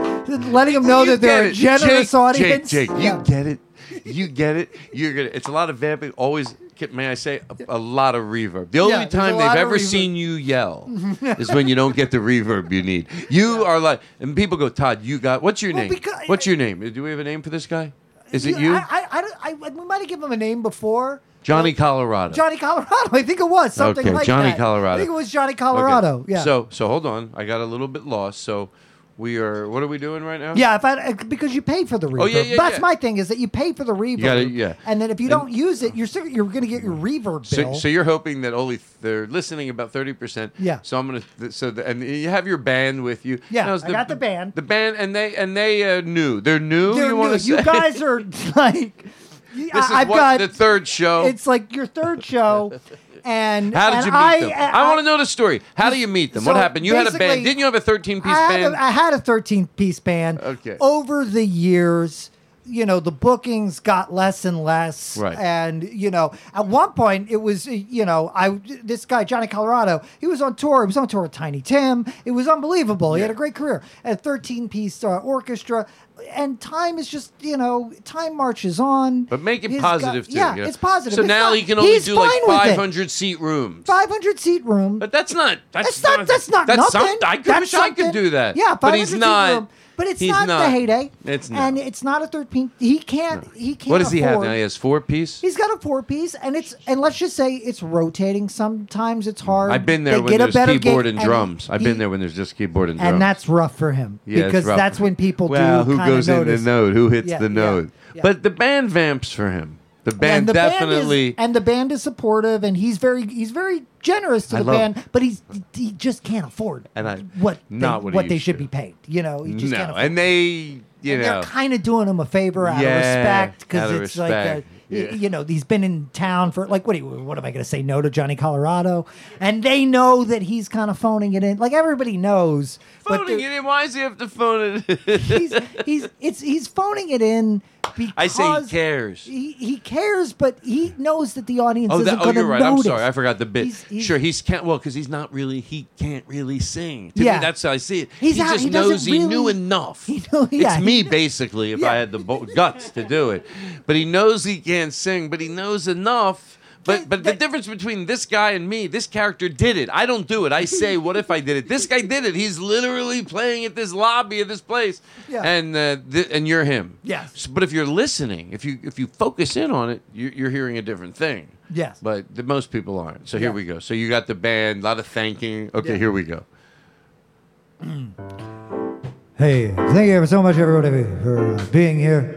letting them know
You
that
get
they're a
it.
generous
Jake,
audience.
Jake, Jake,
Yeah.
you get it. You get it. You're gonna. It's a lot of vamping. Always, may I say, a, a lot of reverb. The only
Yeah, there's a
time they've
lot of
ever
reverb.
seen you yell is when you don't get the reverb you need. You are like, and people go, Todd, you got. What's your name?
because-
what's your name? Do we have a name for this guy? Is it
I-
you?
I, I, don't- I, we might have given him a name before.
Johnny Colorado.
Johnny Colorado. I think it was something
okay,
like
Johnny
that.
Colorado.
I think it was Johnny Colorado.
Okay.
Yeah.
So so hold on. I got a little bit lost. So we are. What are we doing right now?
yeah, if I, because you pay for the reverb.
Oh, yeah, yeah,
That's
yeah.
my thing is that you pay for the reverb.
gotta- yeah.
And then if you
And-
don't use it, you're still, you're going to get your reverb
So,
bill.
so you're hoping that only th- they're listening about thirty percent.
Yeah.
So I'm gonna th- so the, and you have your band with you.
Yeah,
And was
I got the band.
The band and they and they uh, knew they're new.
They're
you want
new.
to say
You guys are like,
this is
I, have
what,
got
the third show.
it's like your third show, and
How did
and
you meet
I,
them?
I,
I, want to know the story. How do you meet them?
so
what happened? You had a
basically,
band. Didn't you have a thirteen piece
I had
band?
a- I had a 13 piece band.
Okay.
Over the years, you know, the bookings got less and less.
Right.
And, you know, at one point it was, you know, I this guy, Johnny Colorado, he was on tour. He was on tour with Tiny Tim. It was unbelievable. He had a great career. A 13 piece uh, orchestra. And time is just, you know, time marches on.
but make it
He's got-
positive too.
Yeah,
you know?
it's positive.
So
It's
now
not-
you can only
he's
do like
fine with it.
five hundred seat rooms.
500 seat room.
But that's not. That's,
That's not- that's not nothing.
some- I could-
That's
wish I
something.
could do that.
Yeah,
but he's
500 seat
not.
room. But it's
he's
not, the heyday.
It's not.
And it's not a third piece. He can't. He can't.
what does he have
afford-
now? He has four piece.
He's got a four piece, and it's and let's just say it's rotating. Sometimes it's hard.
I've been there
They
when
get a
there's
better
keyboard
gig,
and drums. I've
he-
been there when there's just keyboard and,
and
drums.
that's rough for him
Yeah, it's
because
rough.
that's when people
well,
do.
who
kinda
goes
notice.
in the note? Who hits
Yeah,
the
yeah,
note?
yeah.
But the band vamps for him. The band
and the
definitely.
band is, and the band is supportive, and he's very he's very generous to
I
the
love-
band, but he's he just can't afford
and I
what
not
they,
what,
what,
he
they
used
should
to.
be paid. You know, he just
no,
can't afford.
and they you
And
know
they're kind of doing him a favor out
Yeah,
of respect because
out of
it's like a,
respect, yeah.
you know he's been in town for like what? do you- What am I going to say no to Johnny Colorado? And they know that he's kind of phoning it in. Like everybody knows, but
phoning
they're-
it in. Why does he have to phone it?
he's he's it's he's phoning it in because
I say he cares.
He, he cares, but he knows that the audience
Oh,
isn't
that, oh,
going to
you're right.
notice.
I'm sorry. I forgot the bit.
He's- he's-
sure, he's can't. Well, because he's not really. He can't really sing. To
Yeah.
me, that's how I see it.
He's
he
out-
just
he doesn't
knows he knew
really-
enough.
He know- yeah,
it's
he
me basically. If I had the bo- guts to do it, but he knows he can't sing. But he knows enough. But but the difference between this guy and me, this character did it. I don't do it. I say, what if I did it? This guy did it. He's literally playing at this lobby of this place,
Yeah.
and uh, th- and you're him.
Yes.
S- But if you're listening, if you if you focus in on it, you're, you're hearing a different thing.
Yes.
But the, most people aren't. So here we go. So you got the band, a lot of thanking. Okay,
Yeah.
here we go.
Hey, thank you so much, everybody, for uh, being here.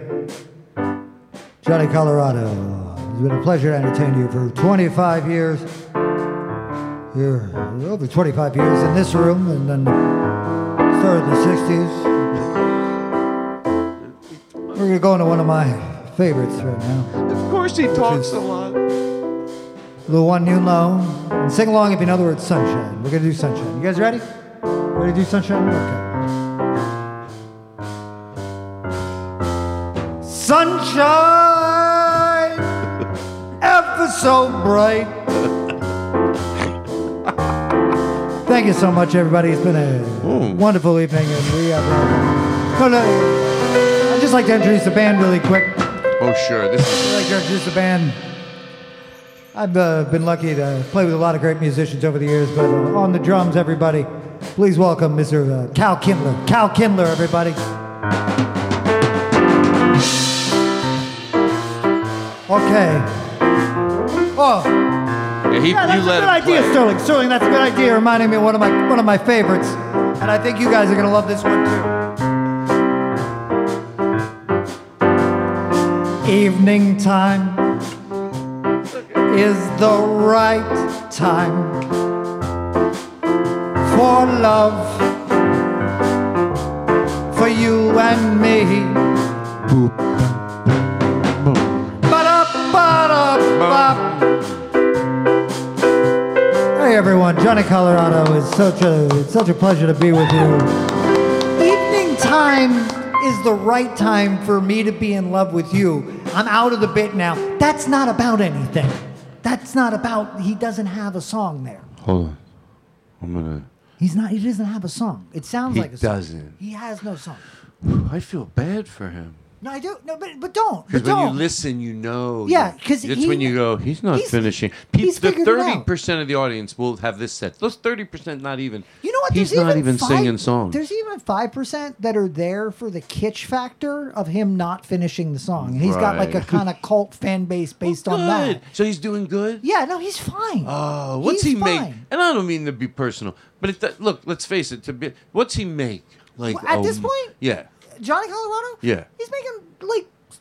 Johnny Colorado, it's been a pleasure to entertain you for 25 years. Here, over 25 years in this room, and then started in the 60s. We're going to go into one of my favorites right now.
Of course, he talks a lot.
The one you know. And sing along if you know the word sunshine. We're going to do sunshine. You guys ready? Ready to do sunshine? Okay. Sunshine, ever so bright. Thank you so much, everybody. It's been a wonderful evening, and we have. No, no. I'd just like to introduce the band really quick.
Oh, sure. This is.
I'd like to introduce the band. I've uh, been lucky to play with a lot of great musicians over the years, but uh, on the drums, everybody, please welcome Mr. Uh, Cal Kindler. Cal Kindler, everybody. Okay. Oh,
Yeah, he,
yeah, that's
you
a
let
good
him
idea,
play.
Sterling. Sterling, that's a good idea. Reminding me of one of my one of my favorites, and I think you guys are gonna love this one too. Evening time is the right time for love for you and me. Ba-da-ba-da-ba. Hey everyone, Johnny Colorado. It's such a it's such a pleasure to be with you. Evening time is the right time for me to be in love with you. I'm out of the bit now. That's not about anything. That's not about. He doesn't have a song there.
Hold on. I'm gonna.
He's not. He doesn't have a song. It sounds
He
like a song.
doesn't.
He has no song.
I feel bad for him.
No, I do. No, but but don't.
Because
But
when you
don't.
listen, you know.
Yeah,
that-
'cause
that's
he-
when you go. He's not
he's-
finishing. Pe-
he's
the
figured it out.
thirty percent of the audience will have this set. Those thirty percent, not even.
You know what?
He's
there's
not even
five-
singing songs.
There's even five percent that are there for the kitsch factor of him not finishing the song. And he's got like a
Right. Oh,
kind of cult fan base based on
Good.
that.
So he's doing good.
Yeah, no, he's fine.
Oh, what's
He's
he make?
fine.
And I don't mean to be personal, but it, th- look, let's face it. To be, what's he make? Like
Well, at
a-
this point?
Yeah,
Johnny Colorado?
yeah,
He's making like s-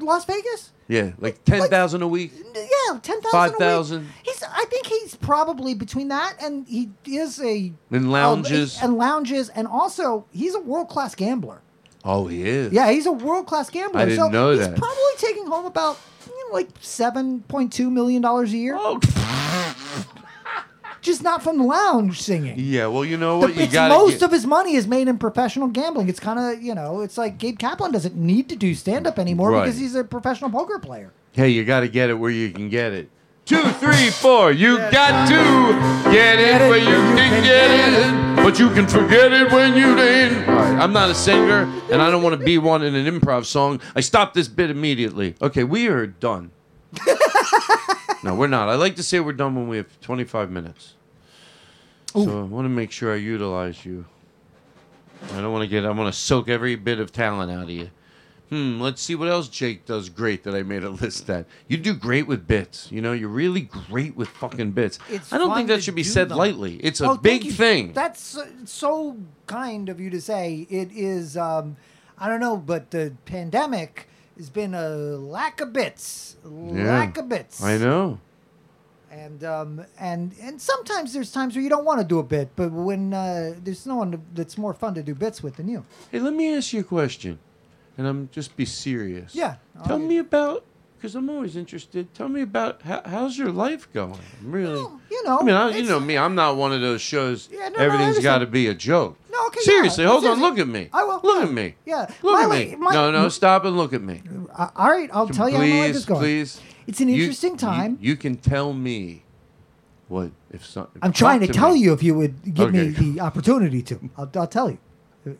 Las Vegas?
yeah. Like ten thousand a week,
Yeah, ten thousand.
five thousand
He's. I think he's probably between that and he is a
in lounges.
and lounges, and also he's a world class gambler.
oh, he is.
Yeah, he's a world class gambler.
I didn't
so
know
he's
that.
probably taking home about you know, like seven point two million dollars a year.
Oh.
Just not from the lounge singing.
Yeah. Well, you know what?
uh, The-
you
it's
got
most of his money is made in professional gambling. It's kind of you know, it's like Gabe Kaplan doesn't need to do stand up anymore
Right.
because he's a professional poker player.
Hey, you got to get it where you can get it. Two, three, four. You got to get it where you can get it, but you can forget it when you didn't. All right, I'm not a singer, and I don't want to be one in an improv song. I stopped this bit immediately. Okay, we are done. no, we're not. I like to say we're done when we have 25 minutes. So I want to make sure I utilize you. I don't want to get. I want to soak every bit of talent out of you. Hmm. Let's see what else Jake does great that I made a list at. You do great with bits. You know, you're really great with fucking bits.
It's
I don't
fun
think
to
that should be
do
said
them.
lightly. It's a
Oh, thank
big
you.
thing.
That's so- so kind of you to say. It is, um, I don't know, but the pandemic has been a lack of bits, lack of bits.
I know.
And um, and and sometimes there's times where you don't want to do a bit, but when uh, there's no one that's more fun to do bits with than you.
Hey, let me ask you a question, and I'm just be serious.
Yeah.
Tell me about because I'm always interested. Tell me about how, how's your life going? I'm really.
you know,
I mean, I, you
it's-
know me. I'm not one of those shows.
Yeah, no, no, I
everything's
understand.
got to be a joke.
No, Oh, okay, yeah,
Seriously, hold on.
seriously.
Look at me.
I will,
Look
yeah,
at me.
yeah.
Look
My
at
li-
me.
my-
no, no, stop and look at me.
Uh, all right, I'll tell you how my life
Please,
is going.
Please,
It's an
You-
interesting
you-
time.
You, can tell me what if something.
I'm trying to, tell you if you would give me
Okay.
the opportunity to. I'll, I'll tell you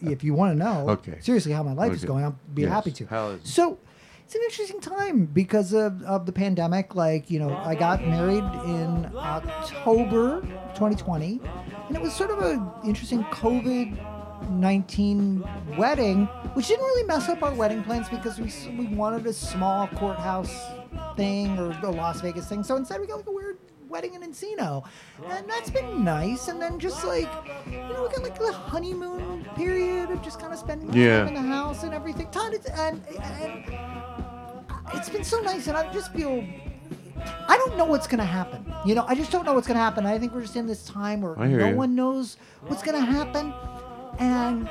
if you want to know.
Okay.
Seriously, how my life is
Okay.
going, I'll be
Yes.
happy to.
How is it?
So it's an interesting time because of, of the pandemic. Like, you know, I got married in October 2020, and it was sort of an interesting COVID
19 wedding, which didn't really mess up our wedding plans because we, s- we wanted a small courthouse thing or a Las Vegas thing. So instead, we got like a weird wedding in Encino. And that's been nice. And then just like, you know, we got like the honeymoon period of just kind of spending time
Yeah.
in the house and everything. Todd, it's, and, and it's been so nice. And I just feel. I don't know what's going to happen. You know, I just don't know what's going to happen. I think we're just in this time where
I hear
no
you.
one knows what's going to happen. And,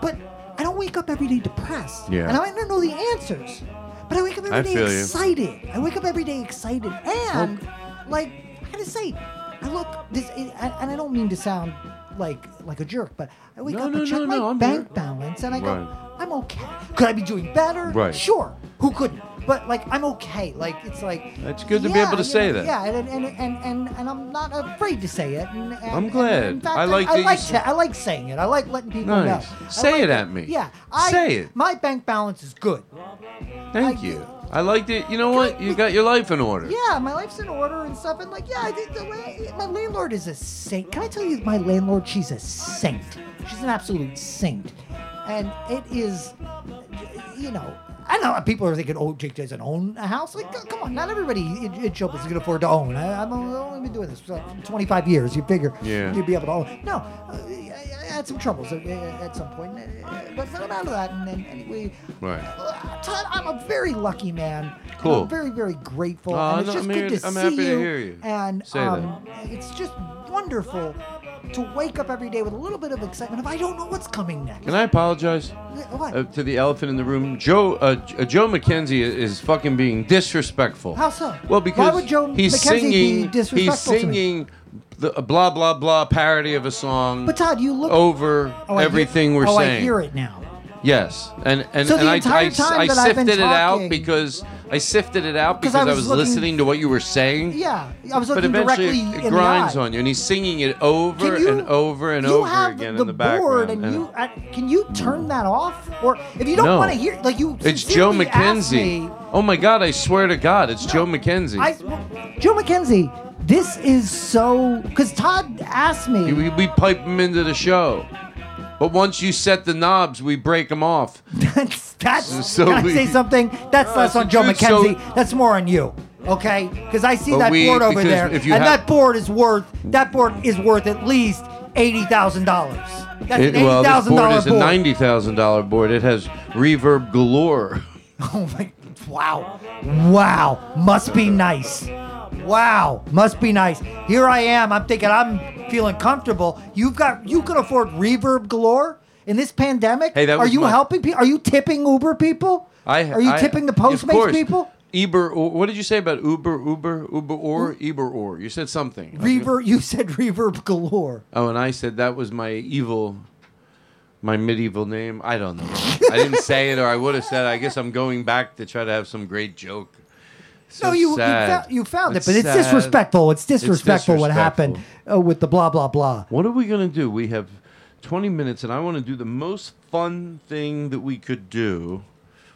but I don't wake up every day depressed.
Yeah.
And I don't know the answers. But I wake up every
I
day
feel you.
excited. I wake up every day excited. And, like, I gotta say, I look, this, and and I don't mean to sound like like a jerk, but I wake
No,
up
no,
and check
no,
my
no, I'm
bank
here.
balance and I go,
Right.
I'm okay. Could I be doing better?
Right.
Sure. Who couldn't? But like, I'm okay. Like, it's like.
It's good to be able to
you
say
know,
that.
Yeah, and and, and and and I'm not afraid to say it. And, and,
I'm
and
glad.
in fact,
I like
I,
that you
like
s-
to- I like saying it. I like letting people
Nice.
know. I
Say
like
it
that-
at me.
Yeah. I,
Say it.
My bank balance is good.
Thank you. I liked it. You know what? You got your life in order.
Yeah, my life's in order and stuff. And like, yeah, I think the la- my landlord is a saint. Can I tell you, my landlord, she's a saint. She's an absolute saint. And it is, you know, I know people are thinking, oh, Jake doesn't own a house. Like, c- come on, not everybody in, in showbiz can afford to own. I, I've only only been doing this for like 25 years. You figure
Yeah.
you'd be able to own. No, uh, I, I had some troubles at, at some point, uh, but I'm out of that. And then anyway,
Right.
Todd, I'm a very lucky man. and
Cool.
I'm very, very grateful.
Aw,
and it's
Oh, no,
just
I'm
good
here-
to
I'm
see
happy to
you.
hear you.
And
Say that.
um, it's just wonderful to wake up every day with a little bit of excitement. If I don't know what's coming next.
Can I apologize
What?
uh, to the elephant in the room? Joe uh, J- uh, Joe McKenzie is fucking being disrespectful.
How so?
Well, because
Why would Joe
he's
McKenzie
singing,
be disrespectful
he's
to me?
singing the a blah blah blah parody of a song.
But Todd, you look
over
Oh, I hear-
everything we're
oh, I
saying.
hear it now.
Yes, and and,
So the
and I,
entire
I,
time
I
that I've been
sifted it out
talking-
because I sifted it out
'Cause
because
I
I was,
was looking-
listening to what you were saying.
Yeah, I was
But
looking
eventually
directly
it
in the
grinds
eye.
on you, and he's singing it over
Can you-
and over and
you
over
have
again
the
in the
board,
background.
and you uh, can you turn that off, or if you don't
No.
want to hear, like you.
it's Joe
sincerely asked me-
McKenzie. Oh my God! I swear to God, it's Joe McKenzie.
I, Joe McKenzie, this is so. Because Todd asked me.
we, we pipe him into the show, but once you set the knobs, we break them off.
that's that's.
So
can
we-
I say something? That's
No,
less
it's the
on Joe
truth, so-
McKenzie. that's more on you. Okay, because I see
But
that
we-
board over
because
there,
if you
and
have-
that board is worth that board is worth at least eighty thousand dollars. That's
It-
an
well,
eighty
this
thousand
board
dollar
is a
board.
ninety thousand dollar board. It has reverb galore.
Oh my! Wow! Wow! Must be nice. Wow! Must be nice. Here I am. I'm thinking I'm feeling comfortable. You've got you can afford reverb galore in this pandemic.
Hey, that
are
was
you
my-
helping people? Are you tipping Uber people?
I,
are you
I-
tipping the
of course.
Postmates people?
Uber, or, what did you say about Uber, Uber, Uber or Uber or? You said something.
Reverb. You said reverb galore.
Oh, and I said that was my evil, my medieval name. I don't know. I didn't say it, or I would have said. It. I guess I'm going back to try to have some great joke. So
no, you you,
sad.
fou- you found
It's
it, but it's
sad.
disrespectful. It's disrespectful what
disrespectful.
happened uh, with the blah blah blah.
What are we going to do? We have 20 minutes, and I want to do the most fun thing that we could do.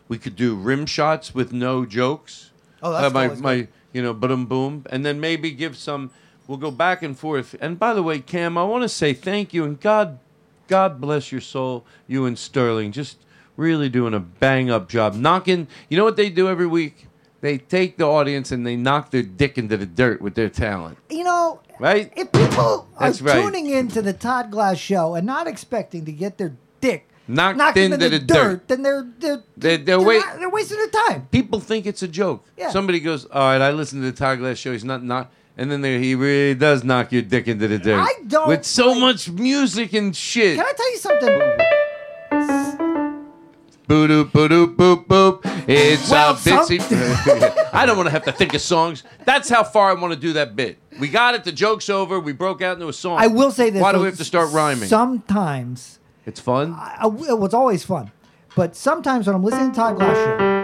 We could do rim shots with no jokes.
Oh, that's
my,
always
my, you know, boom, boom, and then maybe give some. We'll go back and forth. And by the way, Cam, I want to say thank you and God, God bless your soul, you and Sterling. Just really doing a bang up job, knocking. You know what they do every week? They take the audience and they knock their dick into the dirt with their talent,
You know,
right?
If people
That's
are
right.
tuning into the Todd Glass show and not expecting to get their dick
Knocked,
knocked
into, the, dirt.
then they're they're
They, they're,
they're,
wait,
not- they're wasting their time.
people think it's a joke.
Yeah.
Somebody goes, "All right, I listened to the Todd Glass show. He's not not." And then they, he really does knock your dick into the dirt.
I don't
With so much music and shit.
Can I tell you something?
Boo doo boo doo boop boop. It's
Well,
a busy. I don't want to have to think of songs. That's how far I want to do that bit. We got it. The joke's over. We broke out into a song.
I will say this.
Why do
though,
we have to start rhyming?
Sometimes
it's fun.
I, I- it was always fun, but sometimes when I'm listening to Todd Glass show,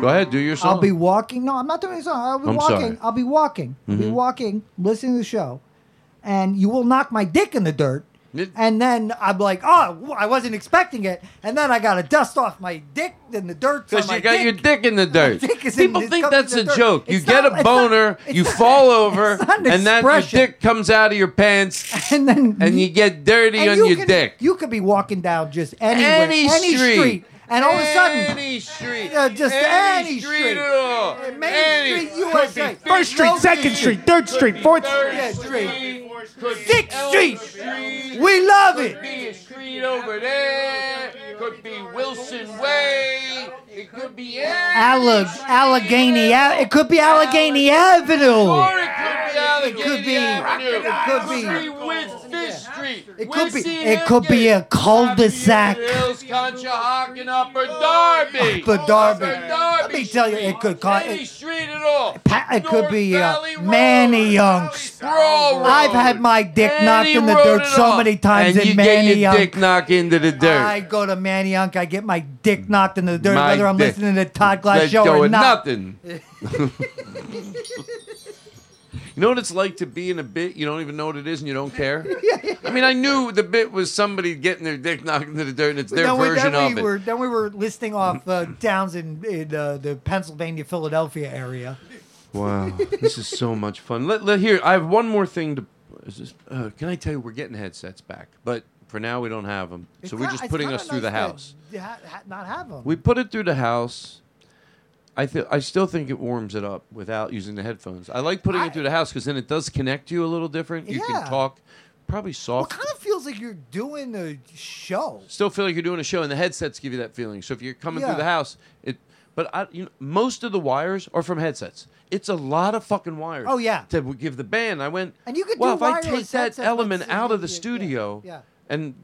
Go ahead, do your song.
I'll be walking. No, I'm not doing a song. I'll be
I'm
walking.
sorry.
I'll be walking. I'll be
Mhm.
walking, listening to the show, and you will knock my dick in the dirt.
And then I'm like, oh, w- I wasn't expecting it. And then I got to dust off my dick and the dirt.
Because you got your dick in the dirt.
dick is in-
People
it
think
comes in
that's
the
a
dirt.
joke. You
It's
get
not-
a
it's not-
boner, you fall over, and then your dick comes out of your pants,
and then
and you get dirty
And
on
you
your
can-
dick.
You could be walking down just anywhere,
Any
any,
street.
street. and all of a sudden,
any street,
uh, just
any
any,
street at all.
Main
Any-
Street,
could be
USA.
First Street, Second Street, Third Street, Fourth
Yeah,
Street.
Street,
Sixth
Street. We love it.
Could be a street over there. Could be Wilson Way. It could be any
Alleg- Allegheny. A- It could be Allegheny
Or
Avenue.
it could be Allegheny
Oh. could be-
Avenue.
it could be-
Street with Fish Street.
It could be. It could be a cul-de-sac.
Hills, Conshohocken, Upper Darby.
Upper Darby.
Upper
Let me tell you, it could call
Any
it.
street at all.
pa- It could be uh, Manny Younks.
Road.
I've had my dick knocked
Any
in the
road
dirt
at
so
all.
many times
and
in
you
Manny um,
get your
Young.
dick knocked into the dirt.
I go to Manny Young. I get my dick knocked in the dirt,
My
whether I'm
dick.
listening to Todd Glass
That's
show or
doing
not.
nothing. you know what it's like to be in a bit you don't even know what it is and you don't care. I mean, I knew the bit was somebody getting their dick knocked into the dirt and it's their
then we,
version
then
of
we
it.
were then we were listing off uh, towns in, in uh, the Pennsylvania Philadelphia area.
Wow, this is so much fun. Let, let here. I have one more thing to. Is this, uh, can I tell you we're getting headsets back, but for now we don't have them, so we're just putting us through the house.
not have them.
We put it through the house. I th- I still think it warms it up without using the headphones. I like putting it through the house because then it does connect you a little different. You
Yeah.
can talk, probably soft.
kind of feels like you're doing a show.
Still feel like you're doing a show, and the headsets give you that feeling. So if you're coming
Yeah.
through the house, it. But I, you know, most of the wires are from headsets. It's a lot of fucking wires.
Oh, yeah.
To w- give the band, I went.
And you could
well,
do
if I
wireless
take that
headsets, like
element
CD,
out of the
yeah, yeah,
studio,
yeah.
and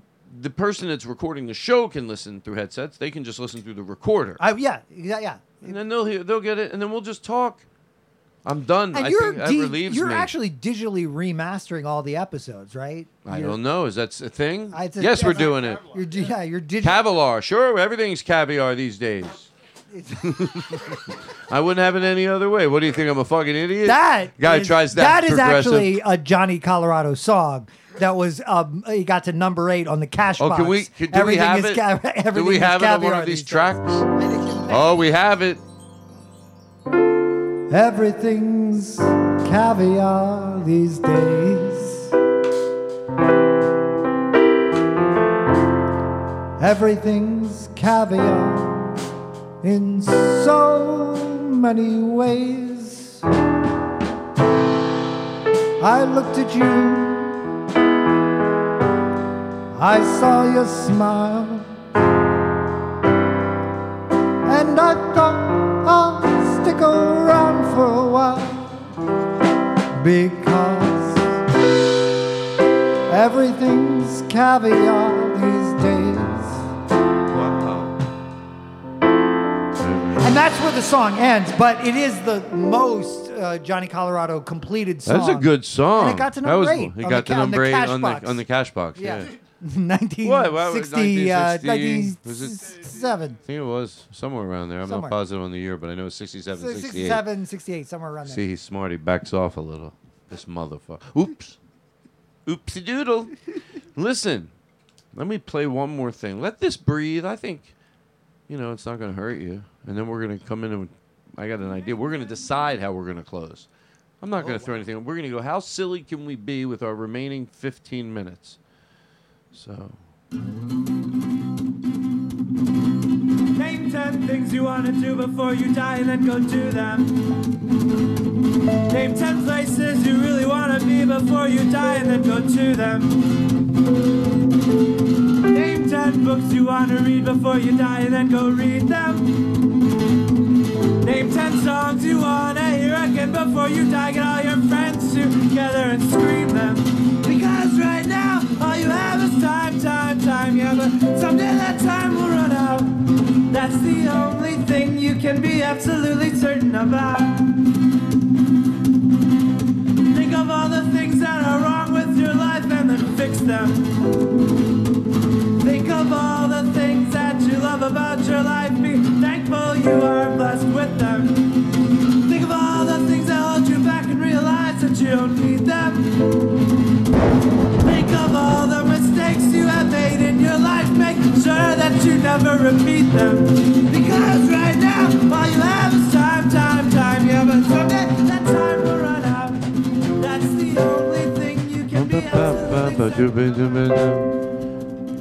the person that's recording the show can listen through headsets. They can just listen through the recorder.
I, yeah, yeah, yeah.
and then they'll hear, they'll get it, and then we'll just talk. I'm done.
And
Hmm, I
you're
think that
di-
relieves
you're
me.
actually digitally remastering all the episodes, right?
I
You're-
don't know. Is that a thing?
I- it's a-
yes, we're
it's a-
doing it.
You're, di- yeah, you're digital.
Cavalar, sure. Everything's caviar these days. I wouldn't have it any other way. What do you think? I'm a fucking idiot.
That
guy
is-
tries that.
That is
progressive-
actually a Johnny Colorado song that was um he got to number eight on the cash
Oh,
box.
can we? Can, do we
everything
have
is
it?
ca-
do
everything
we
is
have it on one
caviar
of these
days.
tracks? Oh, we have it.
Everything's caviar these days. Everything's caviar in so many ways. I looked at you, I saw your smile, and I thought I'll stick around for a while because everything's caviar these days. And that's where the song ends, but it is the most uh, Johnny Colorado completed song.
That's a good song.
And it got to
That
number
was-
eight.
It got
on the,
to
ca-
number eight
cash
on
box.
the on the cash box. Yeah. What, what was
1960, uh,
1960? Was it-
1967.
I think it was somewhere around there. I'm
Somewhere.
not positive on the year, but I know it's 67, 68.
67, 68, somewhere around there.
See, he's smart. He backs off a little. This motherfucker. Oops. Oopsie doodle. Listen, let me play one more thing. Let this breathe. I think, you know, it's not going to hurt you. And then we're going to come in and I got an idea. We're going to decide how we're going to close. I'm not
Oh,
going to throw anything. We're going to go, how silly can we be with our remaining 15 minutes? So.
Name 10 things you want to do before you die and then go do them. Name 10 places you really want to be before you die and then go to them. Name 10 books you want to read before you die and then go read them. Name 10 songs you want to hear again before you die. Get all your friends together and scream them. Because right now, all you have is time, time, time. Yeah, but someday that time will run out. That's the only thing you can be absolutely certain about. Think of all the things that are wrong with your life and then fix them. Think of all the things that you love about your life. Be thankful you are blessed with them. Think of all the things that hold you back and realize that you don't need them. Think of all the mistakes never repeat them. Because right now, all you have is time, time, time. Yeah, but someday that time will run out. That's the only thing you can be.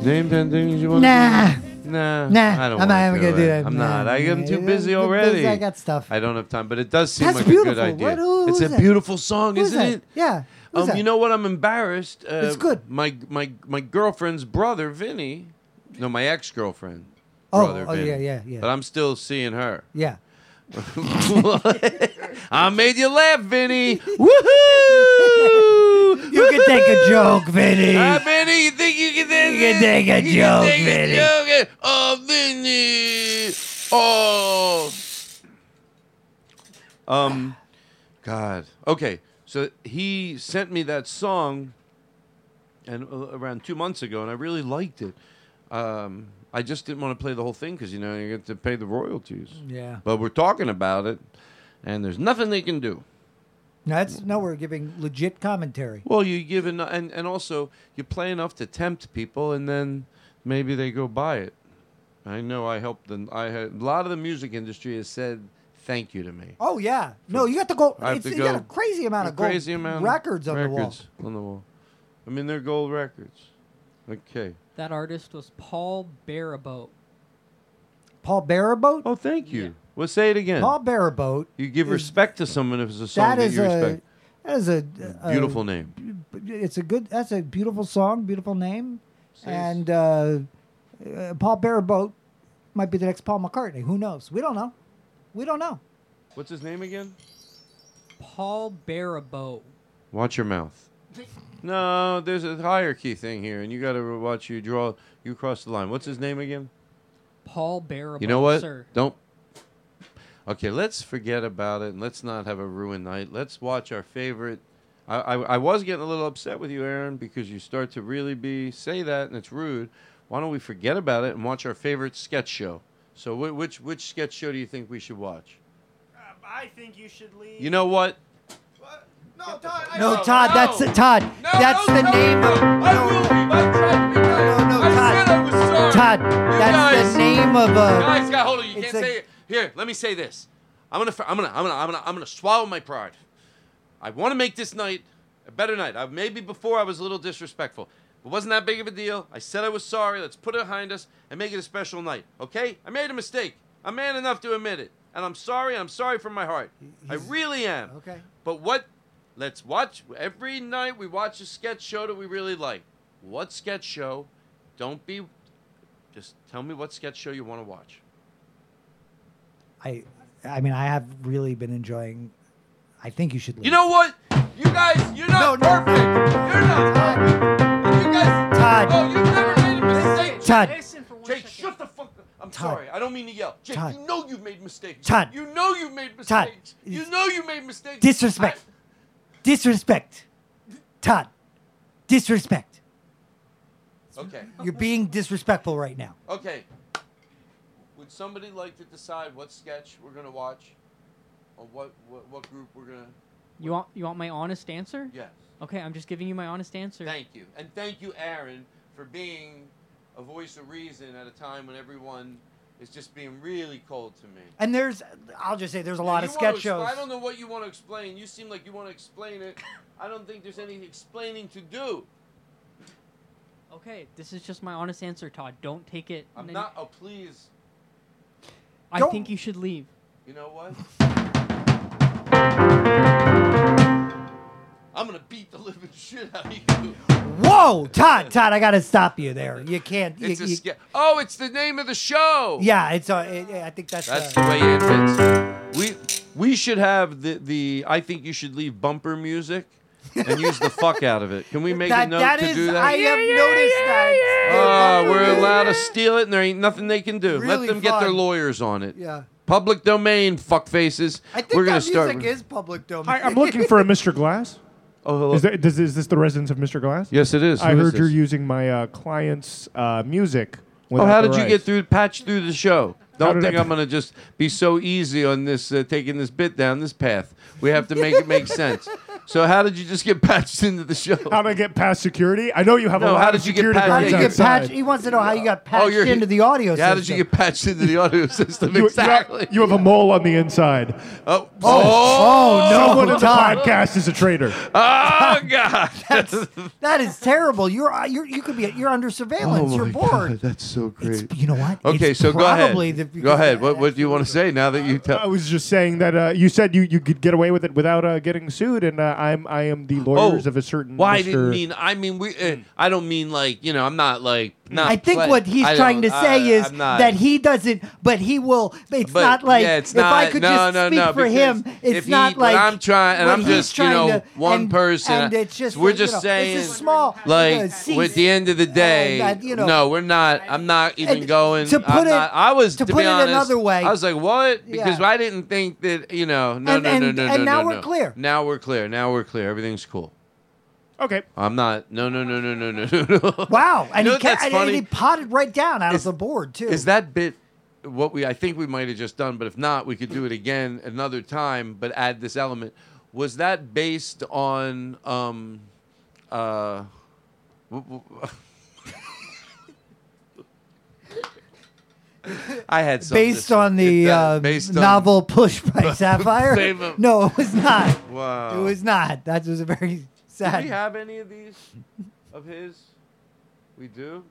Name 10 things you want
Nah.
to do. Nah.
Nah,
I don't
I'm not
wanna
even gonna do
it.
that.
I'm
Nah,
not. I am too
nah,
busy
nah,
already.
I got stuff.
I don't have time, but it does seem
That's
like a
beautiful.
good idea.
What- who-
it's
who's
a
that?
beautiful song,
Who's
isn't
that?
it?
Yeah. Who's
um,
that?
you know what? I'm embarrassed. Uh,
It's good.
My my my girlfriend's brother, Vinny. No, my ex girlfriend.
Oh,
brother,
oh,
Vinny.
yeah, yeah, yeah.
But I'm still seeing her.
Yeah.
I made you laugh, Vinny. Woohoo!
You can take a joke, Vinny.
Ah, Vinny, you think you can take
You can take a
you can
joke,
take
Vinny.
A joke. Oh, Vinny. Oh. Um, God. Okay, so he sent me that song, and uh, around two months ago, and I really liked it. Um, I just didn't want to play the whole thing because you know you get to pay the royalties.
Yeah.
But we're talking about it, and there's nothing they can do.
No, that's no. We're giving legit commentary.
Well, you give enough, and, and also you play enough to tempt people, and then maybe they go buy it. I know I helped them. I had, a lot of the music industry has said thank you to me.
Oh yeah. No, you got to go.
I have
It's,
to
you
go-
got a crazy amount
a
of gold
crazy amount of
records on the wall.
records on the wall. I mean, they're gold records. Okay.
That artist was Paul Baribeau.
Paul Bariboat.
Oh, thank you. Well, say it again.
Paul Bariboat.
You give
is-
respect to someone if it's a song
That
that,
is
you
a.
respect.
That is a a-
Beautiful name.
It's a good. That's a beautiful song. Beautiful name.
Says-
And uh, uh, Paul Bariboat might be the next Paul McCartney. Who knows? We don't know. We don't know.
What's his name again?
Paul Baribeau.
Watch your mouth. No, there's a hierarchy thing here, and you got to watch you draw. You cross the line. What's his name again?
Paul Baribeau.
You know what?
Sir.
Don't. Okay, let's forget about it and let's not have a ruined night. Let's watch our favorite. I, I, I was getting a little upset with you, Aaron, because you start to really be say that and it's rude. Why don't we forget about it and watch our favorite sketch show? So, whi- which which sketch show do you think we should watch?
Um, I think you should leave.
You know what?
No, Todd. I
No,
know.
Todd. That's it, Todd. that's the name of. No, no, Todd. Todd. That's
guys-
the name of a.
guys, got hold of you. You
it's
can't
a-
say it. Here, let me say this. I'm gonna, I'm gonna, I'm gonna, I'm gonna, I'm gonna swallow my pride. I want to make this night a better night. I, maybe before I was a little disrespectful. It wasn't that big of a deal. I said I was sorry. Let's put it behind us and make it a special night. Okay? I made a mistake. I'm man enough to admit it, and I'm sorry. I'm sorry from my heart. I really am.
Okay.
But what? Let's watch every night. We watch a sketch show that we really like. What sketch show? Don't be. Just tell me what sketch show you want to watch.
I, I mean, I have really been enjoying. I think you should leave.
You know what? You guys, you're not perfect. You're not perfect. And You guys,
Todd.
oh, you've never made a mistake.
Todd.
Jake, shut the fuck up. I'm
Todd.
sorry. I don't mean to yell. Jake,
Todd.
you know you've made mistakes.
Todd.
You know you've made mistakes.
Todd.
You know you made mistakes.
disrespect, disrespect, Todd, disrespect.
I- okay.
You're being disrespectful right now.
Okay. Would somebody like to decide what sketch we're gonna watch, or what what, what group we're gonna?
You want you want my honest answer?
Yes.
Okay, I'm just giving you my honest answer.
Thank you, and thank you, Aaron, for being a voice of reason at a time when everyone is just being really cold to me.
And there's, I'll just say, there's a
Yeah,
lot
you
of
wanna
sketch
expl-
shows.
I don't know what you want to explain. You seem like you want to explain it. I don't think there's any explaining to do.
Okay, this is just my honest answer, Todd. Don't take it.
I'm
in any-
not. Oh, please.
I
Don't-
think you should leave.
You know what? I'm gonna beat the living shit out of you.
Whoa, Todd, Todd, I gotta stop you there. You can't. you-
It's a
you-
sketch. Oh, it's the name of the show.
yeah, it's. Uh, it, I think that's.
That's
uh,
the way it fits. We we should have the the I think you should leave bumper music and use the fuck out of it. Can we make a
that,
note
that
to
is.
do that?
I have noticed that.
Oh, we're allowed to steal it, and there ain't nothing they can do. Let
Really
them get their
fun.
lawyers on it.
Yeah.
Public domain, fuck faces.
I think
we're gonna
that
start.
music is public domain.
I, am looking for a Mr. Glass.
Oh, hello.
Is, there, does, is this the residence of Mr. Glass?
Yes, it is.
I
Who is
heard you're
this?
using my uh, client's uh, music.
oh,
without
how
the
did you
rights.
get through patch through the show? Don't
did
think
I-
I'm gonna just be so easy on this uh, taking this bit down this path. We have to make it make sense. So how did you just get patched into the show?
How did I get past security? I know you have a
No,
lot
how
of
did you get
security
patched?
guards
How did you get
outside.
Patch, he wants to know how you got patched
Oh, you're-
into the audio
Yeah, how did you
system.
get patched into the audio system? exactly.
You have a mole on the inside.
Oh,
oh,
oh,
no,
Someone in the
Todd.
podcast is a traitor.
Oh God!
that is terrible. You're, uh, you're you could be you're under surveillance.
Oh
you're bored.
that's so great.
you know what?
okay,
It's
so go ahead.
probably the-
go ahead. What, what do you want to say now that you
I
tell?
was just saying that uh, you said you, you could get away with it without uh, getting sued, and uh, I'm I am the lawyers of a certain.
Oh, Why I
Mr.
didn't mean? I mean, we. Uh, I don't mean like you know. I'm not like. Not
I think
play-
what he's
I
trying to
don't-
say
I-
is
I'm not-
that he doesn't, but he will. It's
But,
not like
yeah, it's
if I
not-
could
no,
just
no,
speak
no,
for him.
because if
It's
he-
not
but
like
I'm trying- and
what
I'm
he's
just, you
trying
know,
to-
one
and-
person.
And it's just
We're
like, you
just
know,
saying,
this is small.
like
uh,
at the end of the day,
that, uh, you know-
no, we're not. I'm not even going.
to put
I'm
it-
not- I was
to
to,
put
be
it
honest,
another way-
I was like, what? Because
Yeah.
I didn't think that you know. No,
And-
no, no,
and-
no, no.
and now
no,
we're
no.
clear.
Now we're clear. Now we're clear. Everything's cool.
Okay.
I'm not. No, no, no, no, no, no, no, no.
Wow, and
You know
he
what
ca-
that's
and,
funny?
and he potted right down out of the board too.
Is that bit what we? I think we might have just done, but if not, we could do it again another time. But add this element. Was that based on? Um, uh, w- w- I had something to
based
say.
on
It
the
does.
uh,
Based on-
novel Push by
Save
Sapphire?
him.
no, it was not.
Wow.
It was not. That was a very
Do we
sad.
have any of these of his? We do.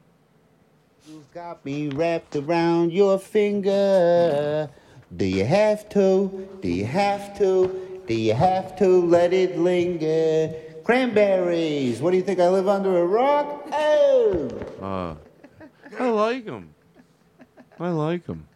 Got me wrapped around your finger. Do you have to? Do you have to? Do you have to let it linger? Cranberries. What do you think? I live under a rock? Oh!
Uh, I like him. I like him.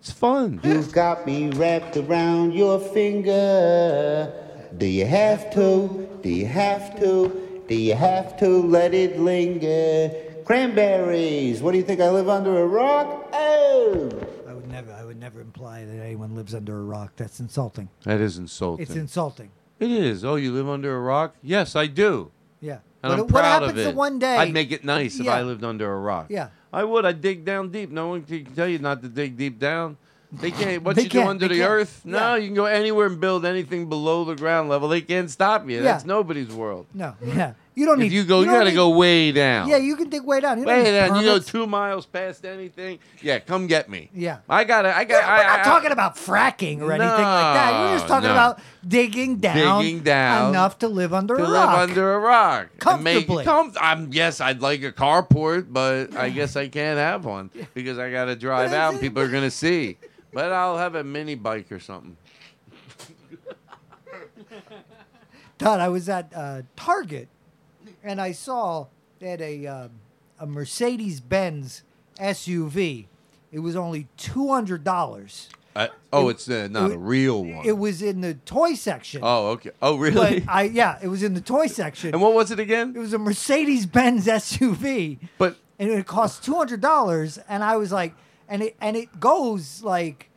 It's fun.
You've got me wrapped around your finger. Do you have to? Do you have to? Do you have to let it linger? Cranberries. What do you think? I live under a rock? Oh!
I would never. I would never imply that anyone lives under a rock. That's insulting.
That is insulting.
It's insulting.
It is. Oh, you live under a rock? Yes, I do.
Yeah.
And
What-
I'm
what
proud of
happens
it.
to one day-
I'd make it nice if
Yeah.
I lived under a rock.
Yeah.
I would. I'd dig down deep. No one can tell you not to dig deep down. They can't. What
They
you
can't.
do under
They
the
can't.
earth? No, you can go anywhere and build anything below the ground level. They can't stop you.
Yeah.
That's nobody's world.
No. Yeah. You don't
if
need.
you go, you,
don't
gotta
need-
go way down.
Yeah, you can dig way down. You don't
way
need
down. You go
permits.
two miles past anything. Yeah, come get me.
Yeah.
I gotta. I got.
We're
I,
not
I-
talking about fracking or anything like that. We're just
No,
talking
no.
about digging down,
Digging down
enough to live under
to
a
live
rock.
under a rock And make-
Comfortably.
com- I'm yes, I'd like a carport, but I guess I can't have one because I got to drive out. and People are gonna see, but I'll have a mini bike or something.
Todd, I was at uh, Target and I saw they had a um, a Mercedes Benz SUV. It was only two hundred dollars.
Uh, oh, it's uh, not a real one.
It was in the toy section.
oh, okay. Oh, really?
But I yeah, it was in the toy section.
and what was it again?
It was a Mercedes Benz SUV.
But
and it cost two hundred dollars, and I was like, and it and it goes like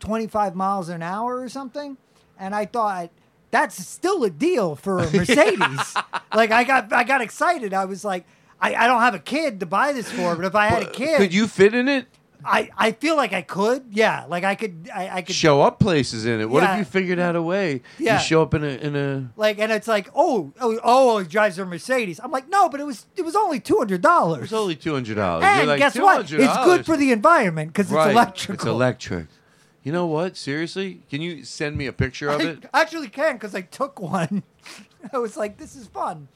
twenty five miles an hour or something, and I thought that's still a deal for a Mercedes. like I got I got excited. I was like, I, I don't have a kid to buy this for, but if I had a kid,
Could you fit in it?
I I feel like I could. Yeah, like I could. I, I could
Show up places in it. What
Yeah.
if you figured out a way?
Yeah.
You show up in a in a.
Like and it's like oh oh oh he drives a Mercedes. I'm like no, but it was it was only two hundred dollars.
It's only two hundred dollars.
And guess what? It's good for the environment because it's electrical.
It's electric. You know what? Seriously, can you send me a picture of
I
it?
actually can because I took one. I was like, this is fun.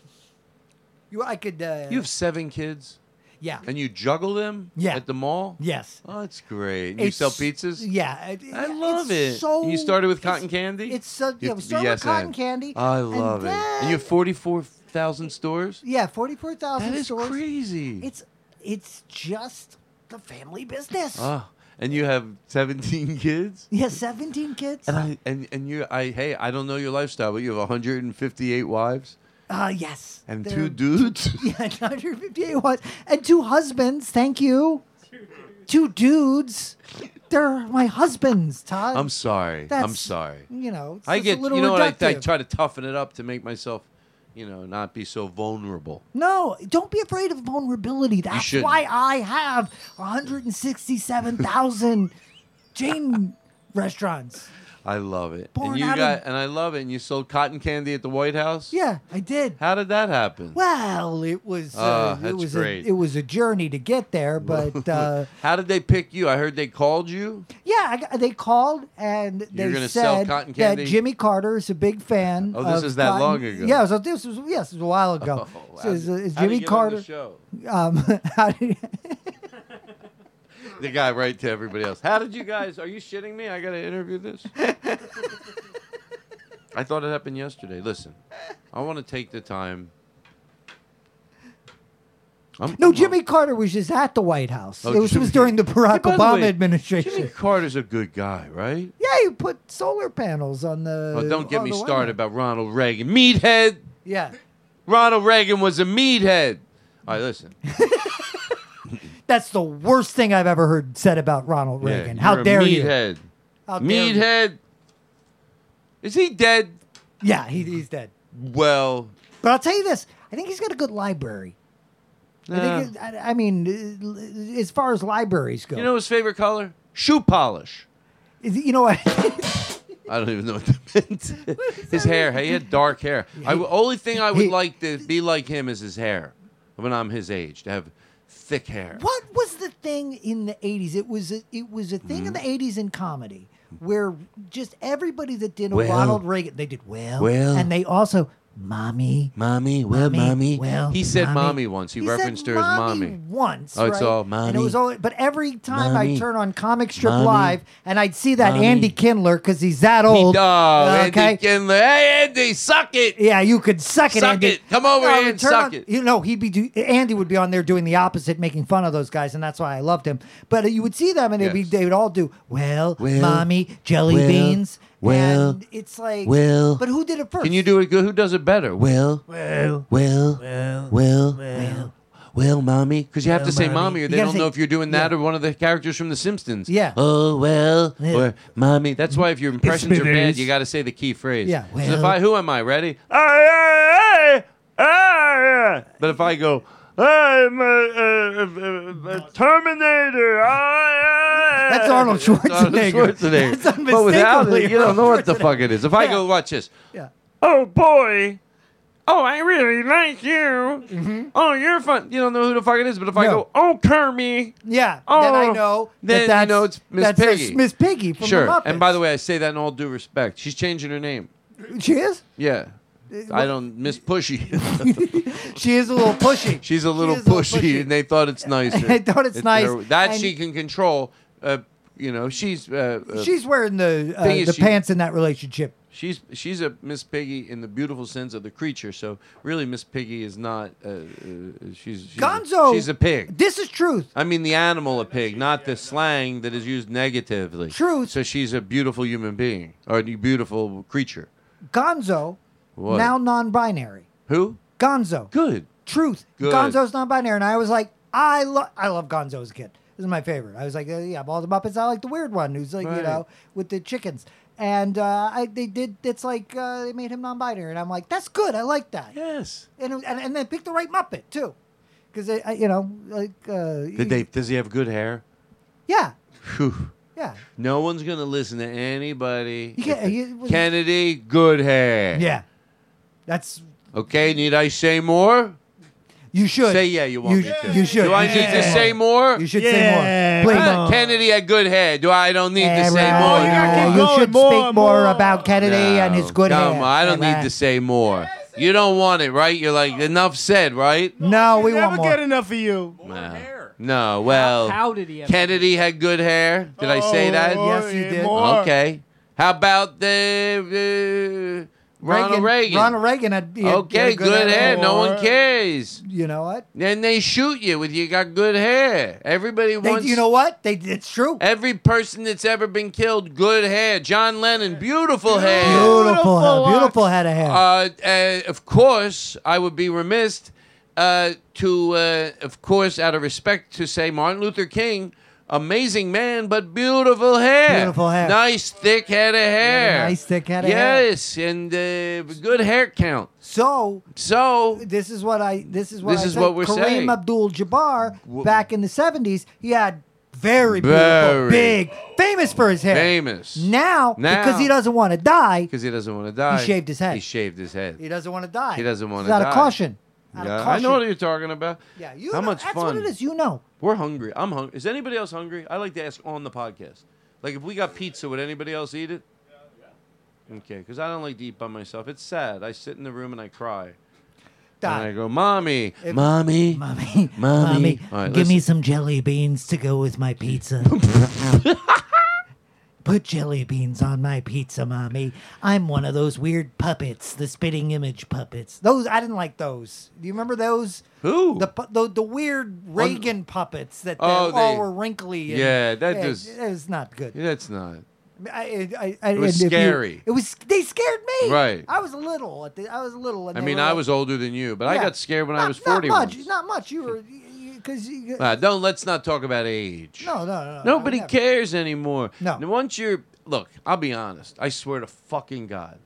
You, I could. Uh,
You have seven kids.
Yeah.
And you juggle them.
Yeah.
At the mall.
Yes.
Oh, that's great. And you sell pizzas.
Yeah, it-
I
it-
love
it's
it.
So
And you started with
it's-
cotton candy.
It's so yeah,
You-
we started
yes,
with cotton
and-
candy.
I
and
love
then-
it. And you have forty-four thousand stores.
yeah, forty-four thousand.
That is crazy.
It's it's just the family business.
Oh, and you have seventeen kids.
yeah, seventeen kids.
And I and and you I hey I don't know your lifestyle, but you have one hundred and fifty-eight wives
uh, yes.
and
They're-
two dudes.
Yeah, 158 watts. And two husbands, thank you. Two dudes. They're my husbands, Todd.
I'm sorry. I'm
That's-
sorry.
You know, it's
I
just
get
a little
you know what I, I
reductive.
try to toughen it up to make myself, you know, not be so vulnerable.
No, don't be afraid of vulnerability. That's
shouldn't.
why I have 167,000 chain restaurants.
I love it.
Born
and you
out of-
got and I love it. And you sold cotton candy at the White House.
Yeah, I did.
How did that happen?
Well, it was uh,
Ah,
it
that's
was
great.
A, it was a journey to get there, but uh,
How did they pick you? I heard they called you.
yeah, I got- they called and
You're
they
gonna sell
said
cotton
that
candy?
Jimmy Carter is a big fan.
Oh, this
of
is that
cotton-
long ago.
Yeah, so this was yes, it was a while ago.
Oh,
So it's-
how did-
it's
how did
Jimmy
you get on
Carter.
the show?
Um, how did,
The guy right to everybody else. How did you guys? Are you shitting me? I got to interview this. I thought it happened yesterday. Listen, I want to take the time. I'm-
no, Jimmy Carter was just at the White House.
Oh,
it was, it was
Jimmy-
during the Barack
Hey, by the
Obama
way,
administration.
Jimmy Carter's a good guy, right?
Yeah, he put solar panels on the.
oh, don't get
Uh, on
me
the White
started about Ronald Reagan. Meathead.
House. Yeah,
Ronald Reagan was a meathead. All right, listen.
that's the worst thing I've ever heard said about Ronald
Yeah,
Reagan. How
you're a
dare you?
meathead.
How dare you.
Meathead. Is he dead?
Yeah, he, he's dead.
Well,
But I'll tell you this: I think he's got a good library. I, think it, I, I mean, uh, as far as libraries go,
you know his favorite color? Shoe polish.
Is- you know what?
I don't even know what that meant. his hair. He had dark hair. I w only thing I would like to be like him is his hair. When I'm his age, to have thick hair.
What was the thing in the '80s? It was a, it was a thing
Mm-hmm.
in the '80s in comedy where just everybody that did a
Well.
Ronald Reagan, they did well,
Well.
and they also, mommy,
Mommy, well, mommy.
well,
he said
Uh, mommy.
mommy, once. He,
He said
referenced her as
mommy
mommy.
once.
Oh, it's
right?
all
And it was
mommy.
all, but every time I
Mommy.
turn on Comic Strip
Mommy.
Live and I'd see that
Mommy.
Andy Kindler because he's that old.
Oh,
uh,
Andy Kindler. Hey, Andy, suck it.
Yeah, you could suck it,
Suck
Andy.
it. Come over
I
here
would
and
turn
suck
on-
it.
You know, he'd be do, Andy would be on there doing the opposite, making fun of those guys, and that's why I loved him. But uh, you would see them, and they'd be,
Yes.
they would all do well, mommy, jelly
well,
beans,
well,
and it's like,
well.
but who did it first?
Can you do it good? Who does it better? Will.
Well.
Will.
Well.
Will.
Well.
Well, mommy. Because you have
Well,
to say
mommy.
mommy, or they
You gotta
don't
say-
know if you're doing that or one of the characters from The Simpsons.
Yeah.
Oh, well.
Yeah.
Or mommy. That's why if your impressions are bad,
Smithers.
you got to say the key phrase.
Yeah.
'Cause if
Well.
I, who am I? Ready? Ah, ah, ah, ah. But if I go, I'm a, a, a, a Terminator. ah, ah.
That's Arnold
That's Arnold
Schwarzenegger.
Schwarzenegger.
That's
but without it,
unmistakably
you don't know what the
Arnold
fuck it is. If I go, watch this.
Oh
boy. Oh, I really like you.
Mm-hmm.
Oh, you're fun. You don't know who the fuck it is, but if I go, oh, Kermie.
Yeah.
Oh,
then I know.
Then
that
you know it's Miss
that's
Piggy.
Miss Piggy from
sure.
the Muppets.
and by the way, I say that in all due respect. She's changing her name.
she is.
Yeah.
Uh,
I don't miss pushy.
she is a little pushy.
She's a little
is a little
pushy,
pushy.
and they thought it's nicer.
They thought it's nice,
their- that
and-
she can control. Uh, you know, she's uh, uh,
She's wearing the uh,
Thing is,
the
she-
pants in that relationship.
She's she's a Miss Piggy in the beautiful sense of the creature. So really, Miss Piggy is not. Uh, uh, she's, she's
Gonzo,
She's a pig.
This is truth.
I mean, the animal a pig, not the slang that is used negatively.
Truth.
So she's a beautiful human being or a beautiful creature.
Gonzo,
What?
now non-binary.
Who?
Gonzo.
Good.
Truth.
Good.
Gonzo's non-binary, and I was like, I love, I love Gonzo as a kid. This is my favorite. I was like, uh, yeah, of all the Muppets, I like the weird one who's like, you
Right.
know, with the chickens. And uh, I, they did. It's like uh, they made him non-binary, and I'm like, that's good. I like that.
Yes.
And and, and they picked the right Muppet too, because I, I, you know, like. Uh,
Did they? Does he have good hair?
Yeah.
Whew.
Yeah.
No one's gonna listen to anybody.
You can't- you-
Kennedy, good hair.
Yeah. That's
Okay. Need I say more?
You should
say yeah. You want
You-
me to?
you should.
Do I
You
need
should
to
say
say more? You
should say more. Yeah, Please. come on.
Kennedy had good hair. Do I, I don't need to say
Alright,
more?
Oh, you should speak more, about Kennedy and his good
Come
hair.
on, I don't need to say more. You don't want it, right? You're like enough said, right?
No, we
Never
want more.
get enough of you.
No. No, well,
how did he have-
Kennedy had good hair. Did I say that?
Yes, you did.
Okay. How about the uh, Ronald Reagan?
Ronald Reagan had, he had- he
okay,
had
good, hair. No one cares.
You know what?
Then they shoot you with you got good hair. Everybody
They,
wants.
you know what? They it's true.
Every person that's ever been killed, good hair. John Lennon, beautiful hair.
Beautiful, hair, beautiful head of hair.
Uh, uh, of course, I would be remiss uh, to, uh, of course, out of respect, to say Martin Luther King, amazing man, but beautiful hair.
Beautiful hair.
Nice thick head of hair.
nice thick head of hair.
yes, hair. Yes, and uh, good hair count.
So,
so
this is what I. This is what.
This
I
is
said.
what we're
Kareem
saying.
Abdul-Jabbar
Wh-
back in the seventies, he had Very beautiful.
Very.
Big. Famous for his hair.
Famous.
Now,
Now.
because he doesn't want to die,
Because he doesn't want to die.
shaved his head.
He shaved his head.
he doesn't want to die.
He doesn't want
It's
to
out
die.
of caution. Out
Yeah,
of
I
caution.
know what you're talking about.
Yeah, you
How
know-
much
that's
fun?
what it is. You know.
We're hungry. I'm hungry. Is anybody else hungry? I like to ask on the podcast. Like, if we got pizza, would anybody else eat it? Okay, because I don't like to eat by myself. It's sad. I sit in the room and I cry.
Dot.
And I go, mommy, mommy,
mommy,
mommy. All right,
give
listen.
me some jelly beans to go with my pizza. Put jelly beans on my pizza, mommy. I'm one of those weird puppets, the spitting image puppets. Those I didn't like those. Do you remember those?
Who?
The pu- the, the weird Reagan puppets that they
Oh,
all
they-
were wrinkly. And,
Yeah, that just-
it, was not good.
Yeah, that's not.
I, I, I,
It was
and if you-
scary.
it was they scared me.
Right.
I was little. At the, I was little. and
I
they
mean,
were
I
like-
was older than you, but I
Yeah.
got scared when I was
not
40.
much.
once.
Not much. You were because you.
Uh, don't let's not talk about age.
No, no, no.
Nobody
I never-
cares anymore. No. Once you're look, I'll be honest. I swear to fucking God,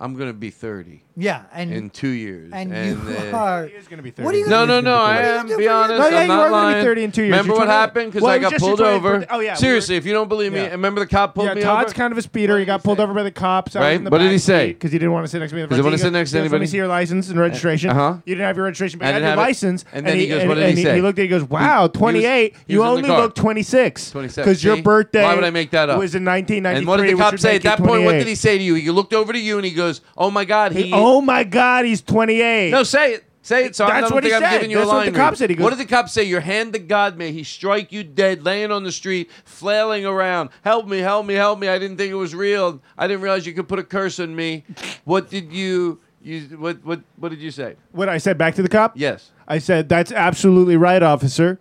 I'm gonna be thirty.
Yeah, and-
in two years.
and you
uh,
are.
He is gonna be
What are you
no,
gonna
no,
do?
no.
What
I
are you
am.
gonna do
Be
for your-
honest.
No, yeah,
I'm
you
not
are gonna be
lying.
30 in two years.
Remember
You
what
told me-
happened? Because
Well,
I
it was
got
just your
pulled
20th
over.
birthday- oh, yeah, we
Seriously, if you don't believe me,
Yeah.
remember the cop pulled
yeah,
me
Todd's
over.
kind of a speeder. He got pulled over by the cops.
Right? What did he say?
Because he didn't want to sit next to me. in the
Does he
front
wanna
seat.
sit next to
He goes, Let me
anybody?
see your license and registration.
Uh-huh.
You didn't have your registration, but
I
you had
didn't
your
have it.
license.
And then he goes, what did he
and
say?
He looked at. He goes,
He- he
"Wow,
was-
28.
he
You
was in
only
the car.
look 26.
27.
Because your
See?
birthday.
Why would I make that up?
Was in 1993.
And what did the
which
cop
would
say
make
at
you
that point? What
28.
did he say to you? He looked over to you and he goes, "Oh my God, he."
Oh my God, he's 28.
No, say it. Say it. So I
That's
don't
what he
think I'm
said.
giving you
That's
a
what
line.
the cop
read.
said. He
what
goes-
did the cop say? Your hand to God, may he strike you dead, laying on the street, flailing around. Help me, help me, help me. I didn't think it was real. I didn't realize you could put a curse on me. What did you? You what? What? What did you say?
What I said back to the cop?
Yes.
I said, "That's absolutely right, officer."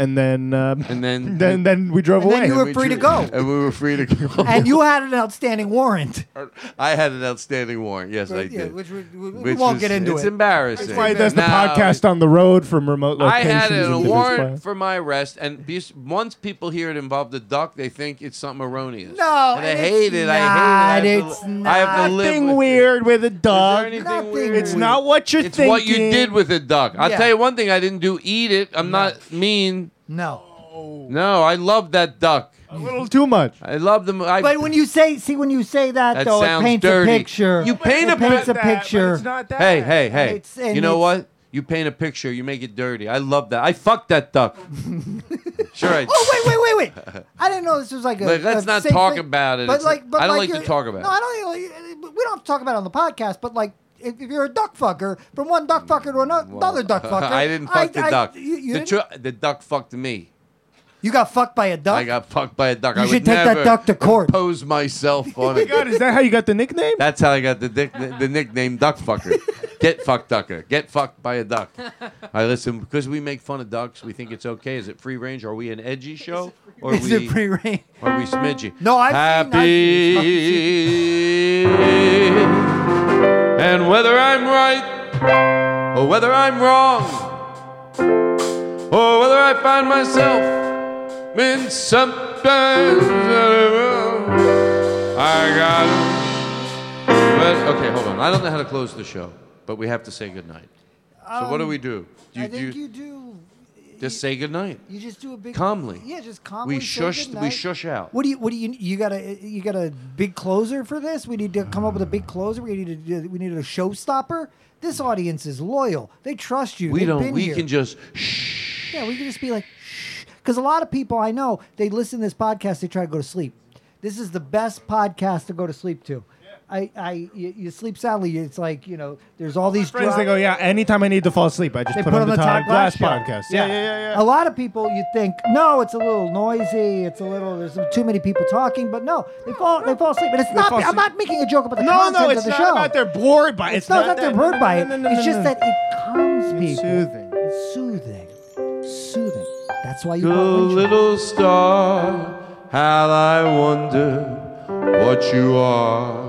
And then, um,
and then,
then, then we drove
And
away.
then you were free to go.
And we were free to go.
And you had an outstanding warrant.
I had an outstanding warrant. Yes, I
Yeah,
did.
which we, we, we
Which
won't
was-
get into
it's
it.
embarrassing.
That's why that's the
Now-
podcast on the road from remote
I
locations.
had
and
a
different
warrant
spots.
for my arrest, and be- once people hear it involved the duck, they think it's something erroneous.
No,
and I
and it's
hate it. I hate it. I have
not.
to- I have to live.
Nothing
With
weird with a dog. It's not what you're
it's
thinking.
what you did with a duck. I'll
Yeah.
tell you one thing. I didn't do eat it. I'm not mean.
No.
No, I love that duck. A
little too much.
I love them. I,
But when you say, see, when you say that,
That
though, it
sounds
paints
dirty.
a picture.
You paint a
it paints
pic-
a picture.
Hey, hey, hey.
It's- and
you know
it's-
what? You paint a picture, you make it dirty. I love that. I fucked that duck. sure, I
Oh, wait, wait, wait, wait. I didn't know this was like a.
Look, let's
a
not
safe
talk
thing.
about it.
But
It's-
like, but
I don't like to
you're-
talk about
No,
it.
I don't. Like, we don't have to talk about it on the podcast. But like, if, if you're a duck fucker, from one duck fucker to another, another duck fucker,
I didn't fuck the
I-
duck.
You, you
the,
didn't-
tru- the duck fucked me.
you got fucked by a duck.
I got fucked by a duck.
You
I
should
would
take that
never
duck to court.
Pose myself on it.
Oh Is that how you got the nickname?
That's how I got the dick, the nickname Duck Fucker. Get fucked, Ducker. Get fucked by a duck. I listen because we make fun of ducks. We think it's okay. Is it free range? Are we an edgy show? Or
Is
we,
it free range?
Are we smidgy?
No, I've seen- I've
happy. and whether I'm right or whether I'm wrong or whether I find myself in sometimes I got. But okay, hold on. I don't know how to close the show, but we have to say goodnight. so what do
Um,
we do? Do
I
you, do
think
you
you do.
just say goodnight?
You just do a big
Calmly.
Yeah, just calmly.
We
say
shush- we
goodnight.
shush out.
What do you? What do you? You got a you got a big closer for this? We need to come up with a big closer. We need to do, we need a showstopper. This audience is loyal. They trust you.
We
They've
don't.
Been
We
here.
can just.
Yeah, we can just be like, because a lot of people I know they listen to this podcast. They try to go to sleep. This is the best podcast to go to sleep to. I, I, you, you sleep soundly. It's like you know, there's all these
Friends,
dra-
they go, yeah. Anytime I need to fall asleep, I just
they
put, on the, Todd Glass, podcast.
show.
Yeah, yeah, yeah.
A lot of people, you think, no, it's a little noisy. It's a little there's too many people talking, but no, they fall they fall asleep. And it's
They
not.
fall
I'm
asleep.
not making a joke about the
No, no,
content
it's
of the
not
show.
about they're bored by it.
It's,
It's
not
not
that they're
that-
bored by
no,
it.
no, no,
it's
no,
just
no.
that it calms people.
soothing.
It's soothing. Soothing. That's why you.
Go,
want windshield.
little star, how I wonder what you are.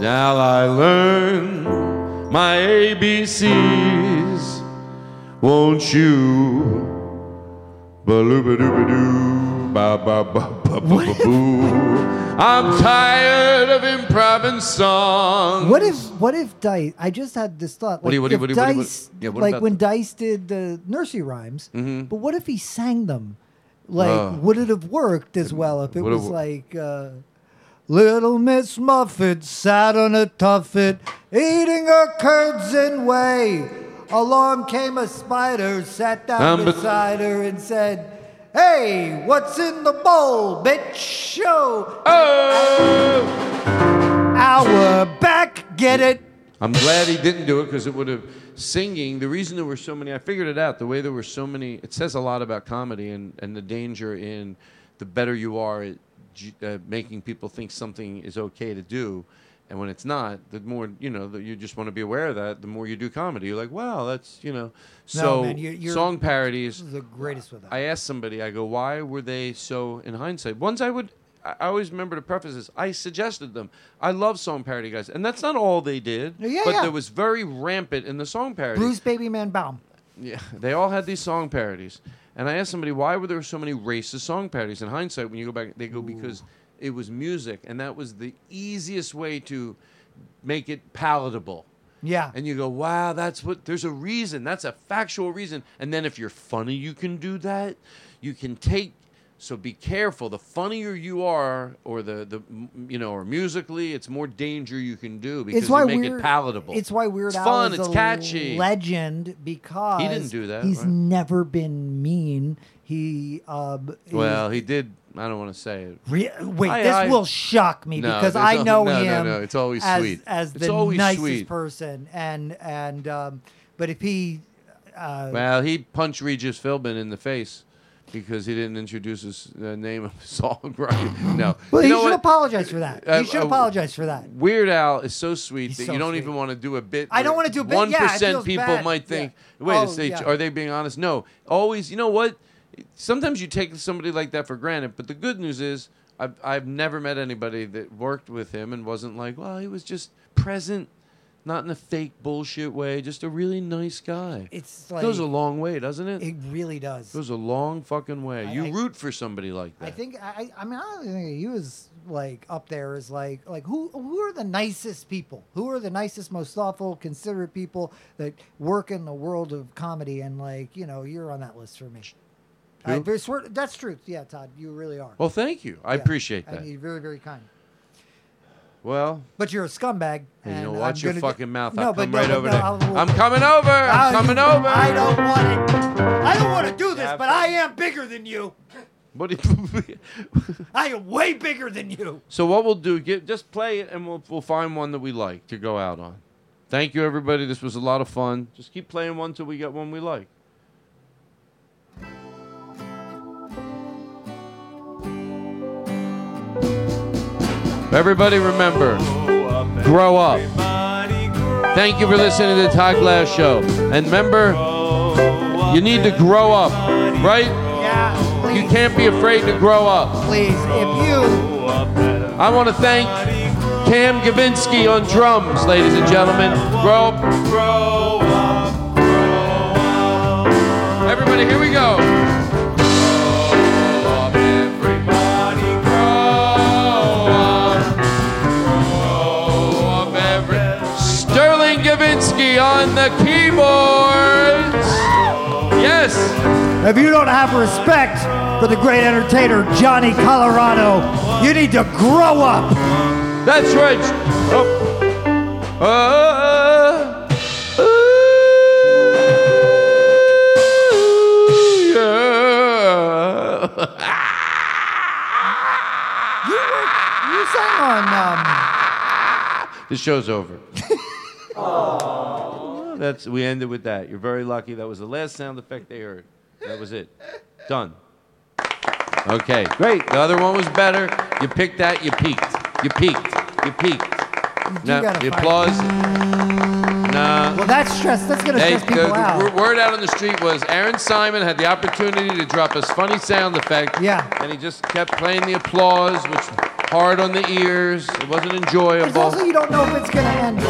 Now I learn my ABCs. Won't you? Ba-looba-dooba-doo, ba-ba-ba-ba-ba-boo. I'm tired of improv and songs.
What if what if Dice? I just had this thought. Like,
What do you- what do you-
if
what do you- what do you- what- Mm-hmm.
Dice,
yeah, what
like
about
when Dice did the nursery rhymes, but what if he sang them Like,
Oh.
would it have worked as well if it
would've
was
wo-
like, uh, Little Miss Muffet sat on a tuffet, eating her curds and whey. Along came a spider, sat down
Um, but-
beside her, and said, Hey, what's in the bowl, bitch? Show!
Oh!
Our back, get it?
I'm glad he didn't do it because it would have singing. The reason there were so many, I figured it out. The way there were so many, it says a lot about comedy and, and the danger in the better you are at g- uh, making people think something is okay to do. And when it's not, the more you know, the, you just want to be aware of that. The more you do comedy, you're like, wow, that's you know. So
man, you're- you're-
song parodies,
The greatest with that.
I asked somebody, I go, why were they so in hindsight? Ones I would, I I always remember to preface this. I suggested them. I love song parody guys, and that's not all they did.
Yeah,
but
yeah.
there was very rampant in the song parodies.
Bruce Baby Man Baum.
Yeah, they all had these song parodies, and I asked somebody, why were there so many racist song parodies? In hindsight, when you go back, they go because it was music, and that was the easiest way to make it palatable.
Yeah.
And you go, wow, that's what, there's a reason. That's a factual reason. And then if you're funny, you can do that. You can take, so be careful. The funnier you are, or the, the m- you know, or musically, it's more danger you can do because you make it
Weird-
palatable.
It's why Weird
It's
Al
fun,
is
it's
a
catchy.
legend because
He didn't do that,
He's
right?
never been mean. He um, is-
Well, he did, I don't want to say it.
Re- wait,
I-
this
I-
will shock me
No,
because
there's
I
no-
know
no, no,
him
no, it's always
as,
sweet.
as the
It's always
nicest
sweet.
person, and and um, but if he, uh,
Well, he punched Regis Philbin in the face because he didn't introduce his uh, name of his song right. No.
well,
You
he
know
should
what?
apologize for that.
Uh,
he should
uh,
apologize for that.
Weird Al is so sweet that
so
you don't
sweet.
even want to do a bit.
I don't
where
wanna do a bit,
1%
yeah, it feels
people
bad,
might
yeah.
think, wait,
Oh,
is they,
yeah.
are they being honest? No. Always, you know what? Sometimes you take somebody like that for granted, but the good news is I've, I've never met anybody that worked with him and wasn't like, well, he was just present, not in a fake bullshit way, just a really nice guy.
It's
goes a
like-
long way, doesn't it?
It really does.
goes a long fucking way. you
I-
root for somebody like that.
I think I, I I mean I don't think he was like up there as like like who who are the nicest people? Who are the nicest, most thoughtful, considerate people that work in the world of comedy? And like you know, you're on that list for me. I,
Who?
there's swer- that's truth. Yeah, Todd, you really are.
Well, thank you. I
Yeah.
appreciate that.
And you're very very kind.
well,
But you're a scumbag.
you know,
and
watch
I'm
your
gonna-
fucking mouth.
No,
I'll come
but no,
right
but
over
no,
there.
I will-
I'm coming over. I'm
Ah,
coming
you-
over.
I don't want it. I don't want to do this, but I am bigger than you.
What do you-
I am way bigger than you.
so what we'll do? Get, just play it, and we'll we'll find one that we like to go out on. Thank you, everybody. This was a lot of fun. Just keep playing one till we get one we like. Everybody, remember, grow up. Thank you for listening to the Todd Glass Show, and remember, you need to grow up, right? Yeah. You can't be afraid to grow up.
Please, if you
I want to thank Cam Gavinsky on drums, ladies and gentlemen. Grow up, grow up, Everybody, here we go. Grow up, everybody, grow up. Grow up, every- Sterling Gavinsky on the keyboards. Yes.
If you don't have respect for the great entertainer Johnny Colorado, you need to grow up.
That's right. Oh. Uh, ooh, uh, yeah.
you were you sang on um,
the show's over. That's we ended with that. You're very lucky. That was the last sound effect they heard. That was it. Done. Okay, great. The other one was better. You picked that. You peaked. You peaked. You peaked.
do
No,
gotta
the
find-
applause. No.
Well, that's stress. That's gonna stress people
the, the
out.
wor- word out on the street was Aaron Simon had the opportunity to drop a funny sound effect.
Yeah.
And he just kept playing the applause, which hard on the ears. It wasn't
It's
enjoyable.
also you don't know if it's gonna end.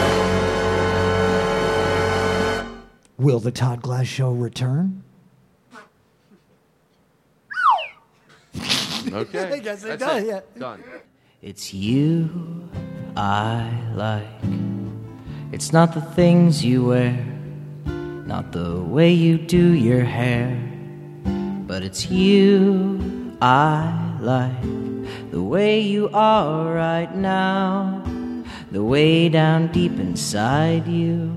Will the Todd Glass Show return?
okay.
I guess it
That's
does,
it.
yeah.
Done.
It's you I like. It's not the things you wear, not the way you do your hair, but it's you I like the way you are right now, the way down deep inside you.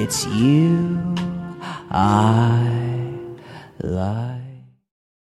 It's you I like.